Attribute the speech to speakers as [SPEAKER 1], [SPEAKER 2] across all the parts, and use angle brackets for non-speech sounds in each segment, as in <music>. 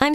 [SPEAKER 1] I'm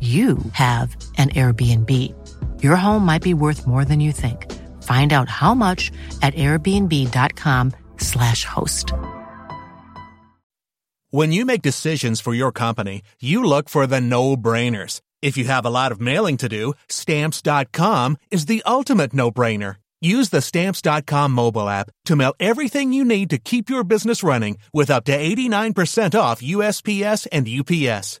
[SPEAKER 2] you have an Airbnb. Your home might be worth more than you think. Find out how much at airbnb.com/slash host.
[SPEAKER 3] When you make decisions for your company, you look for the no brainers. If you have a lot of mailing to do, stamps.com is the ultimate no brainer. Use the stamps.com mobile app to mail everything you need to keep your business running with up to 89% off USPS and UPS.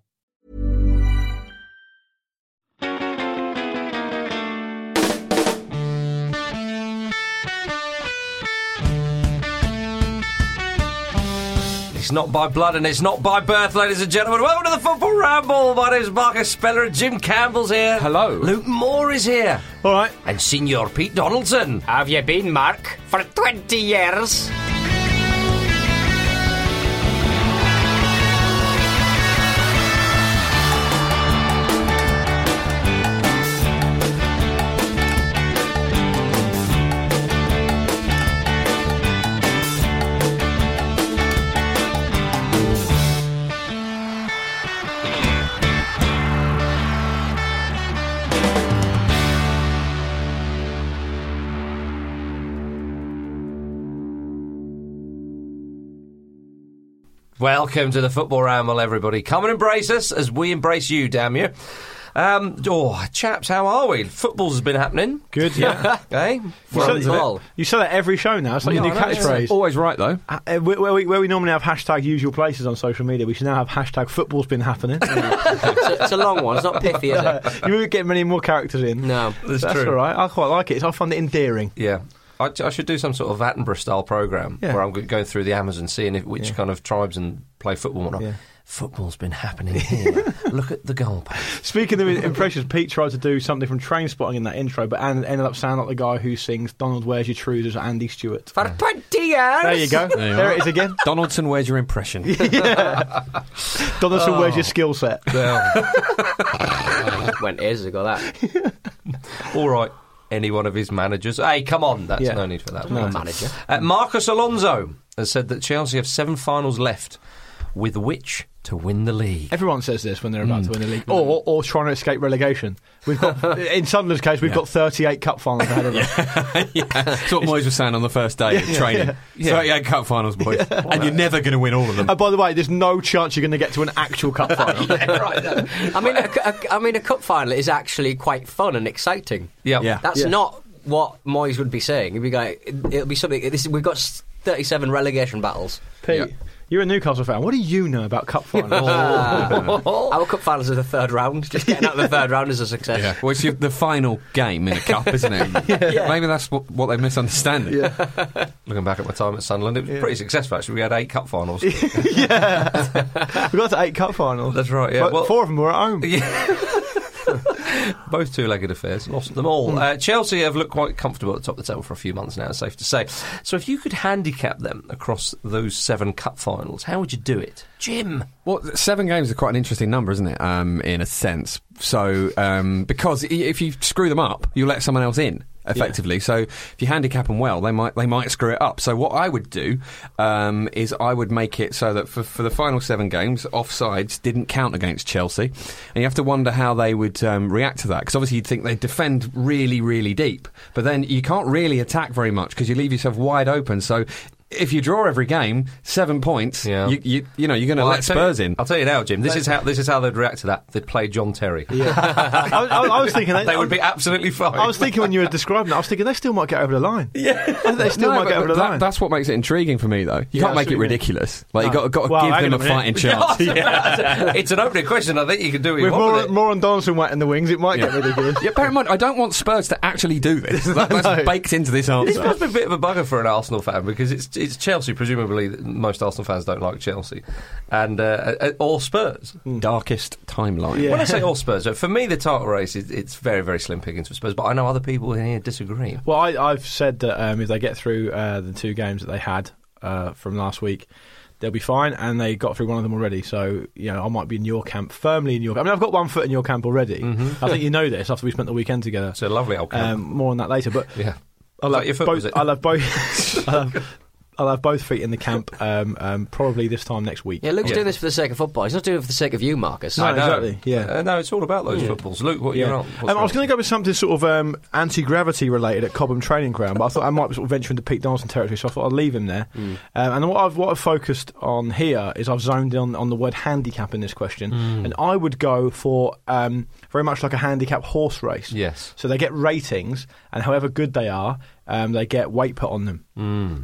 [SPEAKER 4] It's not by blood and it's not by birth, ladies and gentlemen. Welcome to the Football Ramble. My name's Marcus Speller and Jim Campbell's here.
[SPEAKER 5] Hello.
[SPEAKER 4] Luke Moore is here.
[SPEAKER 5] All right.
[SPEAKER 4] And Senior Pete Donaldson.
[SPEAKER 6] Have you been, Mark, for 20 years?
[SPEAKER 4] Welcome to the Football Ramble, everybody. Come and embrace us as we embrace you, damn you. Um, oh, chaps, how are we? Football's been happening. <laughs>
[SPEAKER 5] Good,
[SPEAKER 6] <laughs>
[SPEAKER 5] yeah.
[SPEAKER 4] eh? Runs well.
[SPEAKER 7] You say that every show now. It's like
[SPEAKER 4] Yeah,
[SPEAKER 7] your new
[SPEAKER 4] I know,
[SPEAKER 7] catchphrase.
[SPEAKER 5] Always right, though.
[SPEAKER 7] Uh, uh, where, where we, where we normally have hashtag usual places on social media, we should now have hashtag football's been happening.
[SPEAKER 6] <laughs> It's a, it's a long one. It's not pithy, is it?
[SPEAKER 7] <laughs> you won't get many more characters in.
[SPEAKER 6] No.
[SPEAKER 4] That's
[SPEAKER 7] That's
[SPEAKER 4] true.
[SPEAKER 7] all right. I quite like it. It's- I find it endearing.
[SPEAKER 4] Yeah. I, I should do some sort of Attenborough style program
[SPEAKER 7] Yeah.
[SPEAKER 4] where I'm go- going through the Amazon, seeing if, which kind of tribes and play football and whatnot.
[SPEAKER 7] Yeah.
[SPEAKER 4] Football's been happening
[SPEAKER 7] <laughs>
[SPEAKER 4] here. Look at the goal post.
[SPEAKER 7] Speaking of impressions, Pete tried to do something from Train Spotting in that intro, but and ended up sounding like the guy who sings "Donald Where's Your Trousers" Andy Stewart.
[SPEAKER 6] For 20 years?
[SPEAKER 7] There you go.
[SPEAKER 5] There you
[SPEAKER 7] there
[SPEAKER 5] are.
[SPEAKER 7] it is again.
[SPEAKER 5] <laughs> Donaldson, where's your impression? <laughs>
[SPEAKER 6] Oh.
[SPEAKER 7] Donaldson, where's your skill set?
[SPEAKER 6] <laughs> Went ages ago, that.
[SPEAKER 4] <laughs> All right. Any one of his managers. Hey, come on. That's
[SPEAKER 7] Yeah.
[SPEAKER 4] no need for that.
[SPEAKER 7] No.
[SPEAKER 6] Manager.
[SPEAKER 4] Uh, Marcus Alonso has said that Chelsea have seven finals left with which to win the league.
[SPEAKER 7] Everyone says this when they're
[SPEAKER 4] Hmm.
[SPEAKER 7] about to win the league, or, or trying to escape relegation. We've <laughs> got, in Sunderland's case, we've got 38 cup finals ahead of us.
[SPEAKER 4] <laughs>
[SPEAKER 5] yeah. That's what Moyes was saying on the first day of training. 38 cup finals, boys. And you're never going to win all of them.
[SPEAKER 7] And by the way, there's no chance you're going to get to an actual <laughs> cup final.
[SPEAKER 6] <laughs> I mean, a, cu- a- I mean, a cup final is actually quite fun and exciting.
[SPEAKER 4] Yeah.
[SPEAKER 5] Yeah.
[SPEAKER 6] That's
[SPEAKER 7] Yeah.
[SPEAKER 6] not what Moyes would be saying. He'd be like, it'll be something. This, we've got s- 37 relegation battles.
[SPEAKER 7] Pete,
[SPEAKER 5] Yeah.
[SPEAKER 7] you're a Newcastle fan. What do you know about cup
[SPEAKER 4] <laughs>
[SPEAKER 7] finals?
[SPEAKER 4] Ah.
[SPEAKER 7] <laughs>
[SPEAKER 6] Our cup finals are the third round. Just
[SPEAKER 4] <laughs>
[SPEAKER 6] getting out of the third round is a success.
[SPEAKER 5] Yeah. Well, it's your- the final game in a cup, isn't
[SPEAKER 7] <laughs>
[SPEAKER 5] it? Maybe that's what, what they misunderstand.
[SPEAKER 4] <laughs> Looking back at my time at Sunderland, it was pretty successful actually. We had eight cup
[SPEAKER 7] <laughs>
[SPEAKER 4] finals.
[SPEAKER 7] yeah, we got to eight cup finals.
[SPEAKER 4] That's right, yeah.
[SPEAKER 7] But
[SPEAKER 4] Well-
[SPEAKER 7] four of them were at home.
[SPEAKER 4] Yeah. Both two-legged affairs, lost them
[SPEAKER 6] Hmm.
[SPEAKER 4] all. Uh, Chelsea have looked quite comfortable at the top of the table for a few months now, it's safe to say. So if you could handicap them across those seven cup finals, how would you do it? Jim?
[SPEAKER 5] Well, seven games are quite an interesting number, isn't it? Um, in a sense. So, um, because i- if you screw them up, you let someone else in. Effectively, so if you handicap them well, they might they might screw it up. So what I would do um, is I would make it so that for, for the final seven games, offsides didn't count against Chelsea, and you have to wonder how they would um, react to that because obviously you'd think they'd defend really really deep, but then you can't really attack very much because you leave yourself wide open. So if you draw every game, seven points,
[SPEAKER 4] Yeah.
[SPEAKER 5] you, you you know you're going to
[SPEAKER 4] Well,
[SPEAKER 5] let
[SPEAKER 4] I'll tell you-
[SPEAKER 5] Spurs in.
[SPEAKER 4] I'll tell you now, Jim. This is how this is how they'd react to that. They'd play John Terry.
[SPEAKER 7] <laughs>
[SPEAKER 4] <laughs>
[SPEAKER 7] I, was- I, was- I was thinking
[SPEAKER 4] they would be absolutely fine.
[SPEAKER 7] I was
[SPEAKER 4] <laughs>
[SPEAKER 7] thinking when you were describing that, I was thinking they still might get over the line. Yeah, they still
[SPEAKER 5] No,
[SPEAKER 7] might
[SPEAKER 5] but
[SPEAKER 7] get over the
[SPEAKER 5] that-
[SPEAKER 7] line.
[SPEAKER 5] That's what makes it intriguing for me, though. You
[SPEAKER 7] Yeah,
[SPEAKER 5] can't make it
[SPEAKER 7] absolutely.
[SPEAKER 5] ridiculous. Like you
[SPEAKER 7] No.
[SPEAKER 5] got got to
[SPEAKER 7] Well,
[SPEAKER 5] give
[SPEAKER 7] hang
[SPEAKER 5] them a
[SPEAKER 7] on a
[SPEAKER 4] <laughs>
[SPEAKER 7] minute.
[SPEAKER 5] fighting chance.
[SPEAKER 4] it's an opening question. I think you can do what you
[SPEAKER 7] with
[SPEAKER 4] want with
[SPEAKER 7] more,
[SPEAKER 4] it.
[SPEAKER 7] more on Donaldson wet in the wings, it might
[SPEAKER 4] <laughs>
[SPEAKER 7] get ridiculous.
[SPEAKER 5] yeah, bear in mind, I don't want Spurs to actually do
[SPEAKER 7] <laughs>
[SPEAKER 5] this. That- that's
[SPEAKER 7] No.
[SPEAKER 5] baked into this
[SPEAKER 4] This
[SPEAKER 5] answer.
[SPEAKER 4] must be a bit of a bugger for an Arsenal fan because it's it's Chelsea. Presumably, most Arsenal fans don't like Chelsea, and uh, uh, or Spurs.
[SPEAKER 5] Darkest timeline.
[SPEAKER 7] Yeah.
[SPEAKER 4] When I say all Spurs, uh, for me the title race is it's very very slim pickings for Spurs. But I know other people in here disagree.
[SPEAKER 7] Well, I, I've said that um, if they get through uh, the two games that they had uh, from last week, they'll be fine, and they got through one of them already. So, you know, I might be in your camp, firmly in your camp. I mean, I've got one foot in your camp already. I think you know this after we spent the weekend together.
[SPEAKER 4] Mm-hmm. It's a lovely old camp.
[SPEAKER 7] Um, more on that later. But
[SPEAKER 4] yeah.
[SPEAKER 7] I
[SPEAKER 4] Is
[SPEAKER 7] love
[SPEAKER 4] that your foot, was
[SPEAKER 7] both.
[SPEAKER 4] it?
[SPEAKER 7] I love both. <laughs>
[SPEAKER 4] <laughs>
[SPEAKER 7] I love, I'll have both feet in the camp um, um, probably this time next week.
[SPEAKER 6] Yeah, Luke's doing this for the sake of football. He's not doing it for the sake of you, Marcus.
[SPEAKER 7] No,
[SPEAKER 4] I know.
[SPEAKER 7] exactly, yeah.
[SPEAKER 4] Uh, no, it's all about those footballs. Luke, what you're on?
[SPEAKER 7] Um, I was going to go with something sort of um, anti-gravity related at Cobham Training Ground, but I thought I might sort of venture into Pete Donaldson territory, so I thought I'd leave him there.
[SPEAKER 4] Hmm.
[SPEAKER 7] Um, and what I've what I've focused on here is I've zoned in on, on the word handicap in this question,
[SPEAKER 4] Hmm.
[SPEAKER 7] and I would go for um, very much like a handicap horse race.
[SPEAKER 4] Yes.
[SPEAKER 7] So they get ratings, and however good they are, um, they get weight put on them.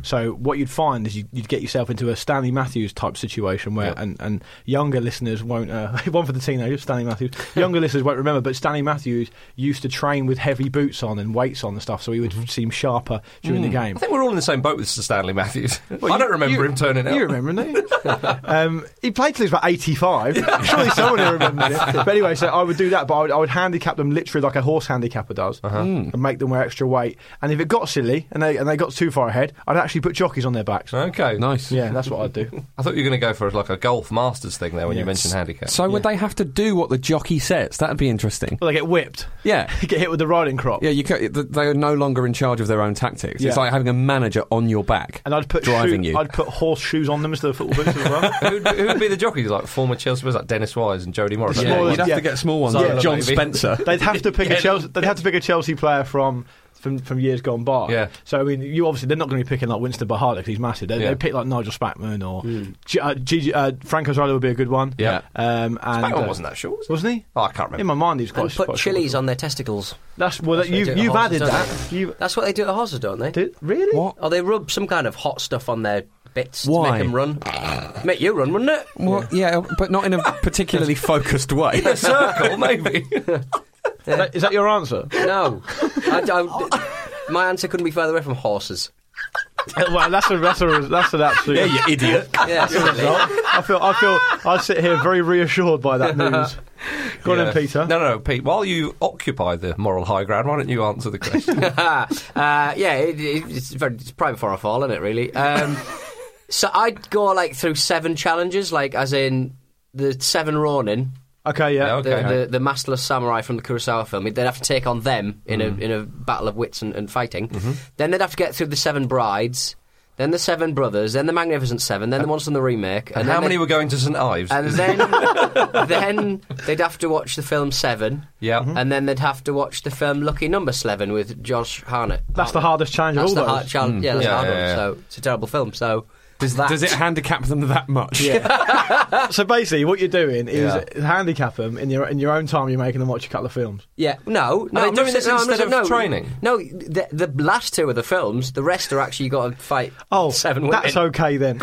[SPEAKER 7] So what you'd find is you, you'd get yourself into a Stanley Matthews type situation where,
[SPEAKER 4] Yep.
[SPEAKER 7] and, and younger listeners won't, uh, <laughs> one for the teenagers, Stanley Matthews, younger listeners won't remember, but Stanley Matthews used to train with heavy boots on and weights on and stuff, so he would seem sharper during the game.
[SPEAKER 4] I think we're all in the same boat with Sir Stanley Matthews. <laughs> I don't remember him turning out.
[SPEAKER 7] You remember, don't you? <laughs> um, he played till he was about 85. Surely someone
[SPEAKER 5] <laughs>
[SPEAKER 7] here remembers it. But anyway, so I would do that, but I would, I would handicap them literally like a horse handicapper does
[SPEAKER 5] Uh-huh. Hmm.
[SPEAKER 7] and make them wear extra weight. And if it got silly and they, and they got too far ahead, I'd actually put jockeys on their backs.
[SPEAKER 4] Okay.
[SPEAKER 5] Nice.
[SPEAKER 7] Yeah, that's what
[SPEAKER 5] <laughs>
[SPEAKER 7] I'd do.
[SPEAKER 4] I thought you were going to go for like a golf masters thing there when you
[SPEAKER 7] Yeah.
[SPEAKER 4] mentioned handicap.
[SPEAKER 5] So would they have to do what the jockey says? That'd be interesting.
[SPEAKER 7] Well, they get whipped. <laughs>
[SPEAKER 5] Yeah.
[SPEAKER 7] get hit with the riding crop.
[SPEAKER 5] Yeah, you ca- th they are no longer in charge of their own tactics.
[SPEAKER 7] Yeah.
[SPEAKER 5] It's like having a manager on your back
[SPEAKER 7] And I'd put
[SPEAKER 5] driving
[SPEAKER 7] shoe-
[SPEAKER 5] you.
[SPEAKER 7] I'd put horseshoes on them instead of football boots
[SPEAKER 5] <laughs>
[SPEAKER 7] as well.
[SPEAKER 4] who'd, who'd be the jockeys? Like former Chelsea players like Dennis Wise and Jody Morris.
[SPEAKER 7] The
[SPEAKER 4] Yeah,
[SPEAKER 7] smallest-
[SPEAKER 5] you'd have
[SPEAKER 7] yeah.
[SPEAKER 5] to get small ones,
[SPEAKER 4] Zola,
[SPEAKER 5] like John
[SPEAKER 4] maybe.
[SPEAKER 5] Spencer.
[SPEAKER 7] <laughs> They'd have to pick
[SPEAKER 4] Yeah.
[SPEAKER 7] a Chelsea. They'd have to pick a Chelsea player from. From, from years gone by,
[SPEAKER 4] Yeah.
[SPEAKER 7] So I mean, you obviously they're not going to be picking like Winston Bahada because he's massive. They,
[SPEAKER 4] Yeah.
[SPEAKER 7] they pick like Nigel Spackman or
[SPEAKER 6] Hmm.
[SPEAKER 7] G, uh, Gigi, uh, Frank Osvaldo would be a good one.
[SPEAKER 4] Yeah.
[SPEAKER 7] um, and
[SPEAKER 4] That one
[SPEAKER 7] uh,
[SPEAKER 4] wasn't that short. was it?
[SPEAKER 7] wasn't he?
[SPEAKER 4] Oh, I can't remember.
[SPEAKER 7] In my mind, he's quite.
[SPEAKER 6] And put
[SPEAKER 7] quite
[SPEAKER 6] chilies on their testicles.
[SPEAKER 7] That's well, that,
[SPEAKER 6] That's what
[SPEAKER 7] you've
[SPEAKER 6] they do at
[SPEAKER 7] you've
[SPEAKER 6] horses,
[SPEAKER 7] added
[SPEAKER 6] don't
[SPEAKER 7] that. You
[SPEAKER 6] That's what they do at horses, don't they?
[SPEAKER 7] did really?
[SPEAKER 5] What?
[SPEAKER 6] Or they rub some kind of hot stuff on their bits to
[SPEAKER 5] Why?
[SPEAKER 6] make them run. make you run, wouldn't it?
[SPEAKER 5] Well, yeah, but not in <laughs> a particularly focused way.
[SPEAKER 4] a circle, maybe.
[SPEAKER 7] Is that- is that
[SPEAKER 6] <laughs>
[SPEAKER 7] your answer?
[SPEAKER 6] No. I, I- my answer couldn't be further away from horses.
[SPEAKER 7] well, that's a that's a that's an absolute.
[SPEAKER 5] you idiot. <laughs>
[SPEAKER 6] Yeah, silly.
[SPEAKER 7] result. I feel I feel I sit here very reassured by that
[SPEAKER 6] <laughs>
[SPEAKER 7] news. Go on,
[SPEAKER 4] Yeah.
[SPEAKER 7] then, Peter.
[SPEAKER 4] No, no, no, Pete. While you occupy the moral high ground, why don't you answer the question?
[SPEAKER 6] <laughs> uh, yeah, it, it, it's very it's prime before I fall, isn't it? Really. Um, <laughs> so I'd go like through seven challenges, like as in the seven Ronin,
[SPEAKER 7] Okay, yeah.
[SPEAKER 4] No,
[SPEAKER 6] the,
[SPEAKER 4] Okay.
[SPEAKER 6] the the masterless samurai from the Kurosawa film. They'd have to take on them in a in a battle of wits and, and fighting. Then they'd have to get through the seven brides, then the seven brothers, then the magnificent seven, then the ones from the remake.
[SPEAKER 4] and
[SPEAKER 6] then
[SPEAKER 4] how
[SPEAKER 6] they-
[SPEAKER 4] many were going to St Ives?
[SPEAKER 6] and then, <laughs> then they'd have to watch the film Seven. Mm-hmm.
[SPEAKER 4] Yeah. Mhm.
[SPEAKER 6] And then they'd have to watch the film Lucky Number Seven with Josh Harnett.
[SPEAKER 7] That's the Mm. hardest challenge
[SPEAKER 6] That's
[SPEAKER 7] of all
[SPEAKER 6] the
[SPEAKER 7] those.
[SPEAKER 6] hard challenge. Yeah, that's
[SPEAKER 4] Yeah,
[SPEAKER 6] the hard
[SPEAKER 4] yeah,
[SPEAKER 6] one.
[SPEAKER 4] yeah.
[SPEAKER 6] So it's a terrible film. So
[SPEAKER 5] Does,
[SPEAKER 6] That-
[SPEAKER 5] does it handicap them that much?
[SPEAKER 4] <laughs>
[SPEAKER 7] So basically, what you're doing is
[SPEAKER 4] Yeah.
[SPEAKER 7] handicap them in your in your own time. You're making them watch a couple of films.
[SPEAKER 6] yeah, no, no.
[SPEAKER 4] they
[SPEAKER 6] I'm
[SPEAKER 4] doing
[SPEAKER 6] not-
[SPEAKER 4] this
[SPEAKER 6] no, I'm
[SPEAKER 4] instead of
[SPEAKER 6] not- no,
[SPEAKER 4] training?
[SPEAKER 6] No, the, the last two are the films. The rest are actually you got to fight.
[SPEAKER 7] Oh,
[SPEAKER 6] seven women.
[SPEAKER 7] that's okay
[SPEAKER 6] <laughs>
[SPEAKER 7] then.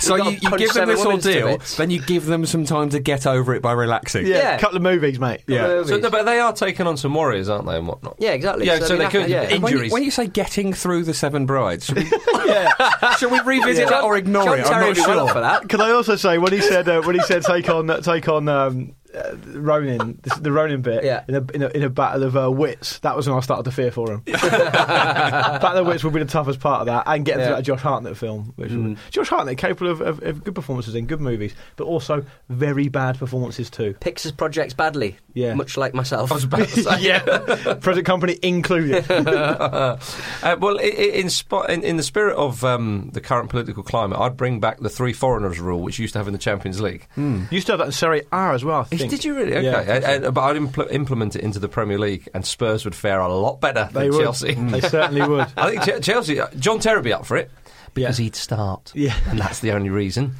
[SPEAKER 5] So
[SPEAKER 6] We've
[SPEAKER 5] you, you
[SPEAKER 6] got to punch
[SPEAKER 5] give them
[SPEAKER 6] seven
[SPEAKER 5] this
[SPEAKER 6] women's
[SPEAKER 5] ordeal,
[SPEAKER 6] tickets.
[SPEAKER 5] then you give them some time to get over it by relaxing.
[SPEAKER 7] yeah,
[SPEAKER 6] Yeah.
[SPEAKER 7] a couple of movies, mate.
[SPEAKER 6] Yeah.
[SPEAKER 4] so, no, but they are taking on some warriors, aren't they, and whatnot?
[SPEAKER 6] Yeah, exactly.
[SPEAKER 4] Yeah, so,
[SPEAKER 6] So
[SPEAKER 4] they
[SPEAKER 6] they
[SPEAKER 4] could
[SPEAKER 6] have to- yeah.
[SPEAKER 5] And When you,
[SPEAKER 4] injuries.
[SPEAKER 5] when you say getting through the seven brides, should we, should we revisit
[SPEAKER 6] Yeah.
[SPEAKER 5] that or ignore
[SPEAKER 6] John
[SPEAKER 5] it?
[SPEAKER 6] Terry
[SPEAKER 5] I'm
[SPEAKER 6] would
[SPEAKER 5] not
[SPEAKER 6] be well up for
[SPEAKER 5] sure.
[SPEAKER 6] that.
[SPEAKER 7] Can I also say when he said uh, when he said take on take on um, uh, Ronin, this, the Ronin bit,
[SPEAKER 6] Yeah.
[SPEAKER 7] in, a, in, a, in a battle of uh, wits, that was when I started to fear for
[SPEAKER 6] <laughs>
[SPEAKER 7] him. battle of wits would be the toughest part of that, and getting
[SPEAKER 6] Yeah. Mm.
[SPEAKER 7] to that Josh Hartnett film. Which was- Josh Hartnett, capable of, of, of good performances in good movies, but also very bad performances too.
[SPEAKER 6] Picks his projects badly,
[SPEAKER 7] Yeah.
[SPEAKER 6] much like myself.
[SPEAKER 7] yeah, present company
[SPEAKER 4] <laughs>
[SPEAKER 7] included.
[SPEAKER 4] uh, well, i- i- in, spo- in, in the spirit of um, the current political climate, I'd bring back the three foreigners rule, which you used to have in the Champions League.
[SPEAKER 7] <laughs> You used to have that in Serie A as well. Hmm. I think.
[SPEAKER 4] Did you really? Okay.
[SPEAKER 7] Yeah, I think
[SPEAKER 4] And- and- but I'd impl- implement it into the Premier League, and Spurs would fare a lot better
[SPEAKER 7] <laughs> They
[SPEAKER 4] than
[SPEAKER 7] would. Hmm.
[SPEAKER 4] Chelsea.
[SPEAKER 7] They certainly <laughs> would.
[SPEAKER 4] <laughs> I think Che- Chelsea, uh, John Terry up for it because
[SPEAKER 7] Yeah.
[SPEAKER 4] he'd start.
[SPEAKER 7] Yeah.
[SPEAKER 4] and that's the only
[SPEAKER 7] <laughs>
[SPEAKER 4] reason.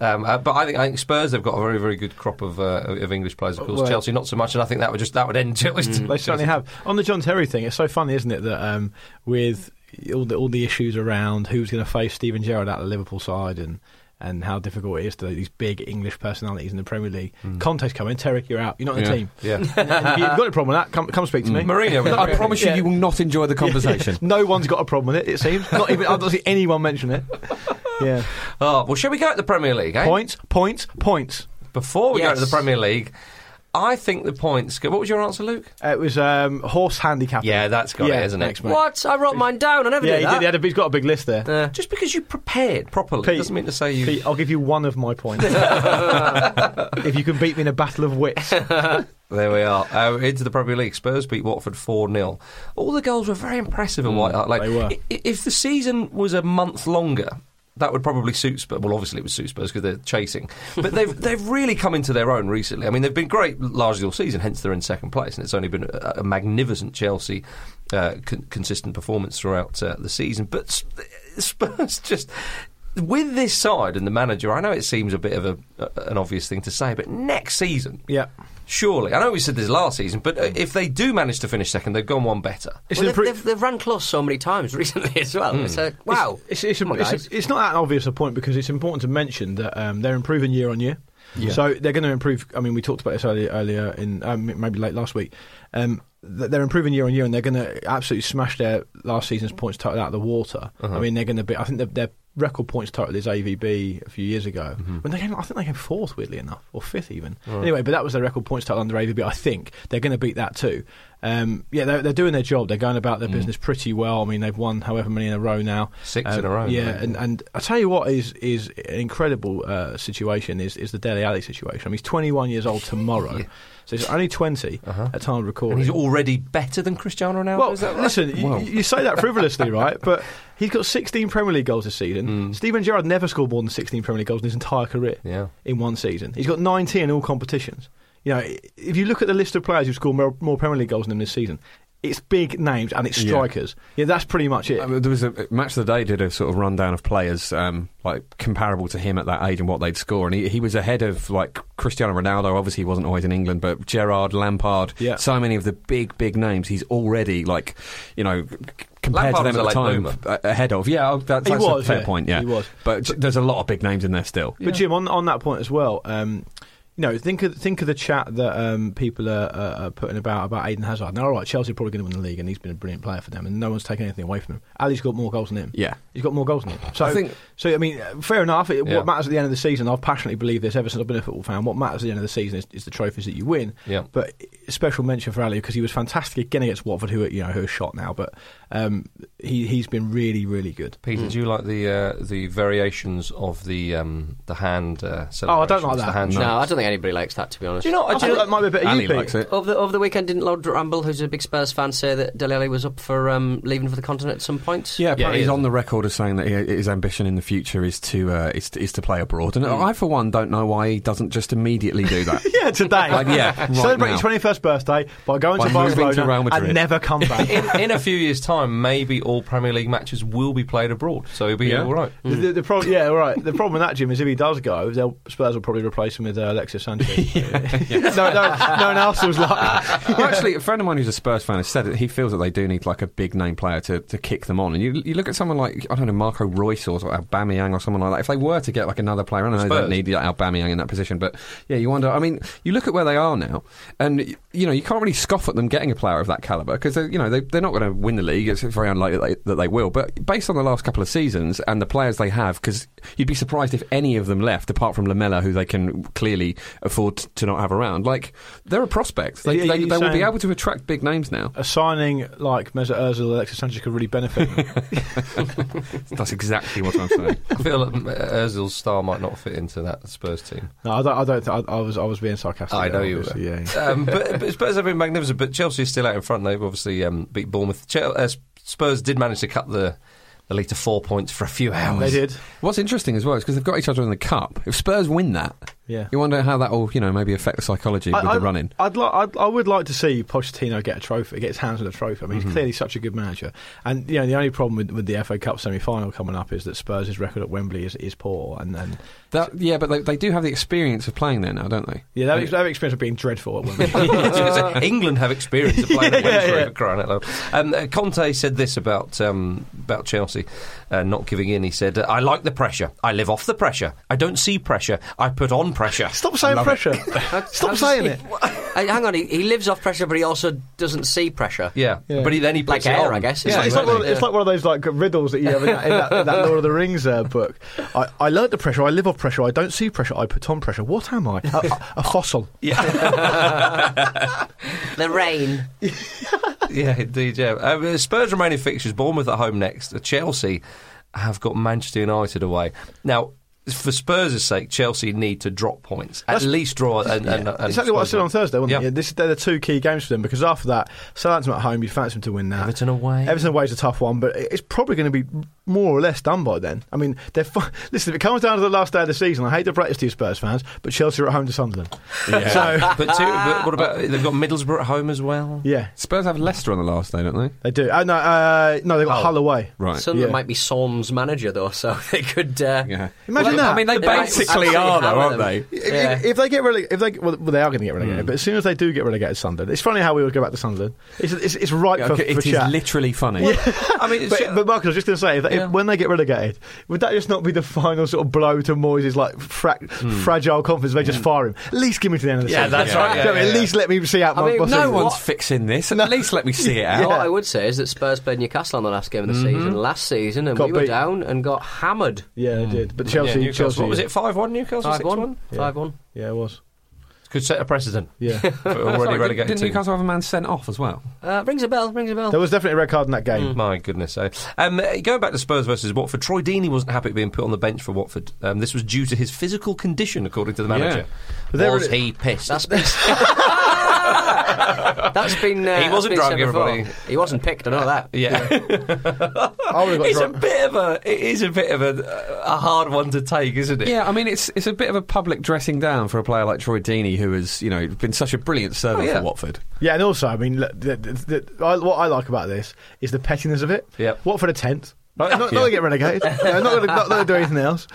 [SPEAKER 4] um, uh, but I think I think Spurs have got a very very good crop of uh, of English players. Of course,
[SPEAKER 7] Well-
[SPEAKER 4] Chelsea not so much, and I think that would just that would end Chelsea.
[SPEAKER 7] Oh, Hmm.
[SPEAKER 4] <laughs>
[SPEAKER 7] They certainly have. On the John Terry thing, it's so funny, isn't it, that um, with all the all the issues around who's going to face Steven Gerrard out of the Liverpool side and and how difficult it is to these big English personalities in the Premier League. Conte's coming, Terry, you're out. You're not in the
[SPEAKER 5] Yeah.
[SPEAKER 7] team.
[SPEAKER 4] Yeah.
[SPEAKER 7] And if <laughs> you've got a problem with that, come, come speak to me. <laughs>
[SPEAKER 4] Mourinho was
[SPEAKER 5] I promise you,
[SPEAKER 7] Yeah.
[SPEAKER 5] you will not enjoy the conversation.
[SPEAKER 7] no one's got a problem with it, it seems. Not even, I don't see anyone mention it. <laughs> Yeah.
[SPEAKER 4] Oh, well, shall we go at the Premier League? Eh?
[SPEAKER 7] Points, points, points.
[SPEAKER 4] Before we go
[SPEAKER 6] Yes.
[SPEAKER 4] to the Premier League, I think the points. go- What was your answer, Luke?
[SPEAKER 7] It was um, horse handicap.
[SPEAKER 4] Yeah, that's got
[SPEAKER 7] Yeah,
[SPEAKER 4] it, isn't
[SPEAKER 7] thanks,
[SPEAKER 4] it?
[SPEAKER 7] mate.
[SPEAKER 6] What? I wrote mine down. I never
[SPEAKER 7] Yeah,
[SPEAKER 6] did
[SPEAKER 7] he
[SPEAKER 6] that. Uh,
[SPEAKER 7] did, he had a, he's got a big list there.
[SPEAKER 4] Just because you prepared properly
[SPEAKER 7] Pete.
[SPEAKER 4] doesn't mean to say you.
[SPEAKER 7] Pete, I'll give you one of
[SPEAKER 4] <laughs>
[SPEAKER 7] my points. if you can beat me in a battle of wits.
[SPEAKER 4] There we are. Uh, into the Premier League. Spurs beat Watford 4 0. All the goals were very impressive in White Hart. <laughs> Like,
[SPEAKER 7] they were.
[SPEAKER 4] i- i- if the season was a month longer, that would probably suit Spurs. Well, obviously it would suit Spurs because they're chasing. But they've, <laughs> they've really come into their own recently. I mean, they've been great largely all season, hence they're in second place. And it's only been a, a magnificent Chelsea uh, con- consistent performance throughout uh, the season. But Sp- <laughs> Spurs just. With this side and the manager, I know it seems a bit of a, a, an obvious thing to say, but next season,
[SPEAKER 7] Yeah.
[SPEAKER 4] Surely, I know we said this last season, but uh, if they do manage to finish second, they've gone one better.
[SPEAKER 7] It's
[SPEAKER 6] Well, they've,
[SPEAKER 7] an impro- Hmm.
[SPEAKER 6] they've, they've ran close so many times <laughs> recently as well. It's like, wow.
[SPEAKER 7] It's, it's,
[SPEAKER 6] Come on,
[SPEAKER 7] it's,
[SPEAKER 6] guys.
[SPEAKER 7] it's not that obvious a point because it's important to mention that um, they're improving year on year. So they're going to improve. I mean, we talked about this earlier, earlier in um, maybe late last week. Um, th- they're improving year on year, and they're going to absolutely smash their last season's points total out of the water.
[SPEAKER 4] Uh-huh.
[SPEAKER 7] I mean, they're going to be. I think their- their record points total is AVB a few years ago
[SPEAKER 4] Mm-hmm.
[SPEAKER 7] when they came. I think they came fourth, weirdly enough, or fifth even. Anyway, but that was their record points total under AVB. I think they're going to beat that too. Um, yeah, they're, they're doing their job. They're going about their business pretty well. I mean, they've won however many in a row now.
[SPEAKER 4] Mm. Six
[SPEAKER 7] Um,
[SPEAKER 4] in a row,
[SPEAKER 7] Yeah,
[SPEAKER 4] right?
[SPEAKER 7] and, and I tell you what is is an incredible uh, situation is is the Deli Alley situation. I mean, he's 21 years old tomorrow, so he's only 20 at time of
[SPEAKER 4] Uh-huh.
[SPEAKER 7] recording.
[SPEAKER 4] And he's already better than Cristiano Ronaldo.
[SPEAKER 7] well,
[SPEAKER 4] is that right?
[SPEAKER 7] listen, you, you say
[SPEAKER 4] <laughs>
[SPEAKER 7] that frivolously, right? But he's got 16 Premier League goals this season. Steven Gerrard never scored more than 16 Premier League goals in his entire career
[SPEAKER 4] Hmm. Yeah.
[SPEAKER 7] in one season. He's got 19 in all competitions. You know, i- if you look at the list of players who've scored more, more Premier League goals than him this season, it's big names and it's
[SPEAKER 5] Yeah.
[SPEAKER 7] strikers. Yeah, that's pretty much it.
[SPEAKER 5] I mean, there was a match of the day did a sort of rundown of players um, like comparable to him at that age and what they'd score, and he, he was ahead of like Cristiano Ronaldo. Obviously, he wasn't always in England, but Gerard, Lampard,
[SPEAKER 7] Yeah.
[SPEAKER 5] so many of the big big names. He's already like you know. c- Compared
[SPEAKER 4] Lampard
[SPEAKER 5] to them at
[SPEAKER 4] was
[SPEAKER 5] the
[SPEAKER 4] a late
[SPEAKER 5] time,
[SPEAKER 4] bloomer.
[SPEAKER 5] a- ahead of yeah, oh, that, that's
[SPEAKER 7] He was,
[SPEAKER 5] a fair
[SPEAKER 7] yeah.
[SPEAKER 5] point. Yeah,
[SPEAKER 7] He was.
[SPEAKER 5] but j- there's a lot of big names in there still.
[SPEAKER 7] But Jim, on, on that point as well, um, you know, think of think of the chat that um, people are, are are putting about about Aiden Hazard. Now, all right, Chelsea are probably going to win the league, and he's been a brilliant player for them, and no one's taken anything away from him. Ali's got more goals than him.
[SPEAKER 5] Yeah.
[SPEAKER 7] he's got more goals than him. So,
[SPEAKER 5] I think-
[SPEAKER 7] so I mean, uh, fair enough. It,
[SPEAKER 4] Yeah.
[SPEAKER 7] What matters at the end of the season, I've passionately believed this ever since I've been a football fan. What matters at the end of the season is, is the trophies that you win.
[SPEAKER 4] Yeah.
[SPEAKER 7] But special mention for Ali because he was fantastic again against Watford, who are, you know who are shot now, but um, he he's been really really good.
[SPEAKER 4] Peter, do you like the uh, the variations of the um, the hand? Uh,
[SPEAKER 7] Oh, I don't
[SPEAKER 4] celebrations,
[SPEAKER 7] like
[SPEAKER 4] the
[SPEAKER 7] that.
[SPEAKER 4] hand
[SPEAKER 6] no,
[SPEAKER 4] shakes?
[SPEAKER 6] I don't think anybody likes that, to be honest.
[SPEAKER 7] Do you know? what? I,
[SPEAKER 6] think-
[SPEAKER 7] feel that might be a bit of
[SPEAKER 5] Ali
[SPEAKER 7] you, Pete.
[SPEAKER 5] likes it.
[SPEAKER 6] Over the, over the weekend, didn't Lord Ramble, who's a big Spurs fan, say that Dele Alli was up for um, leaving for the continent at some point?
[SPEAKER 5] Yeah, apparently
[SPEAKER 4] he
[SPEAKER 5] he's
[SPEAKER 4] is.
[SPEAKER 5] on the record as saying that he, his ambition in the future is to uh, is, to- is to play abroad, and I for one don't know why he doesn't just immediately do that.
[SPEAKER 7] <laughs> Yeah, today.
[SPEAKER 5] Like,
[SPEAKER 7] <laughs>
[SPEAKER 5] yeah, right
[SPEAKER 7] Celebrate
[SPEAKER 5] now.
[SPEAKER 7] your twenty-first birthday by going
[SPEAKER 5] By
[SPEAKER 7] to
[SPEAKER 5] moving to
[SPEAKER 7] Barcelona
[SPEAKER 5] Real Madrid.
[SPEAKER 7] and never come
[SPEAKER 5] <laughs>
[SPEAKER 7] back.
[SPEAKER 4] in, in a few years' time, maybe all Premier League matches will be played abroad, so he'll be
[SPEAKER 5] Yeah.
[SPEAKER 4] all right.
[SPEAKER 7] The, the, the prob- yeah, all right. The problem with that, Jim, is if he does go, they'll, Spurs will probably replace him with uh,
[SPEAKER 5] <laughs>
[SPEAKER 7] Alexis Sanchez. <laughs> no, no, no one else was like.
[SPEAKER 5] well, actually, a friend of mine who's a Spurs fan has said that he feels that they do need like a big name player to, to kick them on. And you, you look at someone like I don't know Marco Royce or sort of Aubameyang or someone like that. If they were to get like another player, I don't know they
[SPEAKER 4] Spurs.
[SPEAKER 5] don't need like, Aubameyang in that position, but yeah, you wonder. I mean, you look at where they are now, and y- you know you can't really scoff at them getting a player of that caliber because you know they, they're not going to win the league. It's very unlikely that they, that they will. But based on the last couple of seasons and the players they have, because you'd be surprised if any of them left apart from Lamella, who they can clearly afford t- to not have around. Like they're a prospect. They,
[SPEAKER 7] Yeah,
[SPEAKER 5] they,
[SPEAKER 7] you're
[SPEAKER 5] they will be
[SPEAKER 7] saying-
[SPEAKER 5] able to attract big names now.
[SPEAKER 7] A signing like Mesut Ozil, Alexis Sanchez could really benefit.
[SPEAKER 5] <laughs>
[SPEAKER 7] them.
[SPEAKER 5] That's exactly what I'm saying.
[SPEAKER 4] I feel like Ozil's star might not fit into that Spurs team.
[SPEAKER 7] no, I don't. I, don't think- I, I was. I was being sarcastic.
[SPEAKER 4] Oh, I know
[SPEAKER 7] there,
[SPEAKER 4] you were.
[SPEAKER 7] obviously, Yeah. yeah.
[SPEAKER 4] um, but, but Spurs have been magnificent. But Chelsea is still out in front. They've obviously um, beat Bournemouth. Ch- uh, Spurs did manage to cut the, the lead to four points for a few
[SPEAKER 7] They
[SPEAKER 4] hours. <laughs>
[SPEAKER 7] did.
[SPEAKER 5] What's interesting as well is because they've got each other in the cup. If Spurs win that,
[SPEAKER 7] Yeah.
[SPEAKER 5] you wonder how that will you know maybe affect the psychology with
[SPEAKER 7] I,
[SPEAKER 5] the running.
[SPEAKER 7] I'd, li- I'd I would like to see Pochettino get a trophy, get his hands on a trophy. I mean,
[SPEAKER 5] Mm-hmm.
[SPEAKER 7] he's clearly such a good manager. And you know, the only problem with, with the FA Cup semi-final coming up is that Spurs' record at Wembley is, is poor, and then
[SPEAKER 5] That, yeah, but they, they do have the experience of playing there now, don't they?
[SPEAKER 7] yeah, that, that experience of being dreadful
[SPEAKER 5] <laughs>
[SPEAKER 7] at Wembley.
[SPEAKER 4] I was gonna say, uh, England have experience of playing
[SPEAKER 7] <laughs>
[SPEAKER 4] at Wembley for crying out loud. Um, uh, Conte said this about um, about Chelsea uh, not giving in. He said, "I like the pressure. I live off the pressure. I don't see pressure. I put on pressure."
[SPEAKER 7] Stop saying
[SPEAKER 4] Love it.
[SPEAKER 5] <laughs>
[SPEAKER 7] pressure. Stop saying it.
[SPEAKER 6] Uh, hang on, he, he lives off pressure, but he also doesn't see pressure.
[SPEAKER 4] Yeah.
[SPEAKER 7] Yeah.
[SPEAKER 4] but he, then he
[SPEAKER 6] Like
[SPEAKER 4] puts it
[SPEAKER 6] air,
[SPEAKER 4] on.
[SPEAKER 6] I guess.
[SPEAKER 7] It's,
[SPEAKER 4] Yeah,
[SPEAKER 7] like, it's, like one of,
[SPEAKER 4] exactly.
[SPEAKER 7] it's like one of those like riddles that you have in that, in that, in that Lord of the Rings uh, book. I, I learnt the pressure. I live off pressure. I don't see pressure. I put on pressure. What am I? A, a- a <laughs> fossil.
[SPEAKER 4] <laughs>
[SPEAKER 6] The rain.
[SPEAKER 4] Yeah, indeed. Yeah, um, uh, Spurs remain in fixtures. Bournemouth at home next. Uh, Chelsea have got Manchester United away. Now, for Spurs' sake, Chelsea need to drop points, at least draw. And, and, and
[SPEAKER 7] exactly what I
[SPEAKER 4] Spurs
[SPEAKER 7] said on
[SPEAKER 4] win.
[SPEAKER 7] Thursday, wasn't
[SPEAKER 4] Yeah.
[SPEAKER 7] it? uh, Yeah, this, they're the two key games for them because after that, Southampton at home, you fancy them to win that.
[SPEAKER 4] Everton away.
[SPEAKER 7] Everton away is a tough one, but it's probably going to be more or less done by then. I mean, they're fi- <laughs> listen. If it comes down to the last day of the season, I hate to break this to you, Spurs fans, but Chelsea are at home to Sunderland. <laughs> So
[SPEAKER 4] but, two,
[SPEAKER 5] Ah.
[SPEAKER 4] but what about they've got Middlesbrough at home as well?
[SPEAKER 7] yeah,
[SPEAKER 5] Spurs have Leicester on the last day, don't they?
[SPEAKER 7] they do. Oh no, uh, no, they got Hull away.
[SPEAKER 5] Right.
[SPEAKER 6] Sunderland
[SPEAKER 7] Yeah.
[SPEAKER 6] might be Solm's manager, though, so <laughs> they could. Uh,
[SPEAKER 5] yeah.
[SPEAKER 7] Imagine that.
[SPEAKER 5] I mean, they
[SPEAKER 6] They might
[SPEAKER 5] basically
[SPEAKER 6] actually
[SPEAKER 5] are,
[SPEAKER 6] hammer
[SPEAKER 5] though, aren't
[SPEAKER 6] them.
[SPEAKER 5] they?
[SPEAKER 7] If,
[SPEAKER 6] Yeah.
[SPEAKER 7] if, if they get relegated, if they well, they are going to get
[SPEAKER 4] Hmm.
[SPEAKER 7] relegated. But as soon as they do get relegated, Sunderland. It's funny how we all go back to Sunderland. It's it's, it's right for,
[SPEAKER 5] Okay,
[SPEAKER 7] for
[SPEAKER 5] it is
[SPEAKER 7] chat.
[SPEAKER 5] literally funny.
[SPEAKER 4] I mean, it's-
[SPEAKER 7] but, but Marcus, I was just going to say that
[SPEAKER 4] Yeah.
[SPEAKER 7] if, when they get relegated, would that just not be the final sort of blow to Moyes' like fra- fragile confidence? They just fire him. At least give me to the end of the
[SPEAKER 4] Hmm. Yeah,
[SPEAKER 7] season.
[SPEAKER 4] that's right.
[SPEAKER 7] Do you know what I mean?
[SPEAKER 4] Yeah,
[SPEAKER 7] At
[SPEAKER 4] yeah,
[SPEAKER 7] least let me see out my,
[SPEAKER 5] I mean,
[SPEAKER 7] my
[SPEAKER 5] no
[SPEAKER 7] season.
[SPEAKER 5] one's fixing this. At least let me
[SPEAKER 7] <laughs>
[SPEAKER 5] see it out.
[SPEAKER 6] What I would say is that Spurs played Newcastle on the last game of the season last season, and
[SPEAKER 7] Got
[SPEAKER 6] we were
[SPEAKER 7] beat.
[SPEAKER 6] down and got hammered.
[SPEAKER 7] Yeah, they did. But
[SPEAKER 4] yeah,
[SPEAKER 7] Chelsea,
[SPEAKER 4] Newcastle.
[SPEAKER 7] Chelsea.
[SPEAKER 4] What was it? Five one Newcastle.
[SPEAKER 6] Five
[SPEAKER 4] Six
[SPEAKER 6] one,
[SPEAKER 4] one.
[SPEAKER 6] five one.
[SPEAKER 7] Yeah, it was.
[SPEAKER 4] Could set a precedent.
[SPEAKER 7] Yeah.
[SPEAKER 4] For <laughs> already
[SPEAKER 5] Sorry, did-
[SPEAKER 4] relegated.
[SPEAKER 5] didn't
[SPEAKER 4] team.
[SPEAKER 5] Newcastle have a man sent off as well?
[SPEAKER 6] Uh, rings a bell. Rings a bell.
[SPEAKER 7] there was definitely a red card in that
[SPEAKER 5] Mm.
[SPEAKER 7] game.
[SPEAKER 4] My goodness. eh? Um, uh, going back to Spurs versus Watford, Troy Deeney wasn't happy being put on the bench for Watford. Um, this was due to his physical condition, according to the manager.
[SPEAKER 7] But they're
[SPEAKER 4] Was
[SPEAKER 7] really-
[SPEAKER 4] he pissed?
[SPEAKER 6] That's been. <laughs> that's been. Uh,
[SPEAKER 4] He
[SPEAKER 6] that's
[SPEAKER 4] wasn't
[SPEAKER 6] been said
[SPEAKER 4] drunk, everybody.
[SPEAKER 6] before. He wasn't picked. I know that.
[SPEAKER 4] yeah.
[SPEAKER 7] I would've got
[SPEAKER 4] Hmm. it's
[SPEAKER 7] drunk.
[SPEAKER 4] a bit of a. It is a bit of a, a hard one to take, isn't it?
[SPEAKER 5] Yeah, I mean it's it's a bit of a public dressing down for a player like Troy Deeney, who has you know been such a brilliant servant
[SPEAKER 4] Oh, yeah.
[SPEAKER 5] for Watford.
[SPEAKER 7] Yeah, and also, I mean, look, the, the, the, I, what I like about this is the pettiness of it.
[SPEAKER 4] Yep.
[SPEAKER 7] What for the tenth? Not, not, going to get relegated. no, not going to do anything else.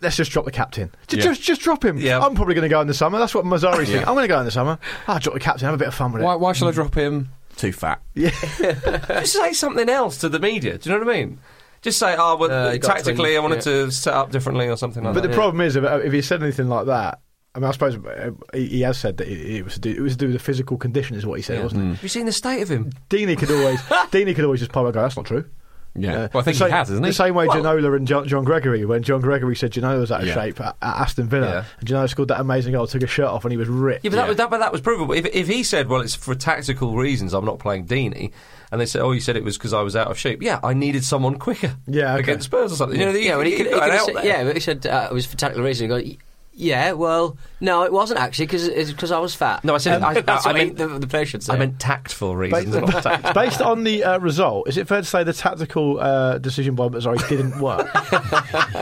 [SPEAKER 7] Let's just drop the captain. Just,
[SPEAKER 5] Yeah.
[SPEAKER 7] just, just drop him.
[SPEAKER 4] Yeah.
[SPEAKER 7] I'm probably going to go in the summer. That's what Mazzari's thinking. I'm going to go in the summer. I'll drop the captain. Have a bit of fun with it.
[SPEAKER 5] Why, why should I drop him? Too
[SPEAKER 4] <laughs>
[SPEAKER 5] fat.
[SPEAKER 4] Just say something else to the media. Do you know what I mean? Just say, oh, well,
[SPEAKER 6] Uh, he got
[SPEAKER 4] tactically, I
[SPEAKER 6] twin-
[SPEAKER 4] wanted
[SPEAKER 6] yeah.
[SPEAKER 4] to set up differently or something like
[SPEAKER 7] But
[SPEAKER 4] that.
[SPEAKER 7] the problem is, if, if he said anything like that, I mean, I suppose uh, he, he has said that it, it was to do, it was to do with the physical condition, is what he said, wasn't it?
[SPEAKER 4] Have you seen the state of him?
[SPEAKER 7] Deeney could always, Deeney could always just pop and go. That's not true.
[SPEAKER 5] Yeah.
[SPEAKER 7] Uh,
[SPEAKER 5] well, I think
[SPEAKER 7] the same,
[SPEAKER 5] he has, isn't
[SPEAKER 7] The
[SPEAKER 5] he?
[SPEAKER 7] same way Janola and John, John Gregory, when John Gregory said Janola was out of
[SPEAKER 5] Yeah.
[SPEAKER 7] shape at, at Aston Villa,
[SPEAKER 4] Yeah.
[SPEAKER 7] and Janola scored that amazing goal, took his shirt off, and he was ripped.
[SPEAKER 4] Yeah, but that, was, that, but that was provable. If, if he said, well, it's for tactical reasons, I'm not playing Deeney, and they said, oh, you said it was because I was out of shape. Yeah, I needed someone quicker
[SPEAKER 7] <laughs> Yeah, okay.
[SPEAKER 4] against Spurs or something. <laughs> You know, he-
[SPEAKER 6] Yeah, well, he
[SPEAKER 4] he
[SPEAKER 6] could, he
[SPEAKER 4] got
[SPEAKER 6] could
[SPEAKER 4] an
[SPEAKER 6] have
[SPEAKER 4] out
[SPEAKER 6] said,
[SPEAKER 4] there.
[SPEAKER 6] yeah, but he said uh, it was for tactical reasons. He goes, yeah, well, no, it wasn't actually because it's because I was fat. Um,
[SPEAKER 4] No, I said- I-
[SPEAKER 6] <laughs> that's
[SPEAKER 4] I
[SPEAKER 6] what I
[SPEAKER 4] meant-
[SPEAKER 6] meant the, the player should say.
[SPEAKER 4] I meant tactful
[SPEAKER 7] Based,
[SPEAKER 4] reasons, not tact-
[SPEAKER 7] based on the uh, result, is it fair to say the tactical uh, decision by Mazzari didn't
[SPEAKER 4] <laughs>
[SPEAKER 7] work? you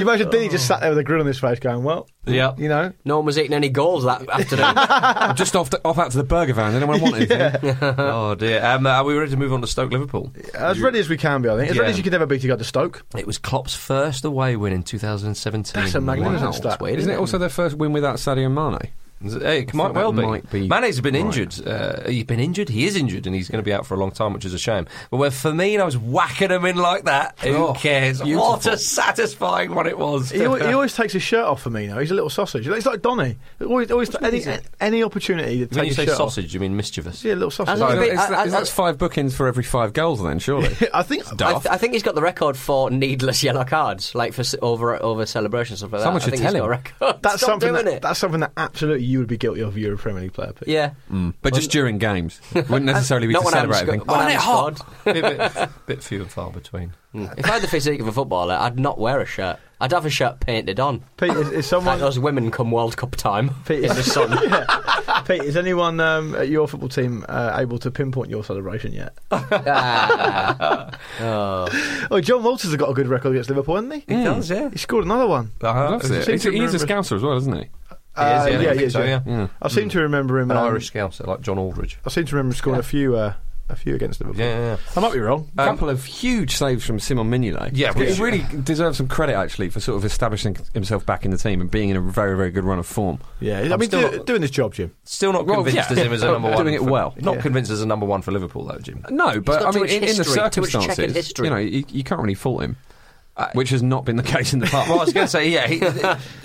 [SPEAKER 7] imagine Deeney just sat there with a grin on his face, going, "Well,
[SPEAKER 4] Yeah.
[SPEAKER 7] <laughs> you know,
[SPEAKER 6] no one was eating any goals
[SPEAKER 4] <laughs>
[SPEAKER 6] that afternoon.
[SPEAKER 5] I'm just off, to, off out to the burger van. Anyone want anything?
[SPEAKER 4] <laughs> oh, dear. Um, are we ready to move on to Stoke Liverpool?
[SPEAKER 7] as ready as we can be, I think, as
[SPEAKER 4] Yeah.
[SPEAKER 7] ready as you could ever be to go
[SPEAKER 4] <laughs>
[SPEAKER 7] to Stoke."
[SPEAKER 4] It was Klopp's first away win in 2017.
[SPEAKER 7] That's a magnificent
[SPEAKER 4] Wow.
[SPEAKER 7] stat.
[SPEAKER 5] Isn't it also their first win without Sadio Mane?
[SPEAKER 4] Hey, it
[SPEAKER 5] that
[SPEAKER 4] might well be.
[SPEAKER 5] might be
[SPEAKER 4] Mane's been
[SPEAKER 5] right.
[SPEAKER 4] injured. Uh, he's been injured. He is injured, and he's going to be out for a long time, which is a shame. But where Firmino's whacking him in like that, who
[SPEAKER 5] Oh,
[SPEAKER 4] cares? What
[SPEAKER 5] beautiful.
[SPEAKER 4] a satisfying one it was.
[SPEAKER 7] He always, he always takes his shirt off for me now. He's a little sausage. He's like Donny. Always, always any, any opportunity
[SPEAKER 4] <laughs>
[SPEAKER 7] to
[SPEAKER 4] when
[SPEAKER 7] take
[SPEAKER 4] you
[SPEAKER 7] his
[SPEAKER 4] say
[SPEAKER 7] shirt
[SPEAKER 4] sausage, you mean mischievous.
[SPEAKER 7] off. Yeah, a little
[SPEAKER 6] As
[SPEAKER 7] sausage.
[SPEAKER 6] long
[SPEAKER 5] So
[SPEAKER 6] as But
[SPEAKER 5] it's-
[SPEAKER 6] I- I-
[SPEAKER 5] that's five bookings for every five goals, then surely.
[SPEAKER 7] I think
[SPEAKER 6] I, th- I think he's got the record for needless yellow cards, like for s- over over celebrations stuff like
[SPEAKER 5] Someone
[SPEAKER 6] that.
[SPEAKER 5] should
[SPEAKER 6] I think
[SPEAKER 5] tell
[SPEAKER 6] he's
[SPEAKER 5] him.
[SPEAKER 6] Got a record.
[SPEAKER 7] that's
[SPEAKER 6] Stop
[SPEAKER 7] something.
[SPEAKER 6] doing
[SPEAKER 7] That,
[SPEAKER 6] it.
[SPEAKER 7] That's something that absolutely you would be guilty of if you're a Premier League player. Pete.
[SPEAKER 6] yeah.
[SPEAKER 4] Mm.
[SPEAKER 5] But just during
[SPEAKER 4] <laughs>
[SPEAKER 5] games, it wouldn't necessarily be
[SPEAKER 6] Not
[SPEAKER 5] to
[SPEAKER 6] when I'm
[SPEAKER 5] celebrate. I
[SPEAKER 6] sco-
[SPEAKER 5] think.
[SPEAKER 6] when I'm scored.
[SPEAKER 4] bit, <laughs> bit, bit few and far between.
[SPEAKER 6] Mm. If I had the physique of a footballer, I'd not wear a shirt. I'd have a shirt painted on.
[SPEAKER 7] Pete, is, is
[SPEAKER 6] Like
[SPEAKER 7] someone?
[SPEAKER 6] those women come World Cup time
[SPEAKER 7] <laughs> Pete,
[SPEAKER 6] in the
[SPEAKER 7] is,
[SPEAKER 6] sun. <laughs>
[SPEAKER 7] Pete, is anyone um, at your football team uh, able to pinpoint your celebration yet?
[SPEAKER 6] Ah. oh.
[SPEAKER 7] Oh, John Walters has got a good record against Liverpool, hasn't he?
[SPEAKER 4] He does, yeah.
[SPEAKER 7] He scored another one.
[SPEAKER 4] Uh-huh.
[SPEAKER 5] Loves it. He's,
[SPEAKER 7] seems to
[SPEAKER 5] he's a
[SPEAKER 7] remember-
[SPEAKER 5] scouser as well, isn't he?
[SPEAKER 7] Uh,
[SPEAKER 4] He is, yeah, I
[SPEAKER 7] he
[SPEAKER 4] think
[SPEAKER 7] is,
[SPEAKER 4] so, yeah. Hmm.
[SPEAKER 5] Yeah.
[SPEAKER 7] I seem to remember him.
[SPEAKER 4] An
[SPEAKER 7] um,
[SPEAKER 4] Irish scouser like John Aldridge.
[SPEAKER 7] I seem to remember scoring a few, uh, a few against Liverpool.
[SPEAKER 4] Yeah, yeah, Um,
[SPEAKER 7] I might be wrong.
[SPEAKER 5] A couple of huge saves from Simon Mignolet.
[SPEAKER 4] Yeah,
[SPEAKER 5] he
[SPEAKER 4] which-
[SPEAKER 5] really deserves some credit actually for sort of establishing himself back in the team and being in a very, very good run of form.
[SPEAKER 7] Yeah, I
[SPEAKER 4] I'm
[SPEAKER 7] mean,
[SPEAKER 4] still
[SPEAKER 7] do-
[SPEAKER 4] not-
[SPEAKER 7] doing this job, Jim.
[SPEAKER 4] Still not
[SPEAKER 5] Well,
[SPEAKER 4] convinced
[SPEAKER 5] yeah.
[SPEAKER 4] as him as a
[SPEAKER 5] But
[SPEAKER 4] number one.
[SPEAKER 5] doing it
[SPEAKER 4] for-
[SPEAKER 5] well.
[SPEAKER 4] Not
[SPEAKER 7] Yeah.
[SPEAKER 4] convinced as a number one for Liverpool, though, Jim.
[SPEAKER 5] No, but
[SPEAKER 6] got
[SPEAKER 5] I
[SPEAKER 6] too
[SPEAKER 5] mean,
[SPEAKER 6] much
[SPEAKER 5] in, in the
[SPEAKER 6] history, too much checkered
[SPEAKER 5] circumstances,
[SPEAKER 6] history.
[SPEAKER 5] you know, you, you can't really fault him,
[SPEAKER 4] I-
[SPEAKER 5] which has not been the case in the past.
[SPEAKER 4] Well, I was going to say, yeah, he,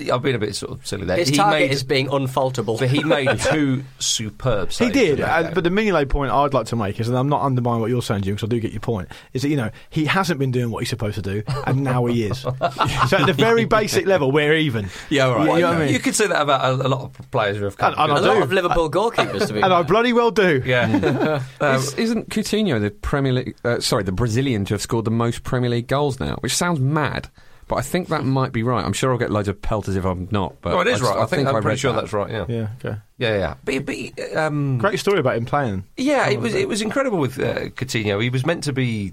[SPEAKER 4] he- I've been a bit sort of silly there.
[SPEAKER 6] His
[SPEAKER 4] he
[SPEAKER 6] target
[SPEAKER 4] made,
[SPEAKER 6] is being unfaultable.
[SPEAKER 4] but <laughs> he made
[SPEAKER 6] <laughs>
[SPEAKER 4] two superb
[SPEAKER 7] He
[SPEAKER 4] saves.
[SPEAKER 7] did,
[SPEAKER 4] in that
[SPEAKER 7] uh,
[SPEAKER 4] game.
[SPEAKER 7] but the Mignolet point I'd like to make is, and I'm not undermining what you're saying, Jim, because I do get your point, is that, you know, he hasn't been doing what he's supposed to do, and now he is. so at the very basic level, we're even.
[SPEAKER 5] Yeah, all right.
[SPEAKER 7] You, you know what I mean?
[SPEAKER 4] you could say that about a, a lot of players who have come.
[SPEAKER 7] And- and
[SPEAKER 6] a
[SPEAKER 7] I
[SPEAKER 6] lot
[SPEAKER 7] do.
[SPEAKER 6] of Liverpool goalkeepers to be.
[SPEAKER 7] and I bloody well do.
[SPEAKER 4] yeah. <laughs> Um,
[SPEAKER 5] Is, isn't Coutinho the Premier League? Uh, sorry, the Brazilian to have scored the most Premier League goals now, which sounds mad, but I think that might be right. I'm sure I'll get loads of pelters if I'm not. But
[SPEAKER 4] oh, it is
[SPEAKER 5] I just-
[SPEAKER 4] right. I, think, I'm
[SPEAKER 5] I
[SPEAKER 4] pretty
[SPEAKER 5] read
[SPEAKER 4] sure
[SPEAKER 5] that.
[SPEAKER 4] that's right. Yeah, yeah,
[SPEAKER 7] Yeah, okay.
[SPEAKER 4] yeah. yeah. But, he- but he, um,
[SPEAKER 7] Great story about him playing.
[SPEAKER 4] Yeah, it was it was incredible with uh, Coutinho. He was meant to be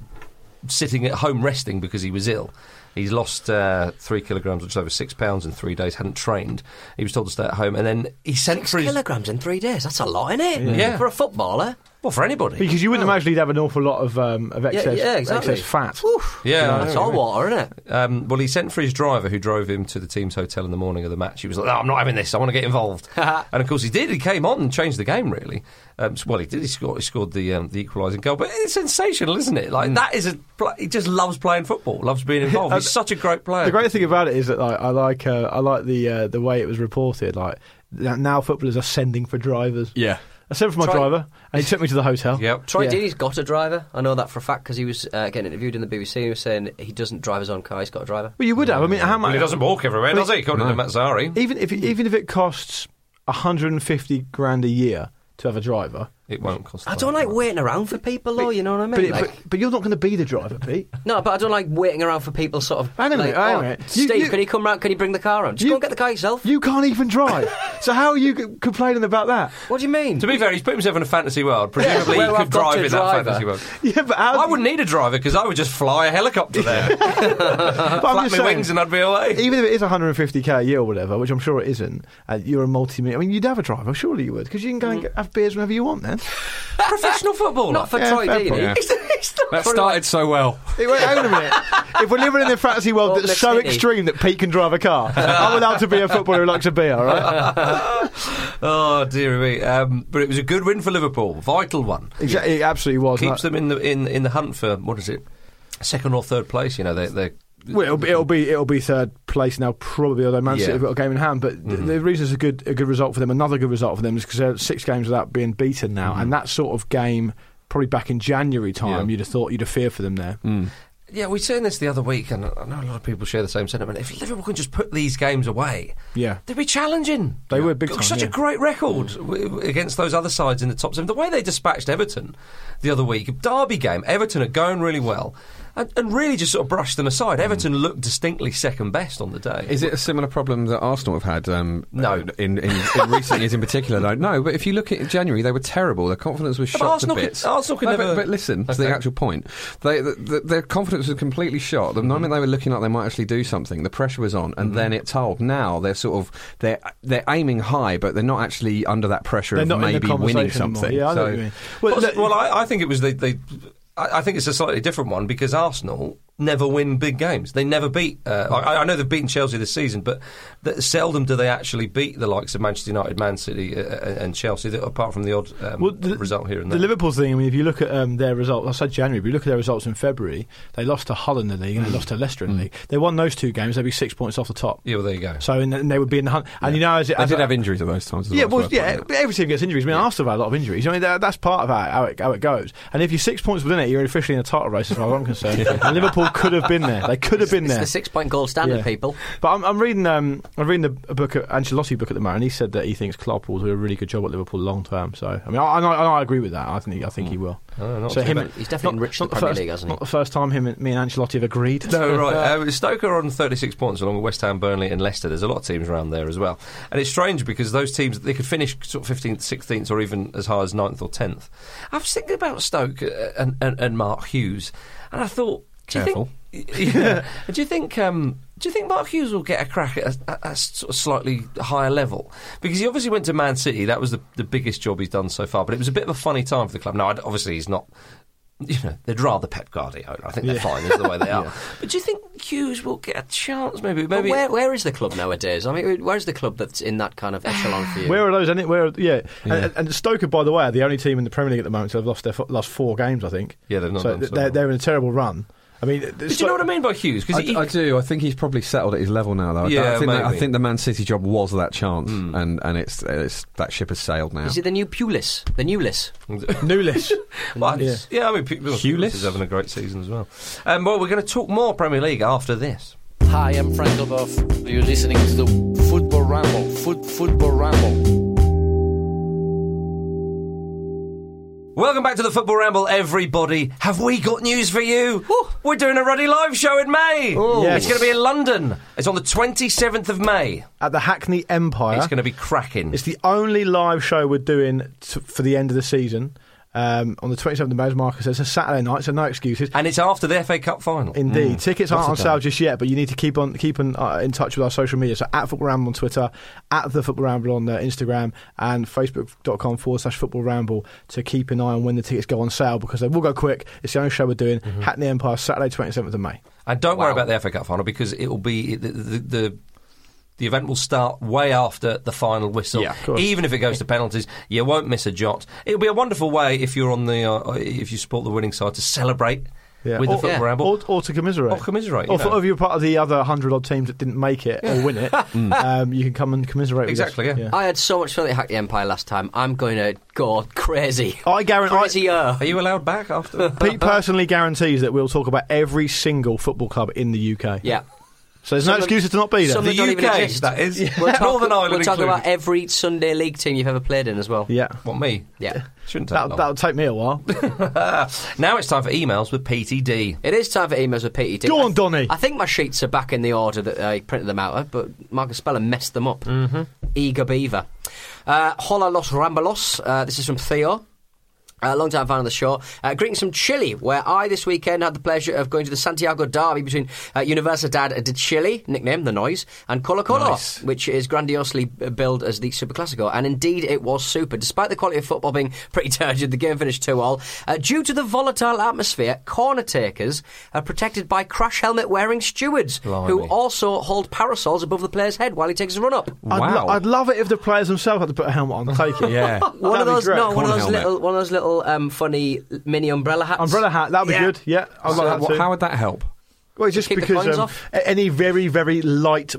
[SPEAKER 4] sitting at home resting because he was ill. He's lost uh, three kilograms, which is over six pounds, in three days. hadn't trained. He was told to stay at home, and then he sent
[SPEAKER 6] Six
[SPEAKER 4] for his
[SPEAKER 6] kilograms in three days. That's a lot, isn't it?
[SPEAKER 4] Yeah.
[SPEAKER 6] For a footballer.
[SPEAKER 4] well for anybody.
[SPEAKER 7] Because you wouldn't imagine he'd have an awful lot of, um, of
[SPEAKER 6] Yeah,
[SPEAKER 7] excess,
[SPEAKER 6] yeah, exactly.
[SPEAKER 7] excess fat.
[SPEAKER 6] Oof.
[SPEAKER 4] Yeah, I know
[SPEAKER 6] That's
[SPEAKER 4] what
[SPEAKER 6] all
[SPEAKER 4] you mean.
[SPEAKER 6] water, isn't it?
[SPEAKER 4] Um, well, he sent for his driver, who drove him to the team's hotel in the morning of the match. He was like, "No, I'm not having this. I want to get <laughs> involved." and of course, he did. He came on and changed the game. Really, um, s- well, he did. He scored. He scored the um, the equalising goal. But it's sensational, isn't it? Like that is a. Pl- he just loves playing football. Loves <laughs> being involved. He's such a great player.
[SPEAKER 7] The great thing about it is that like, I like uh, I like the uh, the way it was reported. Like that now footballers are sending for drivers.
[SPEAKER 5] Yeah.
[SPEAKER 7] I sent for my
[SPEAKER 6] Try-
[SPEAKER 7] driver, and he took me to the hotel.
[SPEAKER 4] Yep.
[SPEAKER 6] Troy
[SPEAKER 7] Yeah.
[SPEAKER 6] Deeney's got a driver. I know that for a fact because he was uh, getting interviewed in the BBC. He was saying he doesn't drive his own car. He's got a driver.
[SPEAKER 7] Well, you would have. I mean, how
[SPEAKER 4] Well,
[SPEAKER 7] much?
[SPEAKER 4] he doesn't walk everywhere, does he? According to Mazzari,
[SPEAKER 7] Even if even if it costs 150 grand a year to have a driver,
[SPEAKER 4] it won't cost.
[SPEAKER 6] I don't like waiting around for people, though. You know what I mean?
[SPEAKER 7] but, it,
[SPEAKER 6] Like-
[SPEAKER 7] but, but you're not going to be the
[SPEAKER 4] <laughs>
[SPEAKER 7] driver, Pete.
[SPEAKER 6] No, but I don't like waiting around for people sort of.
[SPEAKER 7] Hang on a
[SPEAKER 6] like,
[SPEAKER 7] minute, hang on
[SPEAKER 6] "Oh,
[SPEAKER 7] a minute. You-
[SPEAKER 6] Steve,
[SPEAKER 7] you-
[SPEAKER 6] can you come round? Can you bring the car on? Just
[SPEAKER 7] You-
[SPEAKER 6] go and get the car yourself.
[SPEAKER 7] You can't even drive. so how are you c- complaining about that? <laughs>
[SPEAKER 6] what do you mean?
[SPEAKER 4] To be fair, he's put himself in a fantasy world. Presumably,
[SPEAKER 6] Where
[SPEAKER 4] he could
[SPEAKER 6] I've got
[SPEAKER 4] drive
[SPEAKER 6] a
[SPEAKER 4] in that
[SPEAKER 6] driver.
[SPEAKER 4] fantasy world.
[SPEAKER 7] Yeah, but how?
[SPEAKER 4] I wouldn't need a driver because I would just fly a helicopter there, <laughs>
[SPEAKER 7] But
[SPEAKER 4] flap
[SPEAKER 7] I'm
[SPEAKER 4] my
[SPEAKER 7] just saying,
[SPEAKER 4] wings, and I'd be away.
[SPEAKER 7] even if it is 150k a year or whatever, which I'm sure it isn't, uh, you're a multi. I mean, you'd have a driver, surely you would, because you can
[SPEAKER 4] Hmm.
[SPEAKER 7] go and get, have beers whenever you want. Then
[SPEAKER 4] professional footballer.
[SPEAKER 6] Not for
[SPEAKER 7] Yeah,
[SPEAKER 6] Troy
[SPEAKER 7] fair
[SPEAKER 6] Deeney.
[SPEAKER 7] point.
[SPEAKER 5] Yeah. That
[SPEAKER 6] For,
[SPEAKER 5] started so well.
[SPEAKER 7] Hey, wait, hang on
[SPEAKER 4] <laughs>
[SPEAKER 7] a minute. If we're living in a fantasy world
[SPEAKER 6] Well,
[SPEAKER 7] that's so
[SPEAKER 6] McKinney.
[SPEAKER 7] extreme that Pete can drive a car, I'm allowed to be a footballer who likes a beer,
[SPEAKER 4] <laughs>
[SPEAKER 7] all right?
[SPEAKER 4] oh dear me! Um, but it was a good win for Liverpool, vital one.
[SPEAKER 7] Exactly, it absolutely was.
[SPEAKER 4] Keeps
[SPEAKER 7] and
[SPEAKER 4] them in the in in the hunt for what is it, second or third place? You know, they they
[SPEAKER 7] I- well, it'll, be, it'll be it'll be third place now, probably. Although Man City
[SPEAKER 4] Yeah. Mm-hmm.
[SPEAKER 7] have got a game in hand, but th- the reason it's a good a good result for them, another good result for them, is because they're six games without being beaten now, and that sort of game. Probably back in January time,
[SPEAKER 4] Mm-hmm. Yeah. Mm.
[SPEAKER 7] you'd have thought you'd have feared for them there.
[SPEAKER 4] Yeah, we were saying this the other week, and I know a lot of people share the same sentiment. If Liverpool can just put these games away,
[SPEAKER 7] Yeah.
[SPEAKER 4] they'd be challenging.
[SPEAKER 7] They were big
[SPEAKER 4] Got
[SPEAKER 7] time,
[SPEAKER 4] Such a
[SPEAKER 7] yeah.
[SPEAKER 4] great record w- against those other sides in the top seven. The way they dispatched Everton the other week, a derby game. Everton are going really well, and, and really just sort of brushed them aside. Everton looked distinctly second best on the day.
[SPEAKER 5] Mm. Is it a similar problem that Arsenal have had? Um,
[SPEAKER 4] No.
[SPEAKER 5] uh, in, in, in recent years in particular, I don't know. But if you look at January, they were terrible. Their confidence was shot
[SPEAKER 4] Arsenal
[SPEAKER 5] to
[SPEAKER 4] can-
[SPEAKER 5] bits.
[SPEAKER 4] Arsenal can
[SPEAKER 5] No,
[SPEAKER 4] never-
[SPEAKER 5] But, but listen to the
[SPEAKER 4] Okay.
[SPEAKER 5] actual point. They, th th their confidence was completely shot. The moment they were looking like they might actually do something, the pressure was on,
[SPEAKER 7] Mm-hmm.
[SPEAKER 5] and then it told. Now they're sort of they're they're aiming high, but they're not actually under that pressure
[SPEAKER 7] They're
[SPEAKER 5] of
[SPEAKER 7] not in the
[SPEAKER 5] maybe winning
[SPEAKER 7] conversation
[SPEAKER 5] something.
[SPEAKER 7] anymore. Yeah, I know
[SPEAKER 5] So-
[SPEAKER 7] what you mean.
[SPEAKER 4] Well,
[SPEAKER 7] look-
[SPEAKER 4] well, I, I think it was they. they I I think it's a slightly different one because Arsenal never win big games. They never beat. Uh, I, I know they've beaten Chelsea this season, but th- seldom do they actually beat the likes of Manchester United, Man City, uh, uh, and Chelsea. that- Apart from the odd um,
[SPEAKER 7] Well, the-
[SPEAKER 4] result here and
[SPEAKER 7] The
[SPEAKER 4] there.
[SPEAKER 7] Liverpool thing, I mean, if you look at um, their results, I said January, but you look at their results in February, they lost to Hull in the league and they lost to Leicester in the league. They won those two games, they'd be six points off the top.
[SPEAKER 4] Mm. yeah, well, there you go.
[SPEAKER 7] So and, and they would be in the hunt. And you know, as it,
[SPEAKER 5] They
[SPEAKER 7] as
[SPEAKER 5] did
[SPEAKER 7] it-
[SPEAKER 5] have injuries at those times. As
[SPEAKER 7] yeah,
[SPEAKER 5] well, it's
[SPEAKER 7] well,
[SPEAKER 5] worth
[SPEAKER 7] yeah.
[SPEAKER 5] pointing out.
[SPEAKER 7] Every team gets injuries. I mean, Arsenal have had a lot of injuries. I mean, that, that's part of how, how, it, how it goes. And if you're six points within it, you're officially in a title race, as far as
[SPEAKER 6] <laughs>
[SPEAKER 7] I'm concerned. And Liverpool could have been there. They could have been
[SPEAKER 6] It's
[SPEAKER 7] there.
[SPEAKER 6] the six point gold standard,
[SPEAKER 7] Yeah.
[SPEAKER 6] people.
[SPEAKER 7] But I'm, I'm reading um, I'm reading the a book a Ancelotti book at the moment. and He said that he thinks Klopp will do a really good job at Liverpool long term. So I mean, I, and I, and I agree with that. I think he, I think
[SPEAKER 6] Hmm.
[SPEAKER 7] he will.
[SPEAKER 4] Oh, not
[SPEAKER 7] so
[SPEAKER 4] too bad.
[SPEAKER 6] He's definitely enriched the
[SPEAKER 7] not
[SPEAKER 6] Premier
[SPEAKER 7] first,
[SPEAKER 6] League, hasn't he?
[SPEAKER 7] Not the first time him and me and Ancelotti have agreed.
[SPEAKER 4] <laughs> No, right. Uh, Stoke are on 36 points along with West Ham, Burnley, and Leicester. There's a lot of teams around there as well. And it's strange because those teams, they could finish sort of 15th, 16th, or even as high as 9th or 10th. I was thinking about Stoke uh, and, and, and Mark Hughes, and I thought, do you
[SPEAKER 5] Careful.
[SPEAKER 4] think. <laughs> Yeah. do you think. Um, do you think Mark Hughes will get a crack at a, a sort of slightly higher level? Because he obviously went to Man City. That was the, the biggest job he's done so far. But it was a bit of a funny time for the club. Now, I'd- obviously, he's not. You know, they'd rather Pep Guardiola. I think they're fine. Is the way
[SPEAKER 7] <laughs>
[SPEAKER 4] they are. But do you think Hughes will get a chance? Maybe.
[SPEAKER 6] But
[SPEAKER 4] Maybe.
[SPEAKER 6] where, where is the club nowadays? I mean, where is the club that's in that kind of
[SPEAKER 7] <sighs>
[SPEAKER 6] echelon for you?
[SPEAKER 7] Where are those? Any, where? Yeah. And, and Stoke, by the way, are the only team in the Premier League at the moment to have lost their f- last four games. I think.
[SPEAKER 4] Yeah, they've not
[SPEAKER 7] So
[SPEAKER 4] done so
[SPEAKER 7] they're,
[SPEAKER 4] well.
[SPEAKER 7] they're in a terrible run. I mean,
[SPEAKER 4] Did you know what I mean by Hughes? Because
[SPEAKER 5] I, I do. I think he's probably settled at his level now, though. I-
[SPEAKER 4] Yeah,
[SPEAKER 5] I, think that, I
[SPEAKER 4] maybe. Hmm.
[SPEAKER 5] think the Man City job was that chance, and, and it's, it's that ship has sailed now.
[SPEAKER 6] Is it the new Pulis? The newless?
[SPEAKER 4] <laughs>
[SPEAKER 7] Newless.
[SPEAKER 4] Well, yeah. yeah, I mean, Pe- Pulis is having a great season as well. Um, well, we're going to talk more Premier League after this.
[SPEAKER 8] Hi, I'm Frank Leboeuf. You're listening to the Football Ramble. Foot, football Ramble.
[SPEAKER 4] Welcome back to the Football Ramble, everybody. Have we got news for you? We're doing a ruddy live show in May.
[SPEAKER 7] Oh. Yes.
[SPEAKER 4] It's going to be in London. It's on the 27th of May.
[SPEAKER 7] At the Hackney Empire.
[SPEAKER 4] It's going to be cracking.
[SPEAKER 7] Uh-huh. It's the only live show we're doing t- for the end of the season um, on the 27th of May, as Marcus says. It's a Saturday night, so no excuses.
[SPEAKER 4] And it's after the FA Cup final.
[SPEAKER 7] Indeed, tickets aren't
[SPEAKER 5] a
[SPEAKER 7] on sale just yet, but you need to keep on keep on, uh, in touch with our social media. So at Football Ramble on Twitter, at the Football Ramble on uh, Instagram, and Facebook.com forward slash Football Ramble to keep an eye on when the tickets go on sale because they will go quick. It's the only show we're doing.
[SPEAKER 4] Mm-hmm.
[SPEAKER 7] Hackney Empire, Saturday 27th of May.
[SPEAKER 4] And don't worry about the FA Cup final because it will be the the, the the event will start way after the final whistle.
[SPEAKER 7] Yeah, of course.
[SPEAKER 4] Even if it goes to penalties, you won't miss a jot. It'll be a wonderful way if you're on the uh, if you support the winning side to celebrate
[SPEAKER 7] Yeah.
[SPEAKER 4] with
[SPEAKER 7] or,
[SPEAKER 4] the football ramble.
[SPEAKER 7] Or, or to commiserate.
[SPEAKER 4] Or commiserate,
[SPEAKER 7] Or
[SPEAKER 4] you know.
[SPEAKER 7] if you're part of the other 100 odd teams that didn't make it or
[SPEAKER 4] <laughs>
[SPEAKER 7] win it, um, you can come and commiserate
[SPEAKER 4] Mm. Exactly, yeah.
[SPEAKER 7] with us.
[SPEAKER 6] I had so much fun at Hack the Empire last time. I'm going to go crazy.
[SPEAKER 7] I guarantee.
[SPEAKER 6] Crazier.
[SPEAKER 4] Are you allowed back after?
[SPEAKER 7] <laughs> Pete personally guarantees that we'll talk about every single football club in the UK.
[SPEAKER 6] Yeah.
[SPEAKER 7] So there's no
[SPEAKER 6] Some of-
[SPEAKER 7] excuses to not be there.
[SPEAKER 6] some of
[SPEAKER 4] the
[SPEAKER 6] don't even
[SPEAKER 4] UK,
[SPEAKER 6] exist.
[SPEAKER 4] that
[SPEAKER 7] <laughs>
[SPEAKER 4] is.
[SPEAKER 6] We're talking,
[SPEAKER 4] Northern Ireland
[SPEAKER 6] we're talking about
[SPEAKER 4] included.
[SPEAKER 6] every Sunday league team you've ever played in as well.
[SPEAKER 7] yeah.
[SPEAKER 4] What, me?
[SPEAKER 6] Yeah.
[SPEAKER 4] Shouldn't take
[SPEAKER 7] That'll,
[SPEAKER 4] long.
[SPEAKER 7] that'll take me
[SPEAKER 5] <laughs>
[SPEAKER 7] a while.
[SPEAKER 4] Now it's time for emails with PTD.
[SPEAKER 6] It is time for emails with Pete.
[SPEAKER 7] Go on, Donny.
[SPEAKER 6] I think my sheets are back in the order that I printed them out of, but Marcus Speller messed them up. Mm-hmm. Eager Beaver. Uh, Hola Los Rambalos. Uh, this is from Theo. A long time fan of the show. Uh, greetings from Chile, where I this weekend had the pleasure of going to the Santiago Derby between uh, Universidad de Chile, nicknamed The Noise, and Colo Colo, which is grandiosely b- billed as the Super Classico. And indeed, it was super. Despite the quality of football being <laughs> pretty turgid, the game finished 2 all. Uh, due to the volatile atmosphere, corner takers are protected by crash helmet wearing stewards, who
[SPEAKER 4] Blimey.
[SPEAKER 6] also hold parasols above the player's head while he takes a run up.
[SPEAKER 7] I'd,
[SPEAKER 5] Wow.
[SPEAKER 7] lo- I'd love it if the players themselves had to put a helmet on. Take
[SPEAKER 5] <laughs>
[SPEAKER 7] it.
[SPEAKER 5] Yeah.
[SPEAKER 6] One of
[SPEAKER 7] <laughs> Oh, That'd be
[SPEAKER 6] those,
[SPEAKER 7] great.
[SPEAKER 6] no, one of
[SPEAKER 5] Corner
[SPEAKER 6] those
[SPEAKER 5] helmet.
[SPEAKER 6] little, one of those little um, funny mini umbrella hats.
[SPEAKER 7] Umbrella hat, that'd be
[SPEAKER 6] Yeah.
[SPEAKER 7] good. Yeah, I
[SPEAKER 5] So
[SPEAKER 7] like that
[SPEAKER 5] what-
[SPEAKER 7] too.
[SPEAKER 5] how would that help?
[SPEAKER 7] well, just
[SPEAKER 6] keep the
[SPEAKER 7] because
[SPEAKER 6] coins
[SPEAKER 7] um,
[SPEAKER 6] off?
[SPEAKER 7] a- any very, very light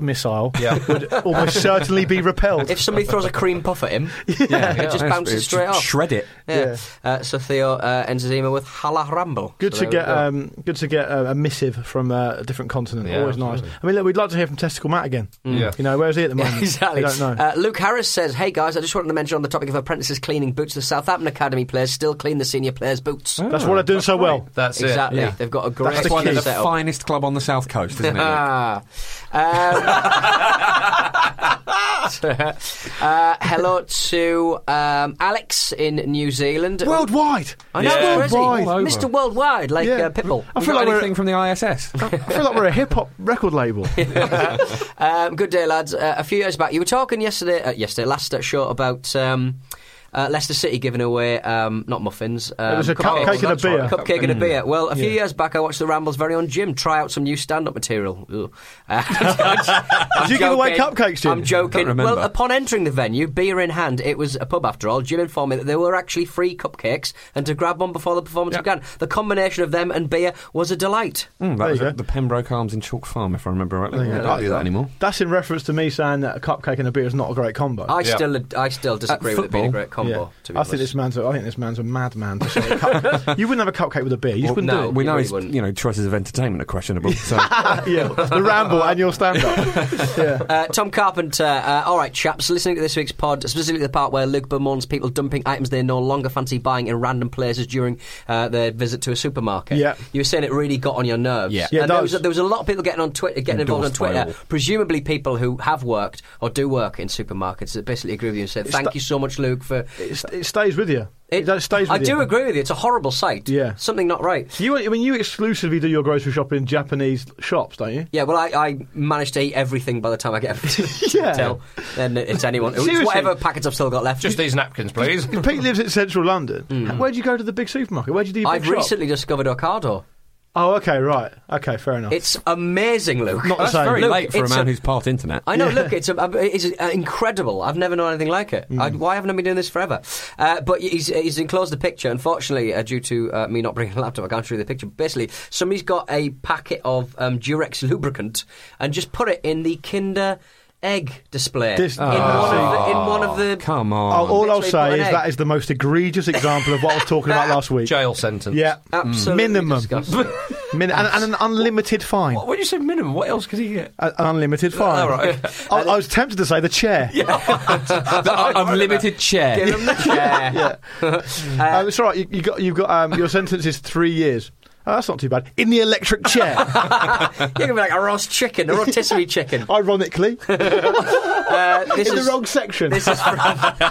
[SPEAKER 5] <laughs>
[SPEAKER 7] missile would almost certainly be repelled.
[SPEAKER 6] If somebody throws a cream puff at him,
[SPEAKER 5] <laughs> Yeah,
[SPEAKER 6] it just bounces straight off.
[SPEAKER 5] Shred it.
[SPEAKER 6] yeah. Uh, so Theo uh, ends his email with "Hala Rambo."
[SPEAKER 7] Good
[SPEAKER 6] So there
[SPEAKER 7] to
[SPEAKER 6] we
[SPEAKER 7] get
[SPEAKER 6] go.
[SPEAKER 7] um, good to get a, a missive from uh, a different continent.
[SPEAKER 4] Yeah,
[SPEAKER 7] Always nice. I mean, look, we'd like to hear from Testicle Matt again.
[SPEAKER 5] Mm.
[SPEAKER 4] Yeah.
[SPEAKER 7] You know, where's he at the
[SPEAKER 6] <laughs>
[SPEAKER 7] moment?
[SPEAKER 6] Yeah, exactly.
[SPEAKER 7] I don't know.
[SPEAKER 6] Uh, Luke Harris says, "Hey guys, I just wanted to mention on the topic of apprentices cleaning boots, the Southampton Academy players still clean the senior players' boots.
[SPEAKER 7] that's what I do so well.
[SPEAKER 4] That's
[SPEAKER 6] exactly.
[SPEAKER 4] it.
[SPEAKER 5] Oh. Yeah.
[SPEAKER 6] They've got a great
[SPEAKER 5] That's why they're the
[SPEAKER 6] setup.
[SPEAKER 5] finest club on the south coast, isn't it? Luke?
[SPEAKER 6] Ah. <laughs> Um, uh, hello to um, Alex in New Zealand.
[SPEAKER 7] Worldwide.
[SPEAKER 6] I know,
[SPEAKER 4] Yeah.
[SPEAKER 6] it's crazy.
[SPEAKER 7] Worldwide.
[SPEAKER 6] Mr. Worldwide, like
[SPEAKER 7] Yeah.
[SPEAKER 6] uh, Pitbull.
[SPEAKER 7] I
[SPEAKER 5] We
[SPEAKER 7] feel
[SPEAKER 5] got
[SPEAKER 7] like we're-
[SPEAKER 5] anything from the ISS.
[SPEAKER 7] I feel like we're a hip hop
[SPEAKER 5] <laughs>
[SPEAKER 7] record label.
[SPEAKER 6] <laughs> Um, good day, lads. Uh, a few years back, you were talking yesterday, uh, yesterday last uh, show about um, Uh, Leicester City giving away um, not muffins. Um,
[SPEAKER 7] was a
[SPEAKER 6] cupcakes.
[SPEAKER 7] cupcake and a
[SPEAKER 6] That's
[SPEAKER 7] beer.
[SPEAKER 6] right, Cupcake and a
[SPEAKER 7] Mm.
[SPEAKER 6] beer. Well, a few
[SPEAKER 7] Yeah.
[SPEAKER 6] years back, I watched the Rambles' very own Jim try out some new stand-up material. Ugh. Uh, <laughs> I'm
[SPEAKER 7] <laughs> Did you give away
[SPEAKER 6] joking.
[SPEAKER 7] cupcakes, Jim?
[SPEAKER 6] I'm joking.
[SPEAKER 5] Don't remember.
[SPEAKER 6] well, upon entering the venue, beer in hand, it was a pub after all. Jim informed me that there were actually free cupcakes, and to grab one before the performance
[SPEAKER 5] Yeah.
[SPEAKER 6] began. The combination of them and beer was a delight.
[SPEAKER 5] Mm, that
[SPEAKER 7] There
[SPEAKER 5] was
[SPEAKER 7] you
[SPEAKER 5] at
[SPEAKER 7] go.
[SPEAKER 5] the Pembroke Arms in Chalk Farm, if I remember rightly.
[SPEAKER 7] you
[SPEAKER 5] I
[SPEAKER 7] go.
[SPEAKER 5] don't do that anymore.
[SPEAKER 7] That's in reference to me saying that a cupcake and a beer is not a great combo.
[SPEAKER 6] I still, I still disagree with it being a
[SPEAKER 5] football,
[SPEAKER 6] great combo.
[SPEAKER 7] Yeah.
[SPEAKER 6] To be
[SPEAKER 7] I
[SPEAKER 6] honest.
[SPEAKER 7] think this man's. A, I think this man's a madman. to say
[SPEAKER 6] <laughs>
[SPEAKER 7] a cup- you wouldn't have a cupcake with a beer. You just wouldn't
[SPEAKER 6] no.
[SPEAKER 7] do
[SPEAKER 5] We
[SPEAKER 6] You
[SPEAKER 5] know
[SPEAKER 6] really
[SPEAKER 5] his
[SPEAKER 6] wouldn't.
[SPEAKER 5] you know, choices of entertainment are questionable. So.
[SPEAKER 7] it. <laughs> yeah, the ramble and
[SPEAKER 6] <laughs>
[SPEAKER 7] your stand-up. yeah.
[SPEAKER 6] Uh, Tom Carpenter. Uh, all right, chaps, listening to this week's pod, specifically the part where Luke bemoans people dumping items they no longer fancy buying in random places during uh, their visit to a supermarket.
[SPEAKER 7] Yeah.
[SPEAKER 6] you were saying it really got on your nerves.
[SPEAKER 5] Yeah.
[SPEAKER 7] Yeah, it
[SPEAKER 6] and there was,
[SPEAKER 7] does.
[SPEAKER 6] there was a lot of people getting on Twitter, getting involved on
[SPEAKER 5] Endorsed by
[SPEAKER 6] Twitter.
[SPEAKER 5] all.
[SPEAKER 6] Presumably, people who have worked or do work in supermarkets that basically agree with you and say, "Thank you so much, Luke, for."
[SPEAKER 7] It, it stays with you. It, stays. With
[SPEAKER 6] I
[SPEAKER 7] you.
[SPEAKER 6] do agree with you. It's a horrible sight.
[SPEAKER 7] Yeah.
[SPEAKER 6] something not right.
[SPEAKER 7] You, I mean, you exclusively do your grocery shopping in Japanese shops, don't you?
[SPEAKER 6] Yeah, well, I, I manage to eat everything by the time I
[SPEAKER 7] <laughs>
[SPEAKER 6] get to the
[SPEAKER 7] Yeah.
[SPEAKER 6] hotel. Then it's anyone. It's
[SPEAKER 7] Seriously.
[SPEAKER 6] whatever packets I've still got left.
[SPEAKER 4] Just these napkins,
[SPEAKER 7] <laughs>
[SPEAKER 4] please.
[SPEAKER 7] If Pete lives in central London, where do you go to the big supermarket? Where do you do your big
[SPEAKER 6] Hmm. I've
[SPEAKER 7] shop?
[SPEAKER 6] recently discovered Ocado.
[SPEAKER 7] Oh, okay, right. Okay, fair enough.
[SPEAKER 6] It's amazing, Luke.
[SPEAKER 7] Not the
[SPEAKER 5] That's
[SPEAKER 7] same.
[SPEAKER 5] very
[SPEAKER 6] Look,
[SPEAKER 5] late for a
[SPEAKER 6] it's
[SPEAKER 5] man
[SPEAKER 6] a-
[SPEAKER 5] who's part internet.
[SPEAKER 6] I know.
[SPEAKER 7] Yeah.
[SPEAKER 6] Look, it's a, uh, it's uh incredible. I've never known anything like
[SPEAKER 5] Mm.
[SPEAKER 6] it. I, why haven't I been doing this forever? Uh, but he's, he's enclosed the picture. Unfortunately, uh, due to uh, me not bringing a laptop, I can't show you the picture. Basically, somebody's got a packet of um, Durex lubricant and just put it in the Kinder egg display
[SPEAKER 7] This-
[SPEAKER 6] in, one of the, in
[SPEAKER 5] Oh,
[SPEAKER 6] one of the.
[SPEAKER 5] Come
[SPEAKER 7] Oh,
[SPEAKER 5] on.
[SPEAKER 7] all I'll
[SPEAKER 6] literally put
[SPEAKER 7] say
[SPEAKER 6] an
[SPEAKER 7] is
[SPEAKER 6] egg.
[SPEAKER 7] that is the most egregious example of what I was
[SPEAKER 6] <laughs>
[SPEAKER 7] talking about last week.
[SPEAKER 4] Jail sentence.
[SPEAKER 7] Yeah,
[SPEAKER 4] <laughs>
[SPEAKER 6] Absolutely
[SPEAKER 7] minimum,
[SPEAKER 6] disgusting.
[SPEAKER 7] <laughs>
[SPEAKER 5] <laughs>
[SPEAKER 7] Min- and, and an unlimited fine.
[SPEAKER 4] What, when you say minimum, what else could he
[SPEAKER 7] <laughs>
[SPEAKER 4] get?
[SPEAKER 7] An unlimited fine.
[SPEAKER 4] all right.
[SPEAKER 7] <laughs> I, I was tempted to say
[SPEAKER 4] <laughs>
[SPEAKER 7] the chair.
[SPEAKER 5] unlimited chair.
[SPEAKER 6] Give him the
[SPEAKER 5] <laughs>
[SPEAKER 6] chair. <laughs>
[SPEAKER 7] Uh, it's all right. You, you got, you've got um, your sentence is three years. Oh, that's not too bad. In the electric
[SPEAKER 4] <laughs>
[SPEAKER 7] chair,
[SPEAKER 6] <laughs> You're gonna be like a roast chicken, a rotisserie chicken.
[SPEAKER 7] ironically,
[SPEAKER 4] <laughs>
[SPEAKER 6] Uh, this
[SPEAKER 7] in
[SPEAKER 6] is-
[SPEAKER 7] the wrong section.
[SPEAKER 6] This is from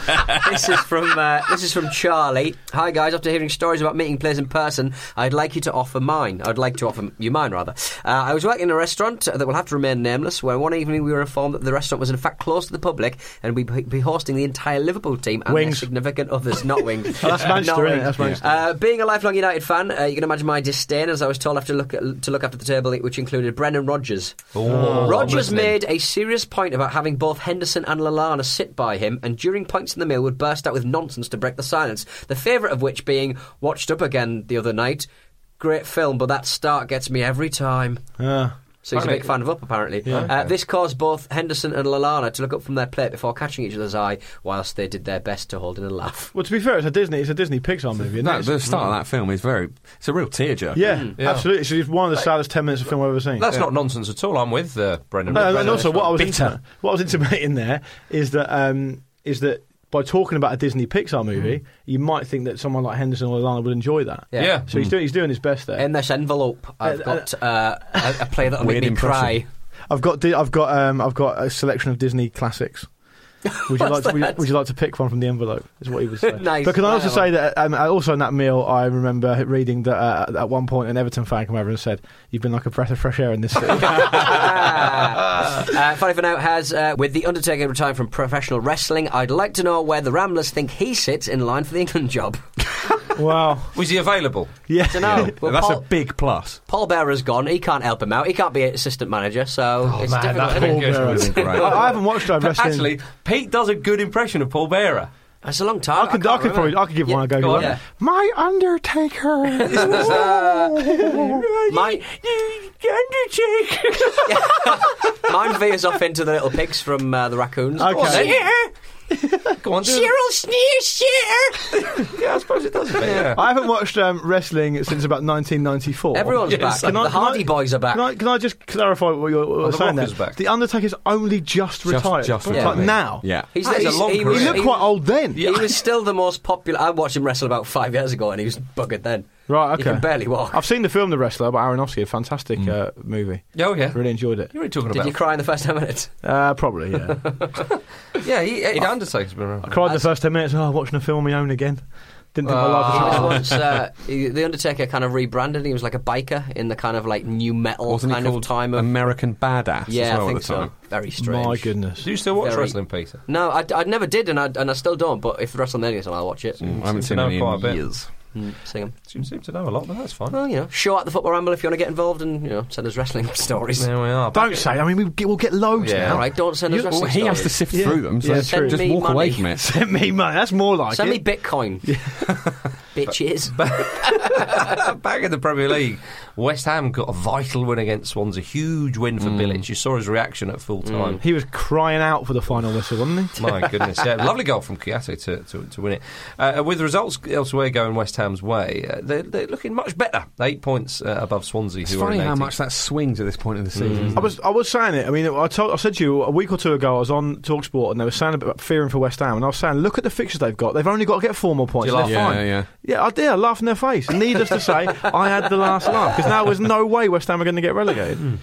[SPEAKER 6] <laughs> this is from uh, this is from Charlie. Hi guys, after hearing stories about meeting players in person, I'd like you to offer mine. I'd like to offer you mine rather. Uh, I was working in a restaurant that will have to remain nameless, where one evening we were informed that the restaurant was in fact closed to the public, and we'd be hosting the entire Liverpool team and their
[SPEAKER 7] Wings.
[SPEAKER 6] significant others, not wings.
[SPEAKER 7] Oh, <laughs> that's Manchester,
[SPEAKER 6] Not
[SPEAKER 7] isn't it?
[SPEAKER 6] wings.
[SPEAKER 7] That's Manchester.
[SPEAKER 6] Uh, being a lifelong United fan, uh, you can imagine my disdain as I was told after look to look after the table, which included Brendan Rodgers. Rodgers made a serious point about having both Henderson and Lalana sit by him, and during points in the meal would burst out with nonsense to break the silence. The favourite of which being watched up again the other night. Great film, but that start gets me every time.
[SPEAKER 7] Uh,
[SPEAKER 6] So he's a big fan of Up, apparently. Uh, this caused both Henderson and Lalana to look up from their plate before catching each other's eye, whilst they did their best to hold in a laugh.
[SPEAKER 7] well, to be fair, it's a Disney. It's a Disney Pixar movie. isn't it?
[SPEAKER 5] No, the start of that film is very. It's a real tearjerker.
[SPEAKER 7] Yeah,
[SPEAKER 4] Yeah.
[SPEAKER 7] absolutely. It's just one of the saddest ten minutes of film I've ever seen.
[SPEAKER 4] Mm. That's not nonsense at all. I'm with uh, Brendan.
[SPEAKER 7] No, and also, what I was
[SPEAKER 4] Bitter.
[SPEAKER 7] intima- what I was intimating there is that um, is that by talking about a Disney Pixar
[SPEAKER 4] Mm.
[SPEAKER 7] movie, you might think that someone like Henderson or Lana would enjoy that.
[SPEAKER 6] Yeah.
[SPEAKER 4] Yeah.
[SPEAKER 7] So he's doing he's doing his best there.
[SPEAKER 6] In this envelope, I've
[SPEAKER 7] Uh,
[SPEAKER 6] got uh, a, a play that'll make
[SPEAKER 5] Weird
[SPEAKER 6] me
[SPEAKER 5] impression.
[SPEAKER 6] cry.
[SPEAKER 7] I've got Di- I've got um, I've got a selection of Disney
[SPEAKER 4] <laughs>
[SPEAKER 7] classics. Would you like to, would, you,
[SPEAKER 6] that?
[SPEAKER 7] would you like to pick one from the envelope? Is what he was
[SPEAKER 4] <laughs>
[SPEAKER 7] saying.
[SPEAKER 6] Nice.
[SPEAKER 7] But can I also
[SPEAKER 6] Wow.
[SPEAKER 7] say that um, I- also in that meal, I remember reading that uh, at one point an Everton fan came over and said, "You've been like a breath of fresh air in this
[SPEAKER 4] <laughs>
[SPEAKER 7] city."
[SPEAKER 6] <laughs> uh, Funny for Now has, uh, with The Undertaker retiring from professional wrestling, I'd like to know where the Ramblers think he sits in line for the England job.
[SPEAKER 7] <laughs>
[SPEAKER 6] <laughs>
[SPEAKER 7] wow.
[SPEAKER 4] Was he available?
[SPEAKER 7] Yeah.
[SPEAKER 6] Dunno. Well,
[SPEAKER 5] That's
[SPEAKER 6] Paul,
[SPEAKER 5] a big plus.
[SPEAKER 6] Paul Bearer's gone. He can't help him out. He can't be assistant manager, so
[SPEAKER 7] Oh,
[SPEAKER 6] it's
[SPEAKER 4] man,
[SPEAKER 6] difficult.
[SPEAKER 4] that
[SPEAKER 6] isn't it?
[SPEAKER 4] Paul Bearer.
[SPEAKER 5] Would've been great.
[SPEAKER 7] I, <laughs> I haven't watched live wrestling.
[SPEAKER 4] Actually, Pete does a good impression of Paul Bearer.
[SPEAKER 6] It's a long time.
[SPEAKER 7] I could,
[SPEAKER 6] can't
[SPEAKER 7] I, could
[SPEAKER 6] remember.
[SPEAKER 7] probably, I could give
[SPEAKER 6] Yeah,
[SPEAKER 7] one a go.
[SPEAKER 6] go
[SPEAKER 7] go
[SPEAKER 6] on.
[SPEAKER 7] on. My
[SPEAKER 4] <laughs>
[SPEAKER 7] Undertaker.
[SPEAKER 6] Mine, <laughs> mine veers off into the little pigs from uh, the raccoons. Go on,
[SPEAKER 7] Okay.
[SPEAKER 6] then.
[SPEAKER 4] Go on, do it.
[SPEAKER 6] Cheryl Sneer, Shear!
[SPEAKER 4] Yeah, I suppose
[SPEAKER 5] <laughs>
[SPEAKER 4] it does. A bit, yeah.
[SPEAKER 7] I haven't watched um, wrestling since about 1994.
[SPEAKER 6] Everyone's back.
[SPEAKER 7] Can I-
[SPEAKER 6] the
[SPEAKER 7] can I-
[SPEAKER 6] Hardy Boys are back.
[SPEAKER 7] Can I, can I just clarify what you're what
[SPEAKER 4] The
[SPEAKER 7] you're saying
[SPEAKER 4] Rock
[SPEAKER 7] there?
[SPEAKER 4] is back.
[SPEAKER 7] The Undertaker's only just, retired.
[SPEAKER 5] Just, just
[SPEAKER 7] Like,
[SPEAKER 5] retired.
[SPEAKER 7] now.
[SPEAKER 5] Yeah.
[SPEAKER 6] He's,
[SPEAKER 4] That is a
[SPEAKER 6] he's-
[SPEAKER 4] long
[SPEAKER 6] he,
[SPEAKER 7] He
[SPEAKER 6] was-
[SPEAKER 4] career.
[SPEAKER 7] looked quite old then.
[SPEAKER 6] He was still the most popular. I watched him wrestle about five years ago, and he was buggered then.
[SPEAKER 7] Right,
[SPEAKER 6] He
[SPEAKER 7] okay.
[SPEAKER 6] can barely walk.
[SPEAKER 7] I've seen the film The Wrestler by Aronofsky. A fantastic uh, movie.
[SPEAKER 4] Oh, yeah.
[SPEAKER 7] Really enjoyed it.
[SPEAKER 4] You're really talking
[SPEAKER 6] Did
[SPEAKER 4] about.
[SPEAKER 6] you cry in the first <laughs> ten minutes?
[SPEAKER 7] Uh, probably, yeah.
[SPEAKER 4] Yeah, he, he Undertaker's been around.
[SPEAKER 7] Cried the first 10 minutes. Oh, watching a film on my own again. Didn't think my life
[SPEAKER 6] He
[SPEAKER 7] was
[SPEAKER 6] was
[SPEAKER 7] hard.
[SPEAKER 6] once, uh, he- the Undertaker kind of rebranded. He was like a biker in the kind of like new metal
[SPEAKER 5] Wasn't he
[SPEAKER 6] kind of
[SPEAKER 5] called
[SPEAKER 6] time of
[SPEAKER 5] American Badass as
[SPEAKER 6] yeah,
[SPEAKER 5] well
[SPEAKER 6] I think
[SPEAKER 5] at the time?
[SPEAKER 6] so. Very <laughs> strange.
[SPEAKER 7] My goodness.
[SPEAKER 4] Do you still watch
[SPEAKER 6] Very-
[SPEAKER 4] wrestling, Peter?
[SPEAKER 6] No, I, I never did, and I and I still don't. But if WrestleMania's on, I'll watch it.
[SPEAKER 5] Mm, I haven't
[SPEAKER 4] Seems to
[SPEAKER 5] seen
[SPEAKER 4] know
[SPEAKER 5] any
[SPEAKER 4] quite a bit.
[SPEAKER 5] in years.
[SPEAKER 6] Mm, sing 'em.
[SPEAKER 4] You seem to know a lot, but that's fine.
[SPEAKER 6] Well, you know, show at the football ramble if you want to get involved and you know send us wrestling <laughs> stories.
[SPEAKER 4] There we are.
[SPEAKER 7] Don't say. I mean, we get, we'll get loads
[SPEAKER 4] Yeah.
[SPEAKER 7] now.
[SPEAKER 6] All right, don't send us
[SPEAKER 5] You- well,
[SPEAKER 6] wrestling
[SPEAKER 5] he has to
[SPEAKER 6] stories.
[SPEAKER 5] sift
[SPEAKER 7] <laughs> Yeah.
[SPEAKER 5] through them, so
[SPEAKER 7] Yeah,
[SPEAKER 5] just
[SPEAKER 6] true. Send me
[SPEAKER 5] walk away
[SPEAKER 6] money.
[SPEAKER 5] from it.
[SPEAKER 7] Send me money. That's more like
[SPEAKER 6] Send me
[SPEAKER 7] it.
[SPEAKER 6] Bitcoin, <laughs> bitches.
[SPEAKER 4] Back in the Premier League, West Ham got a vital win against Swans, a huge win for Billich. You saw his reaction at full time.
[SPEAKER 7] He was crying out for the final whistle, wasn't
[SPEAKER 4] <laughs>
[SPEAKER 7] he?
[SPEAKER 4] My goodness, yeah, lovely goal from Kiate to, to, to win it. Uh, with results elsewhere going West Ham's way, uh, they're, they're looking much better. Eight points uh, above Swansea.
[SPEAKER 5] It's
[SPEAKER 4] who
[SPEAKER 5] funny
[SPEAKER 4] are in
[SPEAKER 5] how
[SPEAKER 4] 18th.
[SPEAKER 5] much that swings at this point in the season. isn't
[SPEAKER 7] I
[SPEAKER 5] it?
[SPEAKER 7] was I was saying it. I mean, I told I said to you a week or two ago. I was on Talksport and they were saying about fearing for West Ham, and I was saying, look at the fixtures they've got. They've only got to get four more points.
[SPEAKER 4] Do you
[SPEAKER 7] and they're
[SPEAKER 5] laugh?
[SPEAKER 7] fine.
[SPEAKER 5] Yeah, yeah.
[SPEAKER 7] yeah. I did. I laughed in their face. And needless to say, I had the last laugh because now there's no way West Ham are going to get relegated.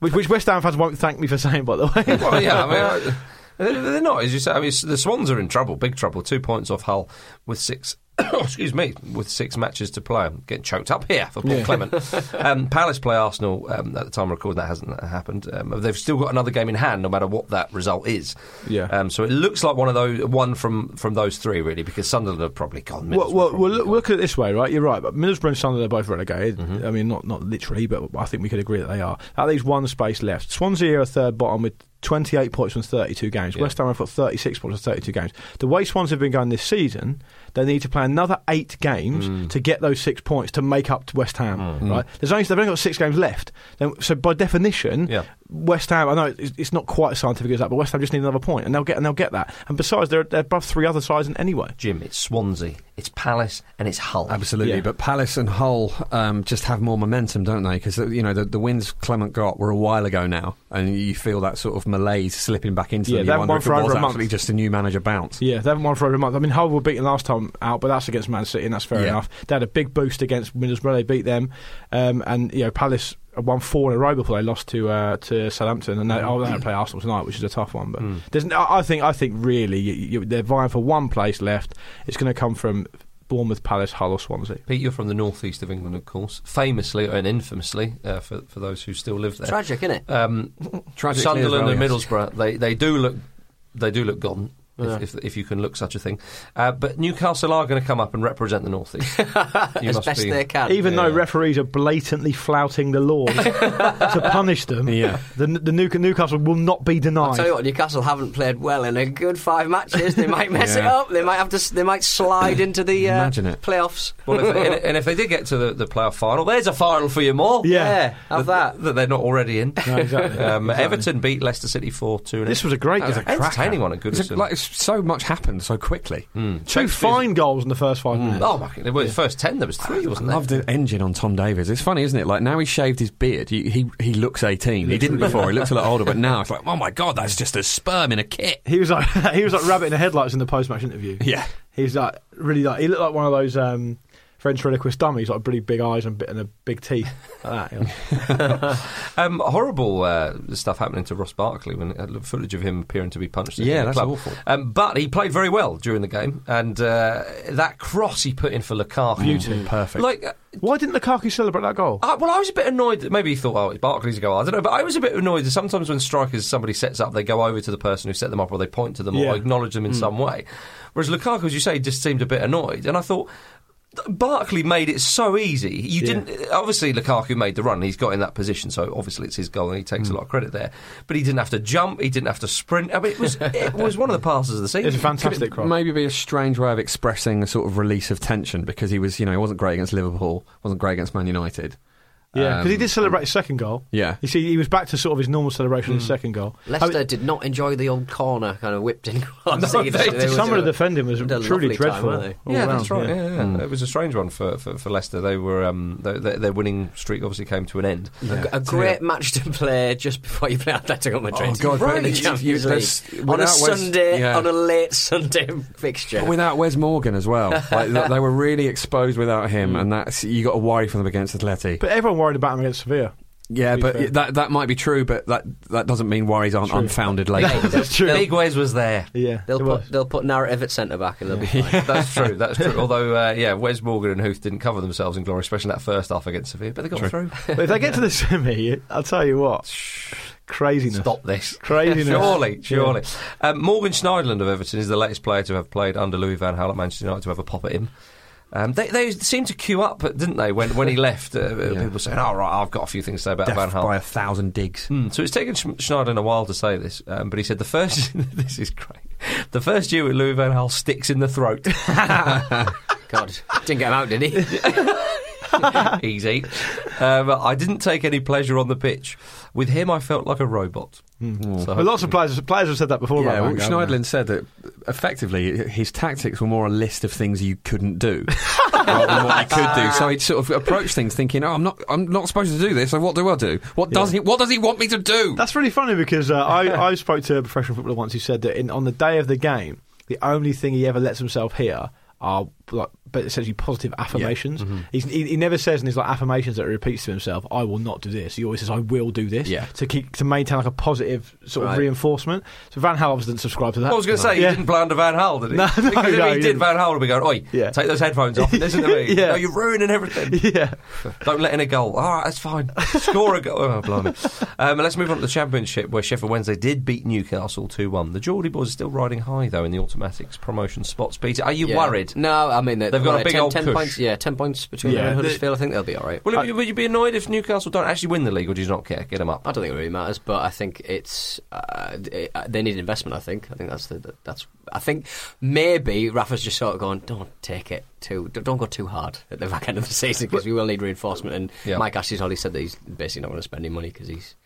[SPEAKER 7] Which, which West Ham fans won't thank me for saying, by the way.
[SPEAKER 4] <laughs> well, yeah, I mean, I- they're they're not, as you say. I mean, s- the Swans are in trouble, big trouble. Two points off Hull with six. <coughs> excuse me, with six matches to play. I'm getting choked up here for Paul
[SPEAKER 7] <laughs>
[SPEAKER 4] Clement. um, Palace play Arsenal um, at the time of recording. That hasn't happened. Um, they've still got another game in hand, no matter what that result is.
[SPEAKER 7] Yeah.
[SPEAKER 4] Um, so it looks like one of those, one from from those three, really, because Sunderland have probably gone.
[SPEAKER 7] Well,
[SPEAKER 4] Middlesbrough Mm-hmm.
[SPEAKER 7] well,
[SPEAKER 4] probably
[SPEAKER 7] well look,
[SPEAKER 4] gone.
[SPEAKER 7] look at it this way, right? You're right, but Middlesbrough and Sunderland are both relegated. I mean, not not literally, but I think we could agree that they are. At least one space left. Swansea are third bottom with 28 points from 32 games. West Ham have got 36 points from 32 games. The way Swans have been going this season, they need to play another eight games
[SPEAKER 4] Mm.
[SPEAKER 7] to get those six points to make up to West Ham, right? There's only they've only got six games left. Then, so by definition,
[SPEAKER 4] Yeah.
[SPEAKER 7] West Ham. I know it's, it's not quite as scientific as that, but West Ham just need another point, and they'll get and they'll get that. And besides, they're they're above three other sides in anyway.
[SPEAKER 4] Jim, it's Swansea, it's Palace, and it's Hull.
[SPEAKER 5] Absolutely,
[SPEAKER 7] Yeah.
[SPEAKER 5] but Palace and Hull um, just have more momentum, don't they? Because you know the, the wins Clement got were a while ago now, and you feel that sort of malaise slipping back into
[SPEAKER 7] Yeah,
[SPEAKER 5] them.
[SPEAKER 7] they
[SPEAKER 5] You
[SPEAKER 7] haven't
[SPEAKER 5] wonder
[SPEAKER 7] won
[SPEAKER 5] if it
[SPEAKER 7] for over
[SPEAKER 5] was
[SPEAKER 7] a month.
[SPEAKER 5] actually just a new manager bounce.
[SPEAKER 7] Yeah, they haven't won for over a month. I mean, Hull were beaten last time out, but that's against Man City, and that's fair
[SPEAKER 5] Yeah.
[SPEAKER 7] enough. They had a big boost against Middlesbrough. They beat them, um, and you know Palace won four in a row before they lost to uh, to Southampton, and they, oh, they're going to play Arsenal tonight, which is a tough one. But there's, n- I I think, I think really you, you, they're vying for one place left. It's going to come from Bournemouth, Palace, Hull, or Swansea.
[SPEAKER 4] Pete, you're from the northeast of England, of course, famously and infamously uh, for for those who still live there.
[SPEAKER 6] Tragic, isn't it?
[SPEAKER 4] Um,
[SPEAKER 5] Tragically
[SPEAKER 4] Sunderland
[SPEAKER 5] as well,
[SPEAKER 4] and
[SPEAKER 5] yes.
[SPEAKER 4] Middlesbrough, they they do look they do look gone. If, if, if you can look such a thing, uh, but Newcastle are going to come up and represent the <laughs> northeast. You
[SPEAKER 6] as
[SPEAKER 4] must
[SPEAKER 6] best
[SPEAKER 4] be-
[SPEAKER 6] they can.
[SPEAKER 7] Even though referees are blatantly flouting the <laughs> law to punish them,
[SPEAKER 5] Yeah.
[SPEAKER 7] the, the New, Newcastle will not be
[SPEAKER 6] I'll
[SPEAKER 7] denied.
[SPEAKER 6] tell you what, Newcastle haven't played well in a good five matches. They might mess it
[SPEAKER 5] Yeah.
[SPEAKER 6] up. They might have to. s- They might slide into the uh,
[SPEAKER 5] Imagine it.
[SPEAKER 6] playoffs. <laughs>
[SPEAKER 4] Well, if, uh, and, and if they did get to the, the playoff final, there's a final for you more.
[SPEAKER 7] Yeah.
[SPEAKER 6] Yeah, have that.
[SPEAKER 4] that they're not already in.
[SPEAKER 7] No, exactly.
[SPEAKER 4] Um,
[SPEAKER 7] Exactly.
[SPEAKER 4] Everton beat Leicester City four two.
[SPEAKER 7] This was a great
[SPEAKER 4] that was
[SPEAKER 7] game.
[SPEAKER 4] a entertaining one at
[SPEAKER 5] It's
[SPEAKER 4] Goodison.
[SPEAKER 5] like it's- so much happened so quickly.
[SPEAKER 7] Two fine goals in the first five
[SPEAKER 5] Mm.
[SPEAKER 7] minutes.
[SPEAKER 4] oh my! Well, the first ten there was three, wasn't there?
[SPEAKER 5] Love the engine on Tom Davies. It's funny, isn't it? Like now he shaved his beard. He he, he looks eighteen. He didn't before. He looked a lot older, but now it's like, oh my god, that's just a sperm in a kit.
[SPEAKER 7] He was like <laughs> he was like rabbit in the headlights in the post match interview.
[SPEAKER 5] Yeah.
[SPEAKER 7] he was like really like he looked like one of those um, ventriloquist dummies, like really big eyes and, bi- and a
[SPEAKER 5] <laughs>
[SPEAKER 7] big teeth. Like that. you know.
[SPEAKER 4] Um, horrible uh, stuff happening to Ross Barkley when uh, footage of him appearing to be punched.
[SPEAKER 5] Yeah,
[SPEAKER 4] in the
[SPEAKER 5] that's
[SPEAKER 4] club.
[SPEAKER 5] awful.
[SPEAKER 4] Um, but he played very well during the game, and uh, that cross he put in for Lukaku,
[SPEAKER 7] Beauty.
[SPEAKER 5] Perfect.
[SPEAKER 4] Like, uh,
[SPEAKER 7] Why didn't Lukaku celebrate that goal?
[SPEAKER 4] I, well, I was a bit annoyed. That maybe he thought, oh, it's Barkley's goal. I don't know, but I was a bit annoyed. that Sometimes when strikers somebody sets up, they go over to the person who set them up, or they point to them,
[SPEAKER 7] Yeah. Mm.
[SPEAKER 4] or acknowledge them in some way. Whereas Lukaku, as you say, just seemed a bit annoyed, and I thought. Barkley made it so easy. You
[SPEAKER 7] Yeah.
[SPEAKER 4] didn't. Obviously, Lukaku made the run. He's got in that position, so obviously it's his goal, and he takes a
[SPEAKER 7] Mm.
[SPEAKER 4] lot of credit there. But he didn't have to jump. He didn't have to sprint. I mean, it
[SPEAKER 7] <laughs>
[SPEAKER 4] was it was one of the passes of the season.
[SPEAKER 7] It's a fantastic
[SPEAKER 5] Could it
[SPEAKER 7] cross.
[SPEAKER 5] Maybe be a strange way of expressing a sort of release of tension because he was, you know, he wasn't great against Liverpool, wasn't great against Man United.
[SPEAKER 7] yeah, because he
[SPEAKER 5] Um,
[SPEAKER 7] did celebrate his second goal.
[SPEAKER 5] Yeah. Hmm.
[SPEAKER 7] you see, he was back to sort of his normal celebration in his second goal. I mean,
[SPEAKER 6] Leicester did not enjoy the old corner kind of whipped in. <laughs>
[SPEAKER 4] they did.
[SPEAKER 7] some of the defending was
[SPEAKER 6] they had a
[SPEAKER 7] truly
[SPEAKER 6] lovely time,
[SPEAKER 7] dreadful.
[SPEAKER 6] weren't they?
[SPEAKER 7] all
[SPEAKER 4] yeah,
[SPEAKER 7] round,
[SPEAKER 4] that's right. Yeah, yeah, yeah. it was a strange one for, for, for Leicester. They were um, their, their their winning streak obviously came to an end.
[SPEAKER 6] A great match to play just before you play Atletico Madrid.
[SPEAKER 5] Oh, God,
[SPEAKER 6] Right. in the
[SPEAKER 5] but you-
[SPEAKER 6] Champions
[SPEAKER 5] you-
[SPEAKER 6] League.
[SPEAKER 5] that's-
[SPEAKER 6] on a
[SPEAKER 5] without West-
[SPEAKER 6] Sunday,
[SPEAKER 5] yeah.
[SPEAKER 6] on a late Sunday <laughs> fixture.
[SPEAKER 5] But without Wes Morgan as
[SPEAKER 4] <laughs>
[SPEAKER 5] well. Like, th- they were
[SPEAKER 4] Mm.
[SPEAKER 5] really exposed without him, and that's you got to worry for them against Atleti.
[SPEAKER 7] But everyone worried about him against Sevilla.
[SPEAKER 5] Yeah,
[SPEAKER 7] be
[SPEAKER 5] but
[SPEAKER 7] fair.
[SPEAKER 5] that that might be true, but that that doesn't mean worries aren't unfounded later.
[SPEAKER 7] <laughs> That's
[SPEAKER 4] <laughs>
[SPEAKER 7] true.
[SPEAKER 4] Big Ways was there.
[SPEAKER 7] yeah,
[SPEAKER 6] They'll
[SPEAKER 7] it
[SPEAKER 6] put
[SPEAKER 7] was.
[SPEAKER 6] they'll put narrative at centre back and they'll be fine.
[SPEAKER 4] <laughs> That's true. That's true. Although, uh, yeah, Wes Morgan and Huth didn't cover themselves in glory, especially that first half against Sevilla. But they got through.
[SPEAKER 7] But if they get
[SPEAKER 4] <laughs>
[SPEAKER 7] to the semi, I'll tell you what, craziness.
[SPEAKER 5] <laughs>
[SPEAKER 4] Stop this. <laughs>
[SPEAKER 7] Craziness.
[SPEAKER 4] Surely,
[SPEAKER 7] Yeah.
[SPEAKER 4] surely. Um, Morgan Schneiderlin of Everton is the latest player to have played under Louis Van Gaal at Manchester United to have a pop at him. Um, they, they seemed to queue up, didn't they, when, when he <laughs> left? Uh, People saying, "All right, I've got a few things to say about Van
[SPEAKER 5] Death
[SPEAKER 4] Gaal."
[SPEAKER 5] by a thousand digs.
[SPEAKER 4] Mm, so it's taken Sch- Schneiderlin a while to say this, um, but he said the first. <laughs> this is great. The first year with Louis Van Gaal sticks in
[SPEAKER 5] <laughs>
[SPEAKER 4] the throat. <laughs>
[SPEAKER 6] God, <laughs> didn't get him out, did he?
[SPEAKER 4] Easy. Um, I didn't take any pleasure on the pitch. With him, I felt like a robot.
[SPEAKER 5] Hmm.
[SPEAKER 4] So
[SPEAKER 7] But lots of players, players have said that before.
[SPEAKER 5] Yeah,
[SPEAKER 7] about
[SPEAKER 5] well,
[SPEAKER 7] Van Gaal, haven't
[SPEAKER 5] Schneiderlin said that effectively his tactics were more a list of things you couldn't do <laughs> rather than what you could do. So he'd sort of approach things thinking, "Oh, I'm not, I'm not supposed to do this. So what do I do? What does he, what does he want me to do?"
[SPEAKER 7] they? That's really funny because uh, I, I spoke to a professional footballer once who said that in, on the day of the game, the only thing he ever lets himself hear are like, but essentially positive affirmations.
[SPEAKER 4] Mm-hmm.
[SPEAKER 7] He's, he, he never says in his like affirmations that he repeats to himself, "I will not do this." He always says, "I will do this."
[SPEAKER 5] Yeah.
[SPEAKER 7] To keep to maintain like a positive sort of
[SPEAKER 5] Right.
[SPEAKER 7] reinforcement. So Van Hal obviously didn't subscribe to that.
[SPEAKER 4] I was going to say,
[SPEAKER 7] Yeah.
[SPEAKER 4] he didn't play under Van Hal, did he?
[SPEAKER 7] No, <laughs> no,
[SPEAKER 4] because if
[SPEAKER 7] no,
[SPEAKER 4] he
[SPEAKER 7] he
[SPEAKER 4] did,
[SPEAKER 7] didn't.
[SPEAKER 4] Van Hal would be going, oi,
[SPEAKER 7] Yeah.
[SPEAKER 4] take those headphones off and listen to me.
[SPEAKER 7] <laughs> Yeah.
[SPEAKER 4] No, you're ruining everything.
[SPEAKER 7] <laughs> Yeah.
[SPEAKER 4] Don't let in a goal. All right, that's fine. Score a goal. Oh, blimey. Um, let's move on to the Championship, where Sheffield Wednesday did beat Newcastle 2 1. The Geordie boys are still riding high, though, in the automatics promotion spots. Peter, are you
[SPEAKER 6] Yeah.
[SPEAKER 4] worried?
[SPEAKER 6] No, I mean they-
[SPEAKER 4] They've got
[SPEAKER 6] well,
[SPEAKER 4] a big
[SPEAKER 6] ten,
[SPEAKER 4] old
[SPEAKER 6] ten
[SPEAKER 4] push.
[SPEAKER 6] points. Yeah, ten points between
[SPEAKER 7] Yeah,
[SPEAKER 6] them and
[SPEAKER 7] they-
[SPEAKER 6] Huddersfield. I think they'll be all right.
[SPEAKER 4] Will you, will you be annoyed if Newcastle don't actually win the league, or do you not care? Get them up.
[SPEAKER 6] I don't think it really matters, but I think it's uh, it, uh, they need investment. I think. I think that's the, that's. I think maybe Rafa's just sort of going, don't take it too, d- don't go too hard at the back end of the season because we will need reinforcement. And
[SPEAKER 4] Yeah.
[SPEAKER 6] Mike Ashley's already said that he's basically not going to spend any money because he's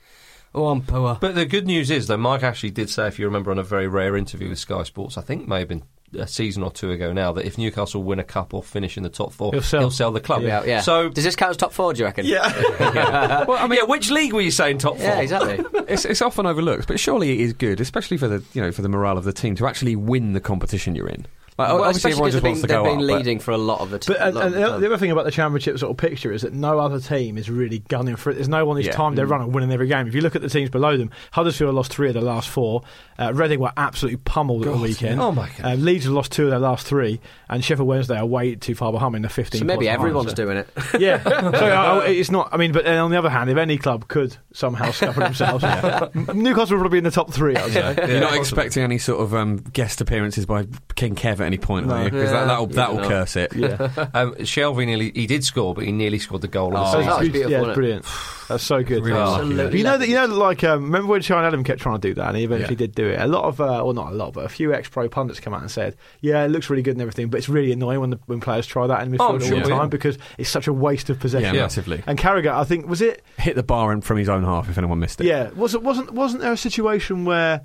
[SPEAKER 6] oh, I'm poor.
[SPEAKER 4] But the good news is, though, Mike actually did say, if you remember, on a very rare interview with Sky Sports, I think may have been a season or two ago now, that if Newcastle win a cup or finish in the top four,
[SPEAKER 7] He'll sell.
[SPEAKER 4] the club.
[SPEAKER 6] yeah, yeah.
[SPEAKER 4] So,
[SPEAKER 6] does this count as top four? Do you reckon?
[SPEAKER 4] <laughs> yeah. well, I mean, yeah, which league were you saying top four?
[SPEAKER 5] <laughs>
[SPEAKER 6] yeah, exactly.
[SPEAKER 5] It's, it's often overlooked, but surely it is good, especially for the you know for the morale of the team to actually win the competition you're in. Like,
[SPEAKER 6] Well,
[SPEAKER 5] obviously,
[SPEAKER 6] especially
[SPEAKER 5] everyone
[SPEAKER 6] 'cause
[SPEAKER 5] just
[SPEAKER 6] they've
[SPEAKER 5] wants to
[SPEAKER 6] been,
[SPEAKER 5] go
[SPEAKER 6] they've been
[SPEAKER 5] up, but-
[SPEAKER 6] leading for a lot of the time.
[SPEAKER 7] But and, and the other thing about the championship sort of picture is that no other team is really gunning for it. There's no one who's
[SPEAKER 5] Yeah.
[SPEAKER 7] timed
[SPEAKER 6] Mm.
[SPEAKER 7] their run and winning every game. If you look at the teams below them, Huddersfield lost three of their last four. Uh, Reading were absolutely pummeled at the weekend.
[SPEAKER 4] Oh, my God.
[SPEAKER 7] Uh, Leeds have lost two of their last three, and Sheffield Wednesday are way too far behind in the 15.
[SPEAKER 6] so maybe
[SPEAKER 7] points behind.
[SPEAKER 6] everyone's doing it.
[SPEAKER 7] Yeah, so
[SPEAKER 6] <laughs>
[SPEAKER 7] I- I- it's not. I mean, but then on the other hand, if any club could somehow
[SPEAKER 6] <laughs>
[SPEAKER 7] scupper themselves, M- Newcastle would probably be in the top three. I'd say.
[SPEAKER 4] Yeah,
[SPEAKER 5] You're not
[SPEAKER 4] possibly.
[SPEAKER 5] expecting any sort of um, guest appearances by King Kev at any point, are
[SPEAKER 7] No.
[SPEAKER 5] you? Because
[SPEAKER 6] Yeah.
[SPEAKER 5] that, that'll,
[SPEAKER 6] Yeah,
[SPEAKER 5] that'll
[SPEAKER 6] no.
[SPEAKER 5] curse it.
[SPEAKER 4] Um, Shelby nearly he did score, but he nearly scored the goal. of the
[SPEAKER 6] Oh.
[SPEAKER 7] So
[SPEAKER 4] season.
[SPEAKER 6] that was
[SPEAKER 7] it's-
[SPEAKER 6] beautiful,
[SPEAKER 7] yeah,
[SPEAKER 6] wasn't it?
[SPEAKER 7] brilliant. That's so good.
[SPEAKER 4] Really lucky,
[SPEAKER 6] Absolutely.
[SPEAKER 7] You know that you know like um, remember when Sean Adam kept trying to do that and he eventually
[SPEAKER 5] Yeah.
[SPEAKER 7] did do it. A lot of uh, or not a lot, but a few ex-pro pundits come out and said, "Yeah, it looks really good and everything, but it's really annoying when the, when players try that in midfield
[SPEAKER 4] Oh,
[SPEAKER 7] all
[SPEAKER 4] sure,
[SPEAKER 7] the
[SPEAKER 4] yeah.
[SPEAKER 7] time because it's such a waste of
[SPEAKER 5] Yeah,
[SPEAKER 7] possession."
[SPEAKER 5] massively.
[SPEAKER 7] And Carragher, I think was it?
[SPEAKER 5] Hit the bar and from his own half if anyone missed it.
[SPEAKER 7] Yeah, was it wasn't wasn't there a situation where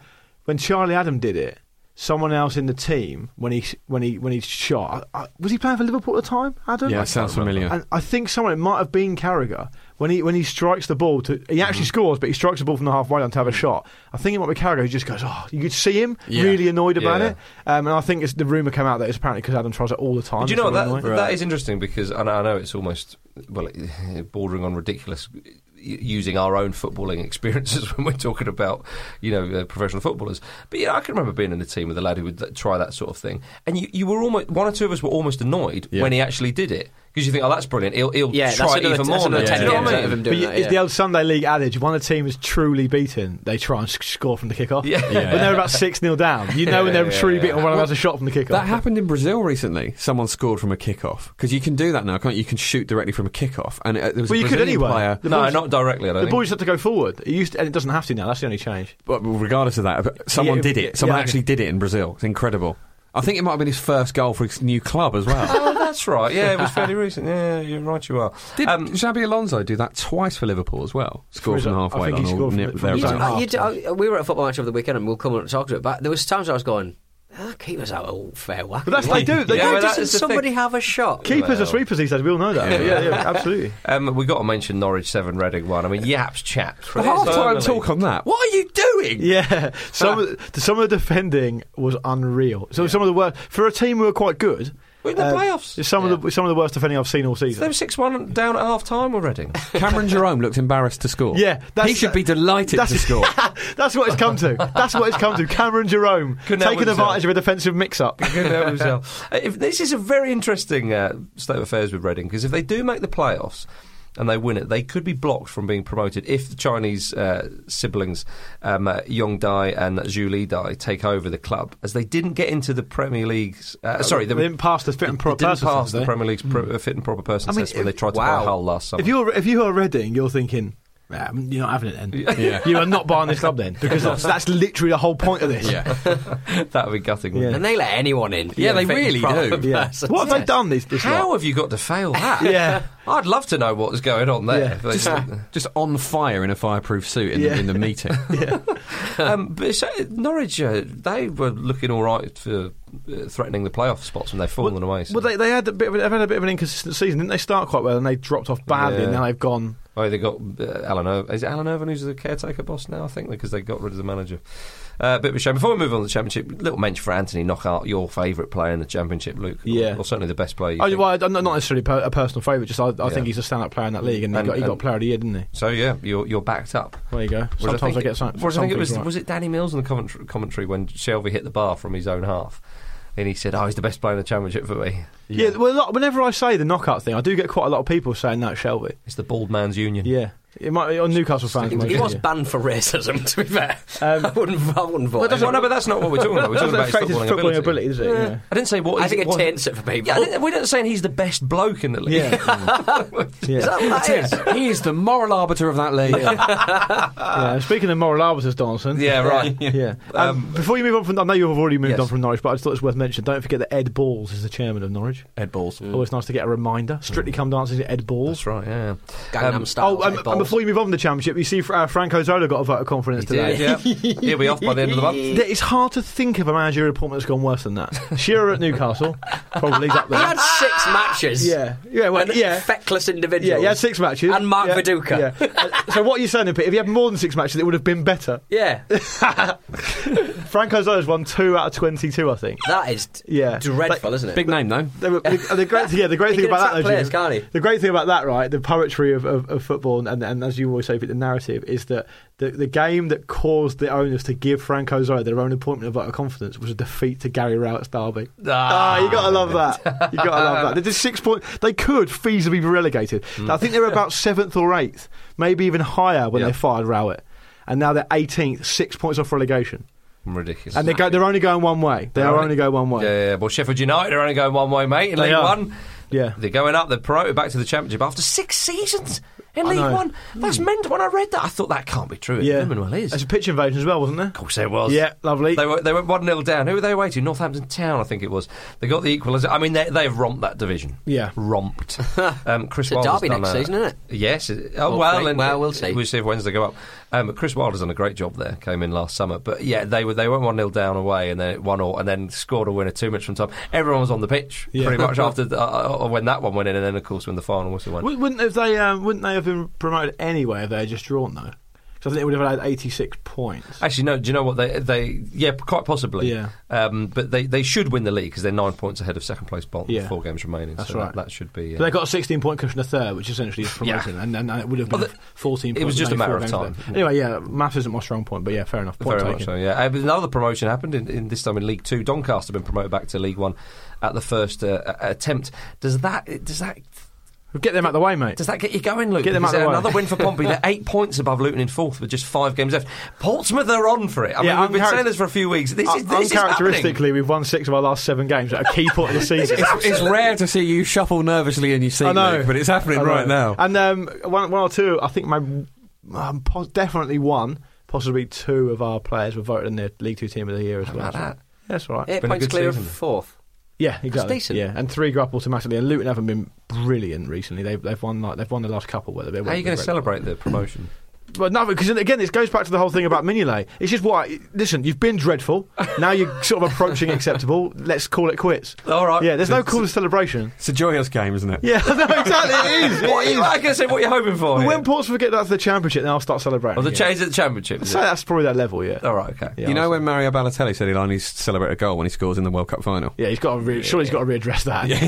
[SPEAKER 7] when Charlie Adam did it, someone else in the team when he when he when he shot, I, I, was he playing for Liverpool at the time? Adam?
[SPEAKER 5] Yeah, it sounds familiar.
[SPEAKER 7] And I think someone it might have been Carragher when he when he strikes the ball to he
[SPEAKER 5] Mm-hmm.
[SPEAKER 7] actually scores, but he strikes the ball from the halfway line to have a shot. I think it might be Carragher who just goes, oh, you could see him
[SPEAKER 5] Yeah.
[SPEAKER 7] really annoyed about
[SPEAKER 4] Yeah.
[SPEAKER 7] it. Um, and I think it's, the rumor came out that it's apparently because Adam tries it all the time.
[SPEAKER 4] Do you
[SPEAKER 7] It's
[SPEAKER 4] know
[SPEAKER 7] really
[SPEAKER 4] that
[SPEAKER 7] annoying.
[SPEAKER 4] that is interesting because and I know it's almost well <laughs> bordering on ridiculous y- using our own footballing <laughs> experiences when we're talking about you know uh, professional footballers. But yeah, I can remember being in a team with a lad who would th- try that sort of thing, and you, you were almost one or two of us were almost annoyed
[SPEAKER 5] Yeah.
[SPEAKER 4] when he actually did it because you think, oh, that's brilliant. He'll, he'll
[SPEAKER 6] Yeah, that's
[SPEAKER 4] try it
[SPEAKER 6] another-
[SPEAKER 4] even
[SPEAKER 6] that's
[SPEAKER 4] more.
[SPEAKER 6] another
[SPEAKER 4] now."
[SPEAKER 5] ten
[SPEAKER 4] Do you know
[SPEAKER 5] games
[SPEAKER 4] what
[SPEAKER 5] out
[SPEAKER 4] I
[SPEAKER 6] of him
[SPEAKER 4] mean?
[SPEAKER 6] doing
[SPEAKER 7] But
[SPEAKER 6] that,
[SPEAKER 7] it's
[SPEAKER 6] yeah.
[SPEAKER 7] the old Sunday League adage: when a team is truly beaten, they try and sc- score from the kickoff.
[SPEAKER 4] Yeah. Yeah.
[SPEAKER 7] When they're about six 0 down, you know when they're
[SPEAKER 4] yeah,
[SPEAKER 7] truly
[SPEAKER 4] yeah.
[SPEAKER 7] beaten when one has a shot from the kickoff.
[SPEAKER 5] That happened in Brazil recently. Someone scored from a kickoff because you can do that now, can't you? You can shoot directly from a kickoff, and uh, there was
[SPEAKER 7] Well,
[SPEAKER 5] a
[SPEAKER 7] you could
[SPEAKER 5] Brazilian
[SPEAKER 7] anyway.
[SPEAKER 5] player.
[SPEAKER 7] The
[SPEAKER 4] No,
[SPEAKER 7] boys-
[SPEAKER 4] not directly. I don't
[SPEAKER 7] the
[SPEAKER 4] think.
[SPEAKER 7] boys had to go forward. It used to- and it doesn't have to now. That's the only change.
[SPEAKER 5] But regardless of that, someone
[SPEAKER 7] Yeah,
[SPEAKER 5] did
[SPEAKER 7] yeah,
[SPEAKER 5] it. Someone
[SPEAKER 7] yeah.
[SPEAKER 5] actually did it in Brazil. It's incredible. I think it might have been his first goal for his new club as well.
[SPEAKER 4] <laughs> Oh, that's right. Yeah, it was fairly recent. Yeah, you're right. You are.
[SPEAKER 5] Did
[SPEAKER 4] Um,
[SPEAKER 5] Xabi Alonso do that twice for Liverpool as well? Score
[SPEAKER 7] his
[SPEAKER 5] from
[SPEAKER 7] own- I
[SPEAKER 5] halfway
[SPEAKER 7] think he
[SPEAKER 5] line or
[SPEAKER 7] scored from
[SPEAKER 5] near,
[SPEAKER 7] the- from
[SPEAKER 5] there
[SPEAKER 7] his
[SPEAKER 5] or
[SPEAKER 7] own
[SPEAKER 5] something.
[SPEAKER 7] half.
[SPEAKER 6] You d- I- we were at a football match over the weekend, and we'll come and talk to it. But there was times I was going, ah, keepers out all fair whack.
[SPEAKER 7] But that's they do. They
[SPEAKER 4] Yeah,
[SPEAKER 7] do.
[SPEAKER 4] but
[SPEAKER 6] Why
[SPEAKER 4] that
[SPEAKER 6] doesn't
[SPEAKER 4] is the thing.
[SPEAKER 6] somebody have a shot?
[SPEAKER 7] Keepers are
[SPEAKER 4] Well.
[SPEAKER 7] sweepers these days. We all know that. Yeah, yeah, <laughs> absolutely.
[SPEAKER 4] Um, we got to mention Norwich seven, Reading one. I mean, yaps, chaps.
[SPEAKER 5] The half-time talk on that. What are you doing?
[SPEAKER 7] Yeah, some of the, some of the defending was unreal. So some of the work for a team who were quite good.
[SPEAKER 4] We're in the
[SPEAKER 7] Um,
[SPEAKER 4] playoffs.
[SPEAKER 7] It's some of the some of the worst defending I've seen all season.
[SPEAKER 4] They were 6 1 down at half time with Reading.
[SPEAKER 5] Cameron Jerome looked embarrassed to score.
[SPEAKER 7] Yeah,
[SPEAKER 5] he should be delighted to
[SPEAKER 7] that's-
[SPEAKER 5] score.
[SPEAKER 7] <laughs> That's what it's come to. That's what it's come to. Cameron Jerome
[SPEAKER 4] Couldn't help
[SPEAKER 7] taking
[SPEAKER 4] himself.
[SPEAKER 7] advantage of a defensive mix-up.
[SPEAKER 4] <laughs> Couldn't help himself. Uh, If, this is a very interesting uh, state of affairs with Reading because if they do make the playoffs and they win it, they could be blocked from being promoted if the Chinese uh, siblings um, uh, Yong Dai and Zhu Li Dai take over the club, as they didn't get into the Premier League's. Uh, sorry,
[SPEAKER 7] they didn't pass the fit and
[SPEAKER 4] they
[SPEAKER 7] proper
[SPEAKER 4] didn't
[SPEAKER 7] person
[SPEAKER 4] pass
[SPEAKER 7] test,
[SPEAKER 4] the
[SPEAKER 7] they? Hmm.
[SPEAKER 4] Premier League's pro- uh, fit and proper person
[SPEAKER 7] mean,
[SPEAKER 4] test when they
[SPEAKER 7] if-
[SPEAKER 4] tried to
[SPEAKER 6] wow.
[SPEAKER 4] buy Hull last summer.
[SPEAKER 7] If you're if you are Reading, you're thinking. "Ah, you're not having it
[SPEAKER 4] <laughs>
[SPEAKER 7] then.
[SPEAKER 5] Yeah.
[SPEAKER 7] <laughs> You are not buying this club then, because that's, that's literally the whole point of this.
[SPEAKER 5] yeah,
[SPEAKER 4] <laughs> that would be gutting. wouldn't
[SPEAKER 7] Yeah.
[SPEAKER 6] And they let anyone in.
[SPEAKER 5] Yeah, they really
[SPEAKER 6] Proper
[SPEAKER 5] do.
[SPEAKER 7] <laughs> Yeah.
[SPEAKER 6] person.
[SPEAKER 7] What have they done this?
[SPEAKER 4] it?
[SPEAKER 7] this
[SPEAKER 4] How
[SPEAKER 7] lot?
[SPEAKER 4] have you got to
[SPEAKER 7] <laughs>
[SPEAKER 4] fail that?
[SPEAKER 7] Yeah.
[SPEAKER 4] I'd love to know what was going on
[SPEAKER 7] Yeah.
[SPEAKER 4] there.
[SPEAKER 5] just,
[SPEAKER 7] <laughs>
[SPEAKER 5] just on fire in a fireproof suit in,
[SPEAKER 7] Yeah.
[SPEAKER 5] the, in the meeting.
[SPEAKER 4] um, but it's, uh, Norwich, uh, they were looking all right for uh, threatening the playoff spots when they've fallen away. So.
[SPEAKER 7] <laughs> Well, they, they had a bit of, an- they've had a bit of an inconsistent season, didn't they? Start quite well and they dropped off badly, and
[SPEAKER 4] Yeah.
[SPEAKER 7] now they've gone.
[SPEAKER 4] oh, they got uh, Alan Irvin. Is it Alan Irvin who's the caretaker boss now? I think because they got rid of the manager. Uh, bit of a shame. Before we move on to the championship, little mention for Anthony Knockout, your favourite player in the championship, Luke. or-
[SPEAKER 7] Yeah.
[SPEAKER 4] or, certainly the best player. You
[SPEAKER 7] Oh,
[SPEAKER 4] think.
[SPEAKER 7] well, I'm not not necessarily per, a personal favourite, just I, I
[SPEAKER 4] Yeah.
[SPEAKER 7] think he's a stand-up player in that league, and,
[SPEAKER 4] And-
[SPEAKER 7] he, got, he
[SPEAKER 4] and-
[SPEAKER 7] got player of the year, didn't he?
[SPEAKER 4] so yeah, you're you're backed up.
[SPEAKER 7] There you go.
[SPEAKER 4] Whereas
[SPEAKER 7] Sometimes I,
[SPEAKER 4] think
[SPEAKER 7] get some,
[SPEAKER 4] whereas I think it was
[SPEAKER 7] something right.
[SPEAKER 4] was it Danny Mills in the commentary, commentary when Shelby hit the bar from his own half, and he said, "Oh, he's the best player in the championship for me.
[SPEAKER 7] Yeah, well, a lot, whenever I say the knockouts thing, I do get quite a lot of people saying that, Shelby.
[SPEAKER 4] It's the bald man's union."
[SPEAKER 7] Yeah. It might be on Newcastle fans.
[SPEAKER 6] He,
[SPEAKER 7] mostly,
[SPEAKER 6] he was
[SPEAKER 7] yeah. Um,
[SPEAKER 6] banned for racism. To be fair, <laughs> I wouldn't. I wouldn't vote.
[SPEAKER 4] Well, no, but that's not what we're talking about.
[SPEAKER 7] <laughs>
[SPEAKER 4] We're talking
[SPEAKER 7] Doesn't
[SPEAKER 4] about his
[SPEAKER 7] affect his
[SPEAKER 4] footballing, ability.
[SPEAKER 7] footballing ability, does it? Yeah.
[SPEAKER 4] I didn't say what.
[SPEAKER 6] I
[SPEAKER 4] he's-
[SPEAKER 6] think it
[SPEAKER 4] what-
[SPEAKER 6] taints it for people.
[SPEAKER 4] Yeah, I didn't- we're not saying he's the best bloke in the league. <laughs>
[SPEAKER 7] Yeah. yeah.
[SPEAKER 6] Is that what that is?
[SPEAKER 5] he is the moral arbiter of that league.
[SPEAKER 7] Yeah, Speaking of moral arbiters, Donaldson.
[SPEAKER 4] Yeah, right.
[SPEAKER 7] Uh, <laughs> Yeah. Um, before you move on from, I know you've already moved
[SPEAKER 4] Yes.
[SPEAKER 7] on from Norwich, but I just thought it was worth mentioning. Don't forget that Ed Balls is the chairman of Norwich.
[SPEAKER 5] Ed Balls.
[SPEAKER 7] Always nice to get a reminder. Strictly Come Dancing is Ed Balls.
[SPEAKER 4] That's right. Yeah.
[SPEAKER 6] Gangnam
[SPEAKER 4] Um,
[SPEAKER 6] Style.
[SPEAKER 7] Oh, and, and before you move on from the championship, you see uh, Franco Zola got a vote of confidence today.
[SPEAKER 4] Yeah.
[SPEAKER 7] <laughs>
[SPEAKER 4] He'll be off by the end of the month.
[SPEAKER 7] It's hard to think of a managerial appointment that's gone worse than
[SPEAKER 6] <laughs>
[SPEAKER 7] that. Shearer at Newcastle probably is up
[SPEAKER 6] he
[SPEAKER 7] there.
[SPEAKER 6] had six matches.
[SPEAKER 7] Ah! Yeah, yeah, well,
[SPEAKER 6] and
[SPEAKER 7] yeah.
[SPEAKER 6] feckless
[SPEAKER 7] Yeah,
[SPEAKER 6] individuals.
[SPEAKER 7] he had six matches.
[SPEAKER 6] And Mark
[SPEAKER 7] yeah,
[SPEAKER 6] Viduka.
[SPEAKER 7] yeah. Uh, so what are you saying, Pete? If he had more than six matches, it would have been better.
[SPEAKER 6] Yeah.
[SPEAKER 7] Franco Zola's won two out of 22, I think.
[SPEAKER 6] that is
[SPEAKER 7] Yeah.
[SPEAKER 6] dreadful, isn't it?
[SPEAKER 5] Big name though.
[SPEAKER 7] They were, the, the great, yeah, the great
[SPEAKER 6] He
[SPEAKER 7] thing
[SPEAKER 6] can
[SPEAKER 7] about that,
[SPEAKER 6] attract
[SPEAKER 7] though,
[SPEAKER 6] players,
[SPEAKER 7] Jim,
[SPEAKER 6] can't he?
[SPEAKER 7] the great thing about that, right? The poetry of, of, of football, and, and as you always say, Pete, the narrative is that the, the game that caused the owners to give Franco Zola their own appointment of vote of confidence was a defeat to Gary Rowett's Derby. Ah, you gotta love that. You gotta love that. They did six point. They could feasibly be relegated.
[SPEAKER 4] Hmm.
[SPEAKER 7] I think they were about seventh or eighth, maybe even higher when
[SPEAKER 4] Yeah.
[SPEAKER 7] they fired Rowett, and now they're 18th, six points off relegation,
[SPEAKER 4] Ridiculous.
[SPEAKER 7] and they go, they're only going one way. They are only going one
[SPEAKER 4] Yeah,
[SPEAKER 7] way.
[SPEAKER 4] yeah, yeah. Well, Sheffield United are only going one way, mate. In
[SPEAKER 7] They
[SPEAKER 4] League
[SPEAKER 7] are.
[SPEAKER 4] One,
[SPEAKER 7] Yeah.
[SPEAKER 4] they're going up. They're promoted back to the Championship after six seasons in
[SPEAKER 7] I
[SPEAKER 4] League
[SPEAKER 7] know. Hmm.
[SPEAKER 4] One. That's meant. When I read that, I thought that can't be true. It
[SPEAKER 7] Yeah,
[SPEAKER 4] blooming well is.
[SPEAKER 7] There's a
[SPEAKER 4] Of
[SPEAKER 7] pitch invasion as well, wasn't there?
[SPEAKER 4] course, it was.
[SPEAKER 7] Yeah, lovely.
[SPEAKER 4] They were they went one 0 down. Who were they away to? Northampton Town, I think it was. They got the equaliser. I mean, they, they've romped that division.
[SPEAKER 7] Yeah. <laughs>
[SPEAKER 4] romped. Um, Chris
[SPEAKER 6] It's a
[SPEAKER 4] Wilder's
[SPEAKER 6] derby
[SPEAKER 4] done a-
[SPEAKER 6] next season, isn't it?
[SPEAKER 4] Yes. it- Oh
[SPEAKER 6] Well,
[SPEAKER 4] well,
[SPEAKER 6] great.
[SPEAKER 4] and
[SPEAKER 6] Well, we'll see.
[SPEAKER 4] We'll see if Wednesday go up. Um, but Chris Wilder's done a great job there. Came in last summer, but yeah, they were they went one 0 down away, and then one all, and then scored a winner two minutes from time. Everyone was on the pitch
[SPEAKER 7] Yeah.
[SPEAKER 4] pretty
[SPEAKER 7] <laughs>
[SPEAKER 4] much after the, uh, uh, when that one went in, and then of course when the final whistle went.
[SPEAKER 7] Wou- Wouldn't have they? Um, wouldn't they have been promoted anyway if they had just drawn though? Because I think they would have had 86 points.
[SPEAKER 4] Actually, no. Do you know what they? They yeah, quite possibly.
[SPEAKER 7] Yeah.
[SPEAKER 4] Um, but they, they should win the league because they're nine points ahead of second place Bolton. with
[SPEAKER 7] Yeah.
[SPEAKER 4] Four games remaining.
[SPEAKER 7] That's
[SPEAKER 4] so
[SPEAKER 7] right.
[SPEAKER 4] That, that should be.
[SPEAKER 7] But they got a 16 point cushion of third, which essentially is promotion, and, and, and it would have been
[SPEAKER 4] Well, the-
[SPEAKER 7] 14.
[SPEAKER 4] it was
[SPEAKER 7] points,
[SPEAKER 4] just a
[SPEAKER 7] maybe
[SPEAKER 4] matter of
[SPEAKER 7] four games
[SPEAKER 4] time.
[SPEAKER 7] there. Anyway, yeah, maths isn't my strong point, but yeah, fair enough. Point
[SPEAKER 4] Very
[SPEAKER 7] taken.
[SPEAKER 4] much so, yeah. Uh, but another promotion happened in, in this time in League Two. Doncaster have been promoted back to League One at the first uh, a- attempt. Does that does that
[SPEAKER 7] We'll get them out of the way, mate.
[SPEAKER 4] does that get you going, Luke?
[SPEAKER 7] Get them out
[SPEAKER 4] Because,
[SPEAKER 7] of the
[SPEAKER 4] uh,
[SPEAKER 7] way.
[SPEAKER 4] another win for Pompey.
[SPEAKER 7] <laughs>
[SPEAKER 4] They're eight points above Luton in fourth with just five games left. Portsmouth are on for it. I
[SPEAKER 7] Yeah,
[SPEAKER 4] mean, we've been
[SPEAKER 7] uncharacter-
[SPEAKER 4] saying this for a few weeks. This is this
[SPEAKER 7] Un-
[SPEAKER 4] is happening.
[SPEAKER 7] Uh, uncharacteristically, we've won six of our last seven games at a key point
[SPEAKER 4] <laughs>
[SPEAKER 7] of the season.
[SPEAKER 5] <laughs> It's, it's rare to see you shuffle nervously in your seat,
[SPEAKER 7] I know.
[SPEAKER 5] Luke, but it's happening
[SPEAKER 7] I know.
[SPEAKER 5] right now.
[SPEAKER 7] And um, one, one or two, I think my um, pos- definitely one, possibly two of our players were voted in the League Two Team of the Year as well.
[SPEAKER 4] about that?
[SPEAKER 7] That's right.
[SPEAKER 6] Eight
[SPEAKER 4] been a
[SPEAKER 6] points
[SPEAKER 4] good
[SPEAKER 6] clear
[SPEAKER 4] season.
[SPEAKER 6] of fourth.
[SPEAKER 7] Yeah, exactly.
[SPEAKER 6] decent.
[SPEAKER 7] Yeah, and three go up automatically. And Luton haven't been brilliant recently. They've they've won like they've won the last couple. Whether
[SPEAKER 4] How are you going to celebrate the promotion?
[SPEAKER 7] But no, because again, this goes back to the whole thing about Mignolet. It's just why. Listen, you've been dreadful. Now you're sort of approaching acceptable. Let's call it quits.
[SPEAKER 4] All right.
[SPEAKER 7] Yeah, there's no cool celebration. <laughs>
[SPEAKER 5] It's a joyous game, isn't it?
[SPEAKER 7] Yeah, no, exactly. It
[SPEAKER 4] <laughs>
[SPEAKER 7] is.
[SPEAKER 4] What
[SPEAKER 7] It
[SPEAKER 4] are
[SPEAKER 7] is.
[SPEAKER 4] you, like I said, what are you hoping for? here?
[SPEAKER 7] When Portsmouth get that to the championship, then I'll start celebrating.
[SPEAKER 4] Or Oh, the
[SPEAKER 7] again.
[SPEAKER 4] change at the championship.
[SPEAKER 7] I'd
[SPEAKER 4] is
[SPEAKER 7] say
[SPEAKER 4] it?
[SPEAKER 7] that's probably that level, yeah.
[SPEAKER 4] All right. Okay.
[SPEAKER 7] Yeah,
[SPEAKER 5] You know
[SPEAKER 7] I'll-
[SPEAKER 5] when Mario Balotelli said he'll only celebrate a goal when he scores in the World Cup final?
[SPEAKER 7] Yeah, he's got to. Re- surely he's got to readdress that. <laughs>
[SPEAKER 5] yeah.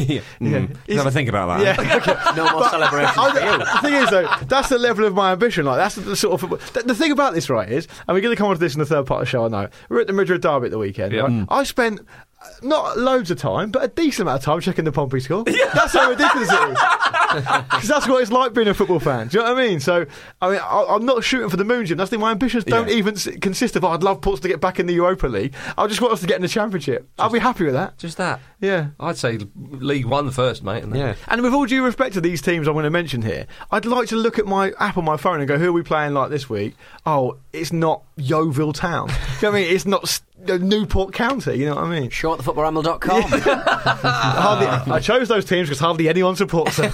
[SPEAKER 5] Mm.
[SPEAKER 7] He's-
[SPEAKER 5] Never think about that. <laughs>
[SPEAKER 7] Yeah, okay.
[SPEAKER 9] No more celebrations for you.
[SPEAKER 7] the thing is, though, that's the level of my ambition. Like, that's the sort of the, the thing about this, right? Is, and we're going to come on to this in the third part of the show. I know we're at the Madrid derby at the weekend.
[SPEAKER 4] Yeah.
[SPEAKER 7] right?
[SPEAKER 4] Mm.
[SPEAKER 7] I spent uh, not loads of time, but a decent amount of time checking the
[SPEAKER 5] <laughs>
[SPEAKER 7] Pompey score. That's how ridiculous it is. Because that's what it's like being a football fan. Do you know what I mean? So, I mean, I, I'm not shooting for the moon, Jim. That's the thing. My ambitions don't
[SPEAKER 5] Yeah.
[SPEAKER 7] even s- consist of. "Oh, I'd love Ports to get back in the Europa League. I just want us to get in the Championship. I'll be happy with that.
[SPEAKER 4] Just that.
[SPEAKER 7] Yeah.
[SPEAKER 4] I'd say League One first, mate. And then-
[SPEAKER 5] Yeah.
[SPEAKER 7] And with all due respect to these teams I'm going to mention here, I'd like to look at my app on my phone and go, who are we playing like this week? Oh, it's not Yeovil Town. <laughs> Do you know what I mean? It's not S- uh, Newport County. You know what I mean?
[SPEAKER 9] Short thefootballramble.com.
[SPEAKER 7] Hardly, I chose those teams because hardly anyone supports them.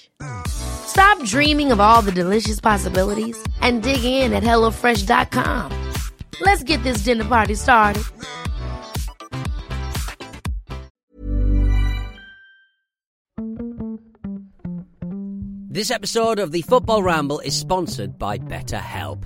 [SPEAKER 10] Stop dreaming of all the delicious possibilities and dig in at HelloFresh.com. Let's get this dinner party started.
[SPEAKER 6] <laughs> This episode of the Football Ramble is sponsored by BetterHelp.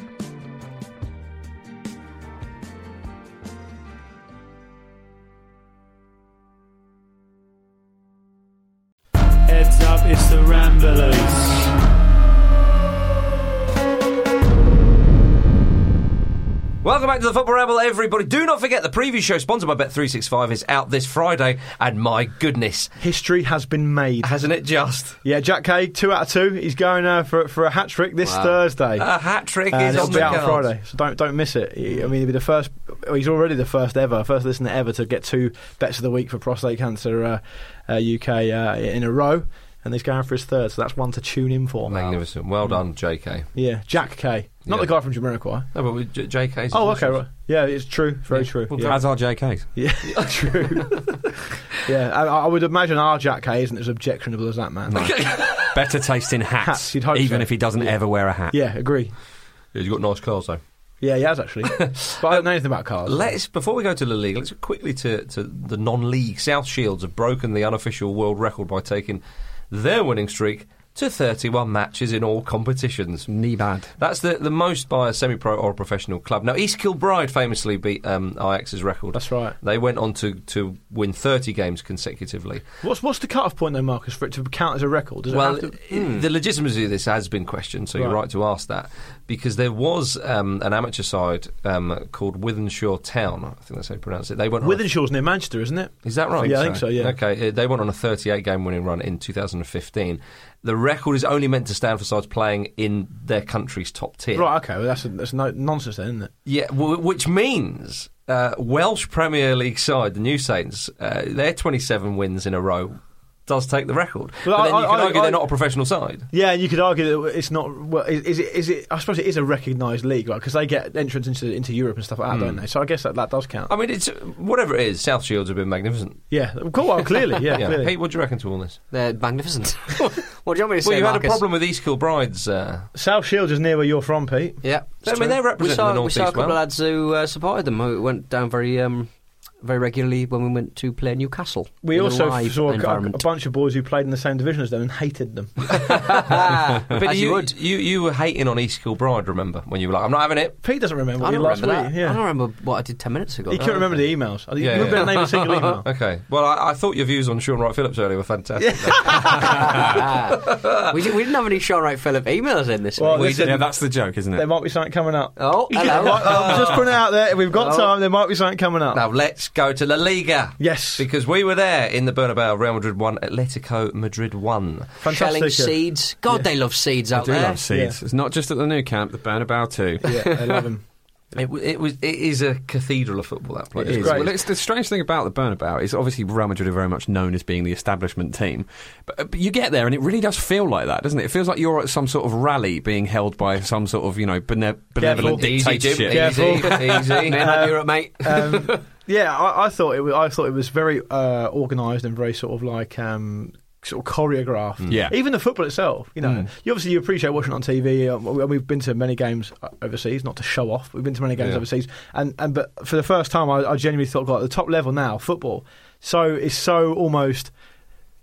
[SPEAKER 11] Heads up, it's the Ramblers.
[SPEAKER 4] Welcome back to the Football Ramble, everybody. Do not forget the preview show sponsored by Bet365 is out this Friday, and my goodness,
[SPEAKER 7] History has been made.
[SPEAKER 4] hasn't it just?
[SPEAKER 7] Yeah, Jack Cade, two out of two. He's going uh, for for a hat trick this Thursday.
[SPEAKER 4] A hat trick
[SPEAKER 7] and
[SPEAKER 4] is
[SPEAKER 7] it'll
[SPEAKER 4] on
[SPEAKER 7] be
[SPEAKER 4] the
[SPEAKER 7] out on
[SPEAKER 4] cards.
[SPEAKER 7] Friday, so don't don't miss it. He- I mean, he'll be the first. well, He's already the first ever, first listener ever to get two bets of the week for prostate cancer uh, uh, UK uh, in a row, and he's going for his third. So that's one to tune in for.
[SPEAKER 4] Magnificent. Well done, JK.
[SPEAKER 7] Yeah, Jack K, not
[SPEAKER 4] Yeah.
[SPEAKER 7] the guy from Jamiroquai.
[SPEAKER 4] No, but with J- JK's.
[SPEAKER 7] Oh, okay, right. Yeah, it's true, very
[SPEAKER 4] Yeah.
[SPEAKER 7] true.
[SPEAKER 4] Well,
[SPEAKER 7] Yeah,
[SPEAKER 5] As are JKs.
[SPEAKER 7] yeah. <laughs> true.
[SPEAKER 4] <laughs>
[SPEAKER 7] yeah, I, I would imagine our Jack K isn't as objectionable as that man.
[SPEAKER 5] Better taste in hats,
[SPEAKER 7] Hats, you'd hope
[SPEAKER 5] even
[SPEAKER 7] so.
[SPEAKER 5] if he doesn't ever wear a hat.
[SPEAKER 7] Yeah, agree.
[SPEAKER 4] Yeah, you've got nice cars, though.
[SPEAKER 7] Yeah, he has actually, but I don't know anything about cars.
[SPEAKER 4] Let's before we go to the league, let's go quickly to, to the non-league. South Shields have broken the unofficial world record by taking their winning streak to 31 matches in all competitions.
[SPEAKER 5] Knee bad.
[SPEAKER 4] That's the, the most by a semi pro or a professional club. Now, East Kilbride famously beat um, Ajax's record.
[SPEAKER 7] That's right.
[SPEAKER 4] They went on to, to win 30 games consecutively.
[SPEAKER 7] What's what's the cut-off point though, Marcus, for it to count as a record? Does
[SPEAKER 4] well,
[SPEAKER 7] it have to- Hmm.
[SPEAKER 4] i- the legitimacy of this has been questioned, so you're
[SPEAKER 7] Right.
[SPEAKER 4] right to ask that because there was um, an amateur side um, called Withenshaw Town. I think that's how you pronounce it. They went on a-
[SPEAKER 7] Withershaw's near Manchester, isn't it?
[SPEAKER 4] is that right?
[SPEAKER 7] Yeah, I think so. Yeah.
[SPEAKER 4] Okay, uh, they went on a 38 game winning run in 2015. The record is only meant to stand for sides playing in their country's top tier.
[SPEAKER 7] Right. Okay. Well, that's that's no nonsense then, isn't it?
[SPEAKER 4] Yeah, w- which means uh, Welsh Premier League side, the New Saints, uh, their 27 wins in a row does take the record.
[SPEAKER 7] Well,
[SPEAKER 4] but then
[SPEAKER 7] I-
[SPEAKER 4] you can
[SPEAKER 7] I-
[SPEAKER 4] argue
[SPEAKER 7] I-
[SPEAKER 4] they're not a professional side.
[SPEAKER 7] Yeah, and you could argue that it's not. Well, is, is it? Is it? I suppose it is a recognised league, right? Because they get entrance into into Europe and stuff like that, don't they? So I guess that, that does count.
[SPEAKER 4] I mean, it's whatever it is. South Shields have been magnificent.
[SPEAKER 7] yeah, cool. Well, clearly,
[SPEAKER 4] <laughs>
[SPEAKER 7] yeah,
[SPEAKER 4] Yeah.
[SPEAKER 7] clearly.
[SPEAKER 4] Pete, what do you reckon to all this?
[SPEAKER 6] They're magnificent. <laughs> what do you want me to say?
[SPEAKER 4] well, you had a
[SPEAKER 6] Marcus?
[SPEAKER 4] problem with East Kilbride's. Uh,
[SPEAKER 7] South Shields is near where you're from, Pete.
[SPEAKER 6] Yeah,
[SPEAKER 4] I mean, they're representing
[SPEAKER 6] we saw,
[SPEAKER 4] the
[SPEAKER 6] we
[SPEAKER 4] North
[SPEAKER 6] saw a
[SPEAKER 4] East
[SPEAKER 6] couple
[SPEAKER 4] well.
[SPEAKER 6] of lads who uh, supported them who went down very, um, very regularly when we went to play Newcastle.
[SPEAKER 7] We
[SPEAKER 6] in a
[SPEAKER 7] also
[SPEAKER 6] live
[SPEAKER 7] saw a, a
[SPEAKER 6] environment.
[SPEAKER 7] bunch of boys who played in the same division as them and hated them.
[SPEAKER 6] <laughs>
[SPEAKER 4] but
[SPEAKER 6] <laughs> As you
[SPEAKER 4] you,
[SPEAKER 6] would.
[SPEAKER 4] you you were hating on East Kilbride, remember? When you were like, "I'm not having it."
[SPEAKER 7] Pete doesn't remember
[SPEAKER 6] I
[SPEAKER 7] what he
[SPEAKER 6] don't
[SPEAKER 7] last
[SPEAKER 6] remember
[SPEAKER 7] week.
[SPEAKER 6] that. I
[SPEAKER 7] Yeah,
[SPEAKER 6] don't remember what I did ten minutes ago.
[SPEAKER 7] he
[SPEAKER 6] though.
[SPEAKER 7] couldn't remember the emails. You
[SPEAKER 4] Yeah,
[SPEAKER 7] you remember
[SPEAKER 4] yeah.
[SPEAKER 7] the name of a single
[SPEAKER 4] <laughs>
[SPEAKER 7] email.
[SPEAKER 4] Okay. Well, I, I thought your views on Sean Wright Phillips earlier were fantastic.
[SPEAKER 6] <laughs> we, did, we didn't have any Sean Wright Phillip emails in this
[SPEAKER 7] Well,
[SPEAKER 6] week.
[SPEAKER 7] listen,
[SPEAKER 5] Yeah, that's the joke, isn't
[SPEAKER 7] there
[SPEAKER 5] it?
[SPEAKER 7] might be something coming up.
[SPEAKER 6] Oh, hello.
[SPEAKER 7] I'm just putting it out there. If we've got
[SPEAKER 6] Oh.
[SPEAKER 7] time, there might be something coming up.
[SPEAKER 4] Now let's go to La Liga.
[SPEAKER 7] Yes.
[SPEAKER 4] Because we were there in the Bernabeu. Real Madrid won. Atletico Madrid won.
[SPEAKER 6] Shelling
[SPEAKER 7] Fantastic.
[SPEAKER 6] seeds. God, they love seeds out
[SPEAKER 5] I do
[SPEAKER 6] there.
[SPEAKER 5] love seeds. It's not just at the new camp, the Bernabeu too.
[SPEAKER 7] Yeah, I love him.
[SPEAKER 4] It, w- it was. It is a cathedral of football. That place.
[SPEAKER 5] It is.
[SPEAKER 7] great.
[SPEAKER 5] Well, it's the strange thing about the Burnabout is obviously Real Madrid are very much known as being the establishment team, but, uh, but you get there and it really does feel like that, doesn't it? It feels like you're at some sort of rally being held by some sort of you know bene- benevolent
[SPEAKER 4] Easy, Jim.
[SPEAKER 5] dictatorship.
[SPEAKER 4] Easy, <laughs> easy.
[SPEAKER 6] <laughs> Man, I'm Europe, mate.
[SPEAKER 7] Um, yeah, I, I thought it. Was, I thought it was very uh, organised and very sort of like. Um, Sort of choreographed,
[SPEAKER 5] Mm. Yeah.
[SPEAKER 7] Even the football itself, you know.
[SPEAKER 5] Mm.
[SPEAKER 7] You obviously you appreciate watching it on TV. Um, we- we've been to many games uh, overseas, not to show off. We've been to many games
[SPEAKER 4] Yeah.
[SPEAKER 7] overseas, and, and but for the first time, I, I genuinely thought, God, at the top level now, football. So it's so almost.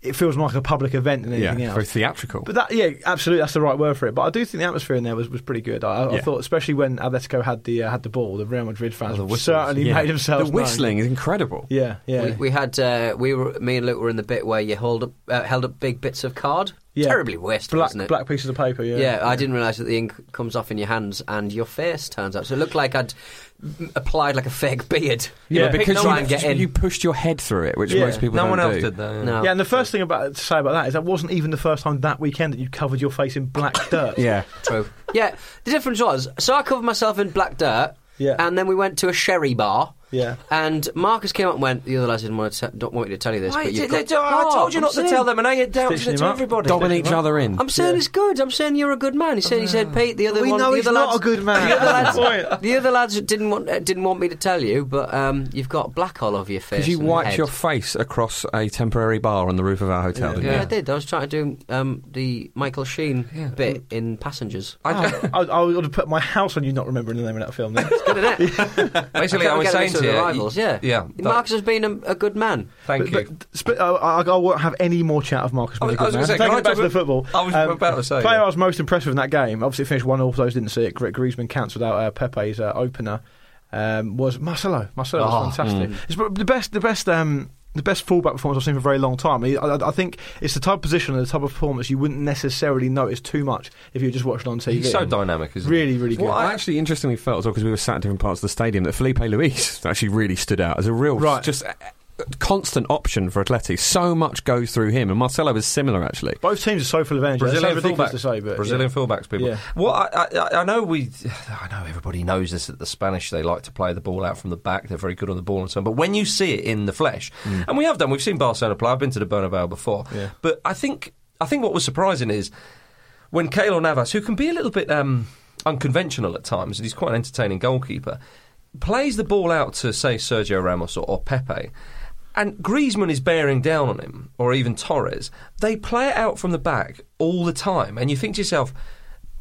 [SPEAKER 7] It feels more like a public event than
[SPEAKER 5] Yeah,
[SPEAKER 7] anything else.
[SPEAKER 5] very theatrical.
[SPEAKER 7] But that, yeah, absolutely, that's the right word for it. But I do think the atmosphere in there was, was pretty good. I, I
[SPEAKER 5] Yeah.
[SPEAKER 7] thought, especially when Atletico had the uh, had the ball, the Real Madrid fans
[SPEAKER 4] Oh, the whistles.
[SPEAKER 7] certainly
[SPEAKER 5] Yeah.
[SPEAKER 7] made themselves
[SPEAKER 5] the whistling
[SPEAKER 7] known.
[SPEAKER 5] is incredible.
[SPEAKER 7] Yeah, yeah,
[SPEAKER 6] We, we had uh, we were me and Luke were in the bit where you hold up, uh, held up big bits of card.
[SPEAKER 7] Yeah.
[SPEAKER 6] Terribly wasted,
[SPEAKER 7] black
[SPEAKER 6] wasn't it?
[SPEAKER 7] black pieces of paper. Yeah,
[SPEAKER 6] Yeah, I didn't realise that the ink comes off in your hands and your face turns out. So it looked like I'd m- applied like a fake beard. <laughs>
[SPEAKER 7] Yeah,
[SPEAKER 6] Pick
[SPEAKER 5] because
[SPEAKER 6] no
[SPEAKER 5] you,
[SPEAKER 6] one get in.
[SPEAKER 5] you pushed your head through it, which
[SPEAKER 7] Yeah.
[SPEAKER 5] most people
[SPEAKER 4] no
[SPEAKER 5] don't
[SPEAKER 4] one else
[SPEAKER 5] do.
[SPEAKER 4] did that. yeah.
[SPEAKER 6] No.
[SPEAKER 7] Yeah, and the first thing about to say about that is that wasn't even the first time that weekend that you covered your face
[SPEAKER 6] <laughs>
[SPEAKER 7] in black dirt.
[SPEAKER 5] Yeah,
[SPEAKER 6] True. yeah, the difference was so I covered myself in black dirt,
[SPEAKER 7] Yeah.
[SPEAKER 6] and then we went to a sherry bar.
[SPEAKER 7] Yeah.
[SPEAKER 6] And Marcus came up and went, The other lads didn't want, to t- don't want me to tell you this.
[SPEAKER 4] I,
[SPEAKER 6] but you've
[SPEAKER 4] did,
[SPEAKER 6] got-
[SPEAKER 4] they- I
[SPEAKER 6] No,
[SPEAKER 4] told you
[SPEAKER 6] I'm
[SPEAKER 4] not to
[SPEAKER 6] saying-
[SPEAKER 4] tell them, and now you're doubting
[SPEAKER 7] Stitching
[SPEAKER 4] it to
[SPEAKER 7] him up.
[SPEAKER 4] everybody.
[SPEAKER 5] dobbing each other in.
[SPEAKER 6] I'm saying he's good. I'm saying you're a good man. He said, he said Pete, the other
[SPEAKER 7] we
[SPEAKER 6] one.
[SPEAKER 7] know
[SPEAKER 6] the
[SPEAKER 7] he's
[SPEAKER 6] other
[SPEAKER 7] not
[SPEAKER 6] lads,
[SPEAKER 7] a good man.
[SPEAKER 6] <laughs> The other
[SPEAKER 7] That's the
[SPEAKER 6] lads,
[SPEAKER 7] <laughs> point.
[SPEAKER 6] the other lads didn't want uh, didn't want me to tell you, but um, you've got black all over your face.
[SPEAKER 5] Because you
[SPEAKER 6] and
[SPEAKER 5] wiped
[SPEAKER 6] head.
[SPEAKER 5] your face across a temporary bar on the roof of our hotel, didn't
[SPEAKER 6] Yeah,
[SPEAKER 5] you?
[SPEAKER 6] I did. I was trying to do um, the Michael Sheen bit in Passengers.
[SPEAKER 5] Ah.
[SPEAKER 7] I, I would have put my house on you not remembering the name of that film. Then.
[SPEAKER 6] Good,
[SPEAKER 4] <laughs>
[SPEAKER 6] innit?
[SPEAKER 4] Basically, I was saying to you,
[SPEAKER 6] rivals, yeah.
[SPEAKER 4] yeah.
[SPEAKER 6] Marcus has been a, a good man.
[SPEAKER 4] Thank you.
[SPEAKER 7] But sp- I, I, I won't have any more chat of Marcus.
[SPEAKER 4] I was-
[SPEAKER 7] Miller,
[SPEAKER 4] I was
[SPEAKER 7] man.
[SPEAKER 4] gonna say,
[SPEAKER 7] Taking
[SPEAKER 4] can I
[SPEAKER 7] it back
[SPEAKER 4] talk
[SPEAKER 7] to the
[SPEAKER 4] about-
[SPEAKER 7] football. Um,
[SPEAKER 4] I was about to say,
[SPEAKER 7] Player
[SPEAKER 4] yeah.
[SPEAKER 7] I was most impressed with in that game. Obviously, it finished one all. For those who didn't see it, Gri- Griezmann cancelled out uh, Pepe's uh, opener. Um, was Marcelo? Marcelo
[SPEAKER 4] Ah,
[SPEAKER 7] was fantastic.
[SPEAKER 4] mm.
[SPEAKER 7] It's prob- the best. The best. Um, the best fullback performance I've seen for a very long time. I, I, I think it's the type of position and the type of performance you wouldn't necessarily notice too much if you were just watching on TV.
[SPEAKER 4] He's so dynamic, isn't he?
[SPEAKER 7] really, really good.
[SPEAKER 5] What I actually interestingly felt as well because we were sat in different parts of the stadium that Felipe Luis <laughs> actually really stood out as a real
[SPEAKER 7] Right.
[SPEAKER 5] just a, a constant option for Atleti. So much goes through him, and Marcelo was similar actually.
[SPEAKER 7] Both teams are so full of energy.
[SPEAKER 4] Brazilian
[SPEAKER 7] That's so
[SPEAKER 4] fullback.
[SPEAKER 7] ridiculous to say, but
[SPEAKER 4] Brazilian fullbacks, people.
[SPEAKER 7] Yeah.
[SPEAKER 4] Well, I, I, I know we, <sighs> I know everybody knows this that the Spanish they like to play the ball out from the back. They're very good on the ball and so on. But when you see it in the flesh, and we have done, we've seen Barcelona play. I've been to the Bernabeu before,
[SPEAKER 7] Yeah.
[SPEAKER 4] but I think I think what was surprising is when Keylor Navas, who can be a little bit um, unconventional at times, and he's quite an entertaining goalkeeper, plays the ball out to say Sergio Ramos or, or Pepe. And Griezmann is bearing down on him, or even Torres. They play it out from the back all the time, and you think to yourself,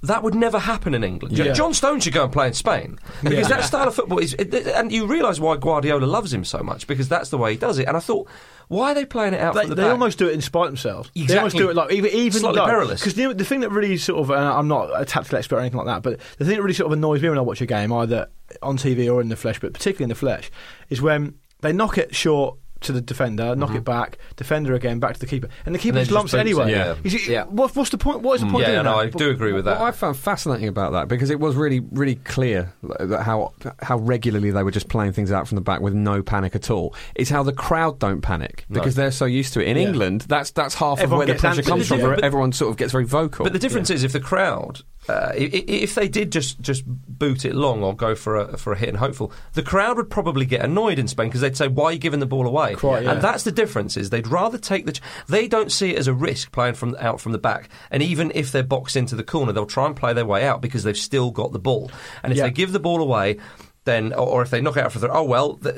[SPEAKER 4] That would never happen in England. Jo-
[SPEAKER 7] Yeah.
[SPEAKER 4] John Stone should go and play in Spain because that style of football is, it- it- and you realise why Guardiola loves him so much because that's the way he does it. And I thought, why are they playing it out
[SPEAKER 7] They,
[SPEAKER 4] from the
[SPEAKER 7] they
[SPEAKER 4] back?
[SPEAKER 7] almost do it in spite of themselves. They almost
[SPEAKER 4] Exactly.
[SPEAKER 7] do it like even even
[SPEAKER 4] Slightly perilous.
[SPEAKER 7] Because the thing that really sort of and I'm not a tactical expert or anything like that, but the thing that really sort of annoys me when I watch a game either on TV or in the flesh, but particularly in the flesh, is when they knock it short to the defender, knock it back, defender again, back to the keeper, and the keeper
[SPEAKER 4] Mm-hmm. then
[SPEAKER 7] just
[SPEAKER 4] just
[SPEAKER 7] lumps it
[SPEAKER 4] boots it,
[SPEAKER 7] anyway.
[SPEAKER 4] yeah. Mm,
[SPEAKER 7] You see,
[SPEAKER 6] Yeah.
[SPEAKER 7] what- what's the point? What is the point? of
[SPEAKER 4] yeah,
[SPEAKER 7] doing
[SPEAKER 4] no,
[SPEAKER 7] that?
[SPEAKER 4] I do agree with that.
[SPEAKER 5] What I found fascinating about that because it was really, really clear like, that how how regularly they were just playing things out from the back with no panic at all. Is how the crowd don't panic because they're so used to it. In
[SPEAKER 7] Yeah.
[SPEAKER 5] England, that's that's half
[SPEAKER 7] Everyone
[SPEAKER 5] of where the
[SPEAKER 7] gets
[SPEAKER 5] pressure
[SPEAKER 7] antsy,
[SPEAKER 5] comes from.
[SPEAKER 7] yeah.
[SPEAKER 5] where
[SPEAKER 4] But-
[SPEAKER 5] everyone sort of gets very vocal.
[SPEAKER 4] But the difference is if the crowd, uh, i- i- if they did just just boot it long or go for a for a hit and hopeful, the crowd would probably get annoyed in Spain because they'd say, "Why are you giving the ball away?"
[SPEAKER 7] Quite, yeah.
[SPEAKER 4] And that's the difference is they'd rather take the. Ch- they don't see it as a risk playing from out from the back, and even if they're boxed into the corner, they'll try and play their way out because they've still got the ball. And if
[SPEAKER 7] Yeah.
[SPEAKER 4] they give the ball away. Then, or- or if they knock it out for the oh well, th-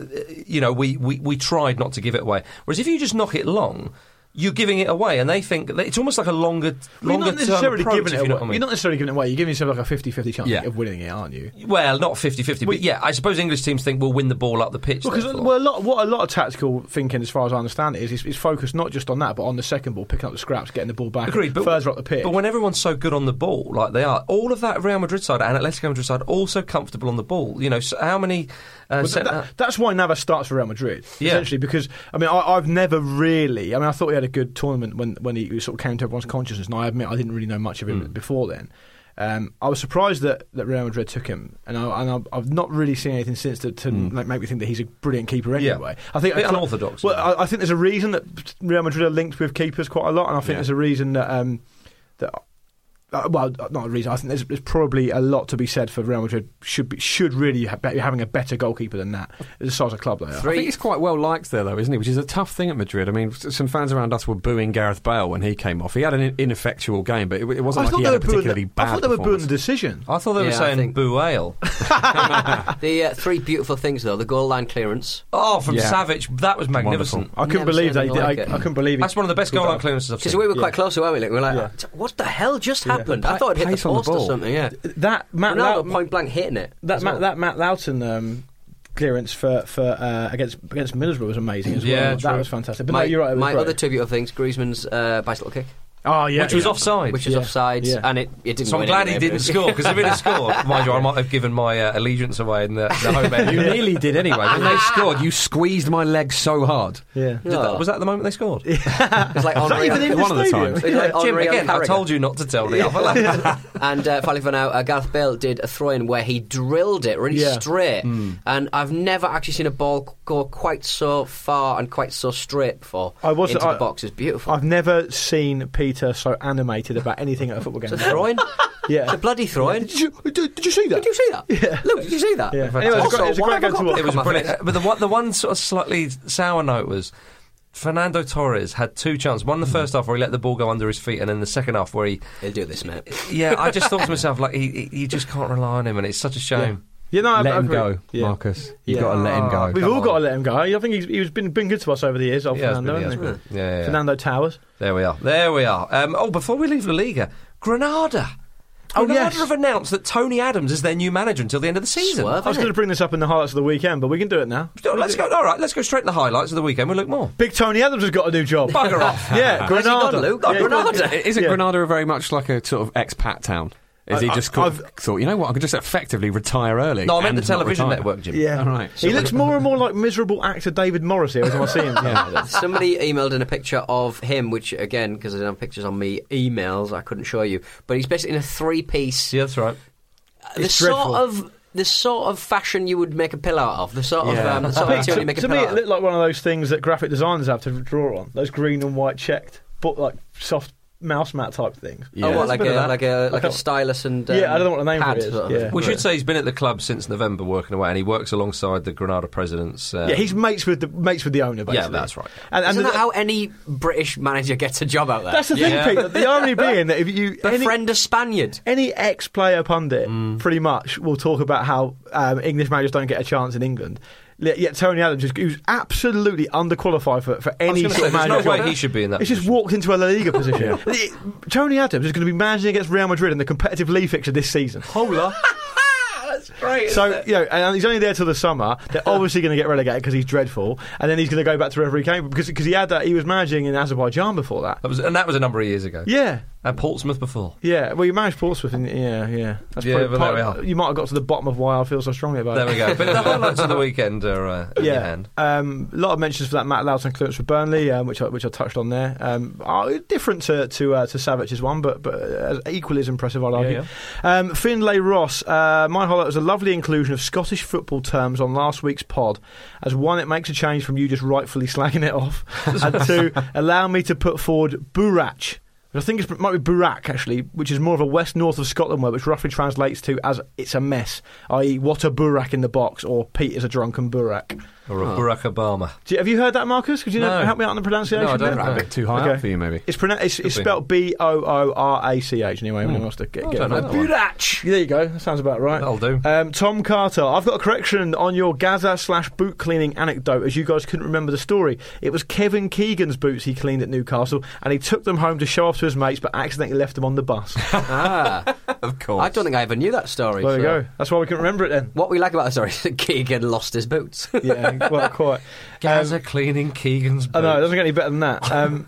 [SPEAKER 4] you know we, we, we tried not to give it away. Whereas if you just knock it long, you're giving it away, and they think that it's almost like a longer
[SPEAKER 7] Well, you're
[SPEAKER 4] longer
[SPEAKER 7] not necessarily
[SPEAKER 4] term approach,
[SPEAKER 7] giving
[SPEAKER 4] if
[SPEAKER 7] it
[SPEAKER 4] you know
[SPEAKER 7] away.
[SPEAKER 4] what I mean.
[SPEAKER 7] You're not necessarily giving it away. You're giving yourself like a 50-50 chance
[SPEAKER 5] Yeah.
[SPEAKER 7] of winning it, aren't you?
[SPEAKER 4] well, not 50-50, but yeah, I suppose English teams think we'll win the ball up the pitch.
[SPEAKER 7] Because
[SPEAKER 4] therefore.
[SPEAKER 7] well, a lot, what a lot of tactical thinking, as far as I understand it, is, is, is focused not just on that, but on the second ball, picking up the scraps, getting the ball back,
[SPEAKER 4] Agreed, but
[SPEAKER 7] further up the pitch.
[SPEAKER 4] But when everyone's so good on the ball, like they are, all of that Real Madrid side and Atletico Madrid side also comfortable on the ball. You know, so how many? Uh,
[SPEAKER 7] But
[SPEAKER 4] cent-
[SPEAKER 7] that- that's why Navas starts for Real Madrid,
[SPEAKER 4] Yeah.
[SPEAKER 7] essentially, because I mean, I, I've never really. I mean, I thought he had a good tournament when when he sort of came to everyone's consciousness, and I admit I didn't really know much of
[SPEAKER 4] Hmm.
[SPEAKER 7] him before then. Um, I was surprised that, that Real Madrid took him, and, I, and I've, I've not really seen anything since to, to like, make me think that he's a brilliant keeper.
[SPEAKER 4] Hmm. Yeah.
[SPEAKER 7] Anyway, I think
[SPEAKER 4] Bit
[SPEAKER 7] I-
[SPEAKER 4] unorthodox,
[SPEAKER 7] Well,
[SPEAKER 4] yeah.
[SPEAKER 7] I, I think there's a reason that Real Madrid are linked with keepers quite a lot, and I think there's a reason that um, that uh, well, not a reason. I think there's, there's probably a lot to be said for Real Madrid. Should be, should really ha- be having a better goalkeeper than that. As size of club they are.
[SPEAKER 5] I think he's quite well liked there, though, isn't he? Which is a tough thing at Madrid. I mean, s- some fans around us were booing Gareth Bale when he came off. He had an in- ineffectual game, but it, w- it wasn't like he had a
[SPEAKER 7] booing the-
[SPEAKER 5] particularly
[SPEAKER 7] I
[SPEAKER 5] bad.
[SPEAKER 7] thought they were booing
[SPEAKER 5] performance.
[SPEAKER 7] the decision.
[SPEAKER 4] I thought they were
[SPEAKER 6] Yeah, I
[SPEAKER 4] saying
[SPEAKER 6] think-
[SPEAKER 4] boo
[SPEAKER 6] <laughs>
[SPEAKER 4] ale.
[SPEAKER 6] The uh, three beautiful things, though the goal line clearance.
[SPEAKER 4] Oh, from
[SPEAKER 5] Yeah.
[SPEAKER 4] Savage, that was magnificent.
[SPEAKER 7] I couldn't
[SPEAKER 6] Never seen
[SPEAKER 7] believe they
[SPEAKER 6] anything
[SPEAKER 7] did.
[SPEAKER 6] like
[SPEAKER 7] I,
[SPEAKER 6] it.
[SPEAKER 7] I couldn't believe it.
[SPEAKER 4] That's one of the best goal line clearances I've
[SPEAKER 6] Because
[SPEAKER 4] seen.
[SPEAKER 6] we were
[SPEAKER 7] Yeah.
[SPEAKER 6] quite close, weren't we? Like, we were like,
[SPEAKER 7] Yeah.
[SPEAKER 6] "T- what the hell just
[SPEAKER 7] Yeah.
[SPEAKER 6] happened?
[SPEAKER 5] Pa-
[SPEAKER 6] I thought it hit
[SPEAKER 5] pace
[SPEAKER 6] the
[SPEAKER 5] on the
[SPEAKER 6] post or
[SPEAKER 5] ball.
[SPEAKER 6] something. Yeah,
[SPEAKER 7] that Matt
[SPEAKER 6] Ronaldo
[SPEAKER 7] Lau-
[SPEAKER 6] point blank hitting it.
[SPEAKER 7] that
[SPEAKER 6] as
[SPEAKER 7] Matt,
[SPEAKER 6] well.
[SPEAKER 7] that Matt Loughton um, clearance for for uh, against against Middlesbrough was amazing as well.
[SPEAKER 4] Yeah,
[SPEAKER 7] that
[SPEAKER 4] true.
[SPEAKER 7] was fantastic. But
[SPEAKER 6] my
[SPEAKER 7] no, you're right. It was
[SPEAKER 6] my
[SPEAKER 7] great.
[SPEAKER 6] other two beautiful things: Griezmann's uh, bicycle kick,
[SPEAKER 7] Oh yeah,
[SPEAKER 4] which was
[SPEAKER 7] yeah.
[SPEAKER 4] offside.
[SPEAKER 6] which is
[SPEAKER 7] Yeah.
[SPEAKER 6] offside,
[SPEAKER 7] Yeah.
[SPEAKER 6] and it, it didn't.
[SPEAKER 4] so I'm
[SPEAKER 6] win
[SPEAKER 4] glad he
[SPEAKER 6] anyway,
[SPEAKER 4] didn't
[SPEAKER 6] but-
[SPEAKER 4] score because if he'd have
[SPEAKER 7] <laughs>
[SPEAKER 4] scored, mind you, I might have given my uh, allegiance away in the, the home end.
[SPEAKER 5] You nearly did anyway. When they scored, you squeezed my leg so hard.
[SPEAKER 7] Yeah.
[SPEAKER 4] Did that-
[SPEAKER 6] Oh.
[SPEAKER 4] was that the moment they scored?
[SPEAKER 6] It's like
[SPEAKER 7] Is that
[SPEAKER 6] Henri
[SPEAKER 7] even in
[SPEAKER 6] on-
[SPEAKER 7] the
[SPEAKER 5] One of the
[SPEAKER 7] stadium?
[SPEAKER 5] times.
[SPEAKER 6] it's like
[SPEAKER 4] Jim,
[SPEAKER 6] Henri on
[SPEAKER 4] again, I
[SPEAKER 6] Carragher.
[SPEAKER 4] told you not to tell the other lad.
[SPEAKER 6] <laughs> And uh, finally, for now, uh, Gareth Bale did a throw in where he drilled it really
[SPEAKER 7] Yeah. Hmm.
[SPEAKER 6] straight. And I've never actually seen a ball c- go quite so far and quite so straight before.
[SPEAKER 7] I was-
[SPEAKER 6] into
[SPEAKER 7] I-
[SPEAKER 6] the box. It's beautiful.
[SPEAKER 7] I've never seen Peter so animated about anything at a football game.
[SPEAKER 6] it's a throw in.
[SPEAKER 7] <laughs> Yeah.
[SPEAKER 6] It's a bloody throw in.
[SPEAKER 7] Did you, did, did you see that?
[SPEAKER 6] Did you see that? Yeah. Look, did you see that?
[SPEAKER 7] Yeah.
[SPEAKER 6] Also,
[SPEAKER 7] Anyway, it was a great- it was a
[SPEAKER 6] why have
[SPEAKER 7] great
[SPEAKER 6] I
[SPEAKER 7] game to
[SPEAKER 6] got
[SPEAKER 7] watch.
[SPEAKER 6] black
[SPEAKER 4] It was
[SPEAKER 6] on my face?
[SPEAKER 4] brilliant. But the one, the one sort of slightly sour note was Fernando Torres had two chances. One in the first half where he let the ball go under his feet, and then the second half where he.
[SPEAKER 6] He'll do this, mate.
[SPEAKER 4] Yeah, I just thought to myself, like, he, he, you just can't rely on him, and it's such a shame.
[SPEAKER 7] You know, I-
[SPEAKER 5] let
[SPEAKER 7] I
[SPEAKER 5] him
[SPEAKER 7] agree.
[SPEAKER 5] go,
[SPEAKER 7] Yeah.
[SPEAKER 5] Marcus. You've
[SPEAKER 7] Yeah.
[SPEAKER 5] got to let him go.
[SPEAKER 7] We've
[SPEAKER 4] Come
[SPEAKER 7] all got to
[SPEAKER 4] on.
[SPEAKER 7] let him go. I think he's, he's been been good to us over the years, old
[SPEAKER 4] Yeah, it's
[SPEAKER 7] Fernando,
[SPEAKER 4] been- yeah,
[SPEAKER 7] hasn't he?
[SPEAKER 4] it's been- yeah, yeah, yeah.
[SPEAKER 7] Fernando Towers.
[SPEAKER 4] There we are. There we are. Um, oh, before we leave La Liga, Granada.
[SPEAKER 7] Oh,
[SPEAKER 4] Granada
[SPEAKER 7] yes.
[SPEAKER 4] have announced that Tony Adams is their new manager until the end of the season.
[SPEAKER 6] Swerve,
[SPEAKER 7] I was
[SPEAKER 6] isn't
[SPEAKER 7] going
[SPEAKER 6] it?
[SPEAKER 7] to bring this up in the highlights of the weekend, but we can do it now.
[SPEAKER 4] Let's go. All right, let's go straight to the highlights of the weekend. We'll look more.
[SPEAKER 7] Big Tony Adams has got a new job.
[SPEAKER 4] Bugger off.
[SPEAKER 7] <laughs> yeah,
[SPEAKER 6] Where's he
[SPEAKER 7] Granada.
[SPEAKER 6] gone, Luke? Oh,
[SPEAKER 7] Yeah,
[SPEAKER 6] Granada.
[SPEAKER 5] Isn't
[SPEAKER 7] Yeah.
[SPEAKER 5] Granada very much like a sort of expat town? Is
[SPEAKER 7] I-
[SPEAKER 5] he
[SPEAKER 7] I-
[SPEAKER 5] just caught,
[SPEAKER 7] I've-
[SPEAKER 5] thought, you know what, I could just effectively retire early?
[SPEAKER 4] No, I meant
[SPEAKER 5] and
[SPEAKER 4] the
[SPEAKER 5] not
[SPEAKER 4] television
[SPEAKER 5] retire?
[SPEAKER 4] network, Jim.
[SPEAKER 7] <laughs> Yeah.
[SPEAKER 5] All right.
[SPEAKER 7] He looks more and more like miserable actor David Morris here every time I see him. Um,
[SPEAKER 6] Somebody emailed in a picture of him, which again, because I do not have pictures on me emails, I couldn't show you. But he's basically in a three-piece.
[SPEAKER 4] Yeah, that's right.
[SPEAKER 6] the
[SPEAKER 7] It's dreadful.
[SPEAKER 6] sort of the sort of fashion you would make a pillow out of. The sort
[SPEAKER 5] Yeah.
[SPEAKER 6] of um, the
[SPEAKER 7] I <laughs>
[SPEAKER 6] sort of
[SPEAKER 7] think
[SPEAKER 6] activity
[SPEAKER 7] to,
[SPEAKER 6] you make a
[SPEAKER 7] to me,
[SPEAKER 6] pillow
[SPEAKER 7] it
[SPEAKER 6] out
[SPEAKER 7] looked
[SPEAKER 6] of.
[SPEAKER 7] like one of those things that graphic designers have to draw on. Those green and white checked, but like soft mouse mat type things.
[SPEAKER 5] Yeah.
[SPEAKER 6] Oh,
[SPEAKER 5] There's
[SPEAKER 6] what,
[SPEAKER 5] a
[SPEAKER 6] like,
[SPEAKER 7] bit
[SPEAKER 6] a,
[SPEAKER 7] of that.
[SPEAKER 6] like a
[SPEAKER 7] I
[SPEAKER 6] like a
[SPEAKER 7] can't-
[SPEAKER 6] stylus and um,
[SPEAKER 7] Yeah, I don't know what the name for
[SPEAKER 6] pad
[SPEAKER 7] it is.
[SPEAKER 6] sort
[SPEAKER 7] Yeah.
[SPEAKER 4] We should say he's been at the club since November working away, and he works alongside the Granada presidents. Uh,
[SPEAKER 7] Yeah, he's mates with the mates with the owner. Basically.
[SPEAKER 4] that's right.
[SPEAKER 7] And, and
[SPEAKER 6] Isn't
[SPEAKER 7] the-
[SPEAKER 6] that how any British manager gets a job out there?
[SPEAKER 7] that's the thing,
[SPEAKER 4] Yeah.
[SPEAKER 7] Peter. The irony being that if you any,
[SPEAKER 6] Befriend a Spaniard.
[SPEAKER 7] any
[SPEAKER 4] Mm.
[SPEAKER 7] ex-player pundit, pretty much, will talk about how um, English managers don't get a chance in England. Yet yet Tony Adams, is, who's absolutely underqualified for, for any
[SPEAKER 4] gonna
[SPEAKER 7] sort of
[SPEAKER 4] say, there's no
[SPEAKER 7] manager
[SPEAKER 4] way
[SPEAKER 7] job.
[SPEAKER 4] he should be in that
[SPEAKER 7] He's just walked into a
[SPEAKER 4] <laughs>
[SPEAKER 7] La Liga position. The- Tony Adams is going to be managing against Real Madrid in the competitive league fixture this season. Hola.
[SPEAKER 4] <laughs> That's great.
[SPEAKER 7] So you know, and he's only there till the summer.
[SPEAKER 4] <laughs>
[SPEAKER 7] They're obviously going to get relegated because he's dreadful, and then he's going to go back to wherever he came from because because he had that he was managing in Azerbaijan before that.
[SPEAKER 4] That was, and that was a number of years ago.
[SPEAKER 7] Yeah,
[SPEAKER 4] At Portsmouth before.
[SPEAKER 7] yeah. Well, you managed Portsmouth, in, yeah, yeah. That's
[SPEAKER 4] Yeah,
[SPEAKER 7] probably
[SPEAKER 4] but there
[SPEAKER 7] part-
[SPEAKER 4] we are.
[SPEAKER 7] You might have got to the bottom of why I feel so strongly about
[SPEAKER 4] There
[SPEAKER 7] it.
[SPEAKER 4] we go. But the highlights of the weekend are uh, in your
[SPEAKER 7] Yeah,
[SPEAKER 4] hand.
[SPEAKER 7] um, a lot of mentions for that Matt Lowton clearance for Burnley, um, which I, which I touched on there. Um, are different to to, uh, to Savage's one, but but uh, equally as impressive, I'd argue. Um, Finlay Ross, uh, my highlight was a lovely inclusion of Scottish football terms on last week's pod. As one, it makes a change from you just rightfully <laughs> slagging it off, and two, allow me to put forward Burach. which I think it might be Burak actually, which is more of a west north of Scotland word, which roughly translates to as "it's a mess," i.e., what a Burak in the box, or Pete is a drunken Burak.
[SPEAKER 4] Or a Barack Obama.
[SPEAKER 7] Do you, have you heard that, Marcus? Could you
[SPEAKER 4] No.
[SPEAKER 7] help me out on the pronunciation?
[SPEAKER 4] No, I don't
[SPEAKER 7] there?
[SPEAKER 4] know.
[SPEAKER 5] A bit too high
[SPEAKER 7] Okay.
[SPEAKER 5] up for you, maybe.
[SPEAKER 7] It's, pronoun it's, it's
[SPEAKER 4] be. Hmm.
[SPEAKER 7] spelled B O O R A C H. Anyway, anyone wants to get, get
[SPEAKER 4] don't know
[SPEAKER 7] that
[SPEAKER 4] that one.
[SPEAKER 7] Burach. There you go. That sounds about right.
[SPEAKER 4] That'll do.
[SPEAKER 7] Um, Tom Carter, I've got a correction on your Gaza slash boot cleaning anecdote, as you guys couldn't remember the story. It was Kevin Keegan's boots he cleaned at Newcastle, and he took them home to show off to his mates, but accidentally left them on
[SPEAKER 4] <laughs>
[SPEAKER 7] the bus.
[SPEAKER 6] Ah,
[SPEAKER 4] Of course.
[SPEAKER 6] I don't think I ever knew that story.
[SPEAKER 7] there you
[SPEAKER 6] so-
[SPEAKER 7] go. That's why we couldn't remember
[SPEAKER 4] <laughs>
[SPEAKER 7] it then.
[SPEAKER 6] What we like about the story is that Keegan lost his
[SPEAKER 7] <laughs>
[SPEAKER 6] boots.
[SPEAKER 7] Yeah, well, quite.
[SPEAKER 4] Gaza cleaning Keegan's
[SPEAKER 7] Um, I
[SPEAKER 4] boots.
[SPEAKER 7] know, it doesn't get any better than that. Um,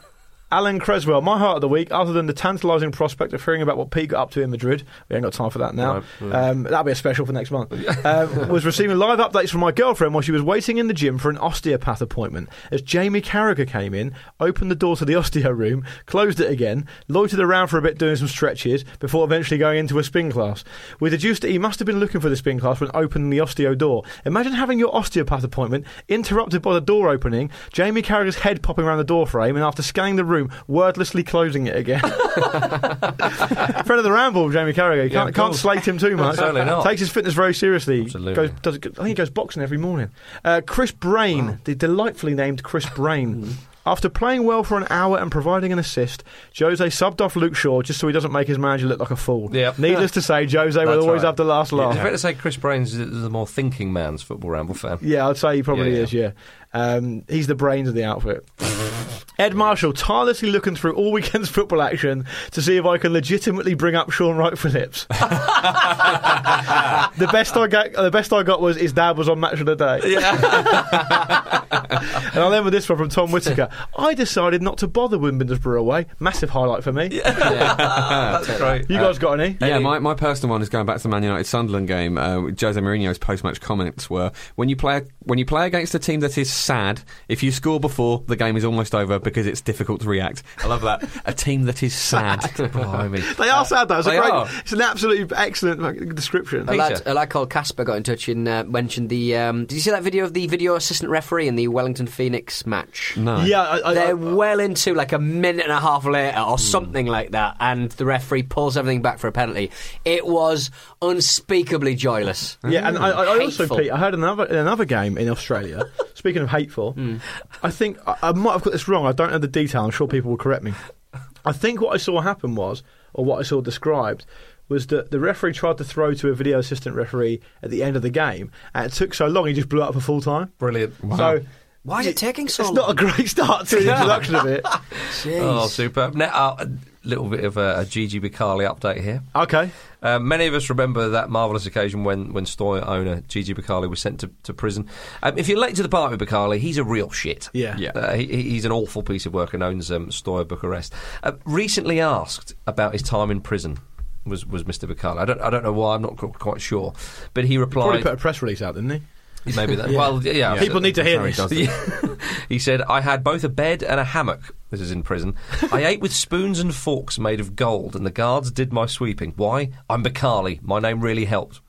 [SPEAKER 7] Alan Creswell, my heart of the week, other than the tantalising prospect of hearing about what Pete got up to in Madrid, we ain't got time for that now. Um, that'll be a special for next month. um, was receiving live updates from my girlfriend while she was waiting in the gym for an osteopath appointment. As Jamie Carragher came in, opened the door to the osteo room, closed it again, loitered around for a bit doing some stretches before eventually going into a spin class. We deduced that he must have been looking for the spin class when opening the osteo door. Imagine having your osteopath appointment interrupted by the door opening, Jamie Carragher's head popping around the door frame, and after scanning the room, wordlessly closing it
[SPEAKER 4] <laughs>
[SPEAKER 7] again. Friend of the ramble, Jamie Carragher. You
[SPEAKER 4] Yeah,
[SPEAKER 7] can't,
[SPEAKER 4] of
[SPEAKER 7] can't
[SPEAKER 4] course.
[SPEAKER 7] slate him too much.
[SPEAKER 4] Certainly not.
[SPEAKER 7] Takes his fitness very seriously.
[SPEAKER 4] Absolutely.
[SPEAKER 7] Goes, does, I think he goes boxing every morning. Uh, Chris Brain, the delightfully named Chris Brain. After playing well for an hour and providing an assist, Jose subbed off Luke Shaw just so he doesn't make his manager look like a fool.
[SPEAKER 4] Yep.
[SPEAKER 7] Needless to say, Jose
[SPEAKER 4] <laughs>
[SPEAKER 7] will
[SPEAKER 4] That's
[SPEAKER 7] always
[SPEAKER 4] right.
[SPEAKER 7] have the last laugh.
[SPEAKER 4] It's fair to say Chris Brains is the more thinking man's football ramble fan.
[SPEAKER 7] Yeah, I'd say he probably
[SPEAKER 4] Yeah, yeah.
[SPEAKER 7] is. Yeah, um, he's the brains of
[SPEAKER 5] <laughs>
[SPEAKER 7] the outfit. Ed Marshall tirelessly looking through all <laughs> weekend's football action to see if I can legitimately bring up Sean Wright
[SPEAKER 5] <laughs>
[SPEAKER 7] Phillips. the best I got, the best I got was his dad was on Match of the Day.
[SPEAKER 6] <laughs>
[SPEAKER 7] and I'll end with this one from Tom Whitaker. I decided not to bother with Middlesbrough away. Massive
[SPEAKER 5] <laughs>
[SPEAKER 7] highlight for me.
[SPEAKER 4] That's great.
[SPEAKER 7] You guys got any?
[SPEAKER 5] Yeah, my, my personal one is going back to the Man United Sunderland game. Uh, Jose Mourinho's post match comments were when you play when you play against a team that is sad, if you score before, the game is almost over because it's difficult to react. I love that. a team that is sad.
[SPEAKER 6] <laughs>
[SPEAKER 5] <laughs> Blimey.
[SPEAKER 7] They are sad though. It's, a
[SPEAKER 5] they
[SPEAKER 7] great,
[SPEAKER 5] are.
[SPEAKER 7] it's an absolutely excellent like, description.
[SPEAKER 6] A lad,
[SPEAKER 4] Peter.
[SPEAKER 6] a lad called Casper got in touch and uh, mentioned the. Um, did you see that video of the video assistant referee in the Wellington Phoenix match?
[SPEAKER 5] No.
[SPEAKER 7] Yeah, I, I, Hmm.
[SPEAKER 6] They're
[SPEAKER 7] I-
[SPEAKER 6] well into like a minute and a half later or something like that, and the referee pulls everything back for a penalty. It was unspeakably joyless.
[SPEAKER 7] Yeah, and I, I I also,
[SPEAKER 6] Hateful.
[SPEAKER 7] Pete, I heard another in another game
[SPEAKER 5] <laughs>
[SPEAKER 7] in Australia. speaking of hateful,
[SPEAKER 5] Hmm.
[SPEAKER 7] I think I, I might have got this wrong. I don't know the detail. I'm sure people will correct me. I think what I saw happen was, or what I saw described, was that the referee tried to throw to a video assistant referee at the end of the game, and it took so long he just blew it up for full time.
[SPEAKER 4] Brilliant.
[SPEAKER 7] So
[SPEAKER 6] Why is it taking so
[SPEAKER 7] it's
[SPEAKER 6] long?
[SPEAKER 7] not a great start to
[SPEAKER 6] <laughs>
[SPEAKER 7] the introduction of it.
[SPEAKER 4] Oh, superb. Now, uh, a little bit of a, a Gigi Bicali update here.
[SPEAKER 7] Okay,
[SPEAKER 4] Uh, many of us remember that marvellous occasion when, when store owner Gigi Bicali was sent to, to prison. Um, if you're late to the party with Bicali, he's a real shit.
[SPEAKER 7] Yeah.
[SPEAKER 5] Yeah.
[SPEAKER 4] Uh, he, he- he's an awful piece of work and owns um, Stoya Bucharest. Uh, recently asked about his time in prison was, was Mr. Bicali. I don't, I don't know why, I'm not qu- quite sure. But he
[SPEAKER 7] probably
[SPEAKER 4] replied.
[SPEAKER 7] put a press release out, didn't he?
[SPEAKER 4] maybe that. Well, yeah.
[SPEAKER 7] People need to hear
[SPEAKER 5] Sorry,
[SPEAKER 7] this.
[SPEAKER 5] does it?
[SPEAKER 4] Yeah. <laughs> he said, I had both a bed and a hammock. This is in prison. I ate with spoons and forks made of gold, and the guards did my sweeping. Why? I'm Bacali. My name really helped.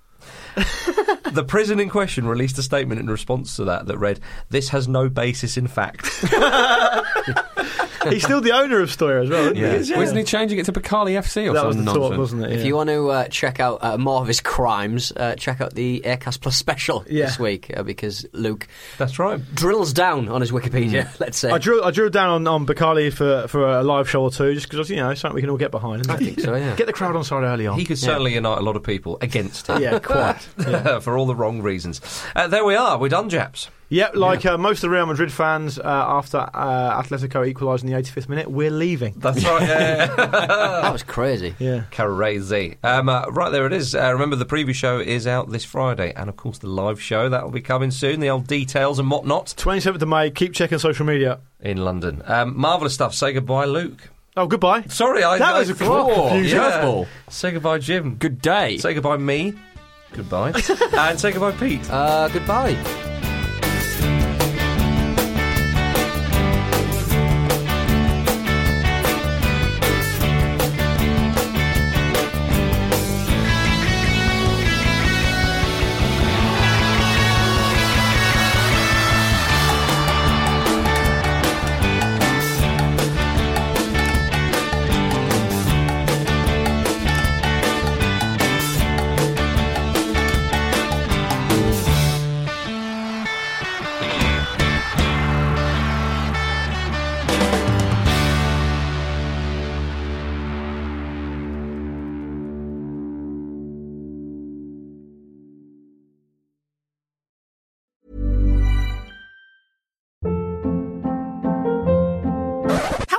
[SPEAKER 4] the prison in question released a
[SPEAKER 7] <laughs>
[SPEAKER 4] statement in response to that that read, This has no basis in fact.
[SPEAKER 7] He's still the owner of Stoya as well, isn't
[SPEAKER 5] Yeah.
[SPEAKER 7] he?
[SPEAKER 5] Well, isn't he changing it to Bacali FC or
[SPEAKER 7] That was
[SPEAKER 5] something?
[SPEAKER 7] the thought, wasn't it?
[SPEAKER 6] If
[SPEAKER 7] Yeah.
[SPEAKER 6] you want to uh, check out uh, more of his crimes, uh, check out the Aircast Plus special
[SPEAKER 7] Yeah.
[SPEAKER 6] this week uh, because Luke
[SPEAKER 4] That's right.
[SPEAKER 6] drills down on his Wikipedia, <laughs> let's say.
[SPEAKER 7] I drew I drew down on, on Bacali for, for a live show or two just because you know it's something we can all get behind. Isn't
[SPEAKER 6] I
[SPEAKER 7] it?
[SPEAKER 6] think so, yeah.
[SPEAKER 7] Get the crowd on side early on.
[SPEAKER 4] He could certainly unite a lot of people against him. <laughs>
[SPEAKER 6] <laughs>
[SPEAKER 7] Yeah, quite.
[SPEAKER 4] For all the wrong reasons. Uh, there we are. We're done, Japs.
[SPEAKER 7] Yep, like Uh, most of the Real Madrid fans, uh, after uh, Atletico equalised in the 85th minute, we're leaving.
[SPEAKER 4] That's right. <laughs> Yeah.
[SPEAKER 6] that was crazy.
[SPEAKER 7] Yeah.
[SPEAKER 4] Crazy. Um, uh, right, there it is. Uh, remember, the preview show is out this Friday. And, of course, the live show. That will be coming soon. The old details and whatnot
[SPEAKER 7] 27th of May, keep checking social media.
[SPEAKER 4] in London. Um, Marvellous stuff. Say goodbye, Luke.
[SPEAKER 7] Oh, goodbye.
[SPEAKER 4] Sorry, I
[SPEAKER 7] That
[SPEAKER 4] I-
[SPEAKER 7] was a quite
[SPEAKER 4] Oh,
[SPEAKER 7] confusing
[SPEAKER 4] yeah.
[SPEAKER 5] curveball.
[SPEAKER 4] Say goodbye, Jim.
[SPEAKER 5] Good day.
[SPEAKER 4] Say goodbye, me. Goodbye. and say goodbye, Pete.
[SPEAKER 6] Uh, goodbye.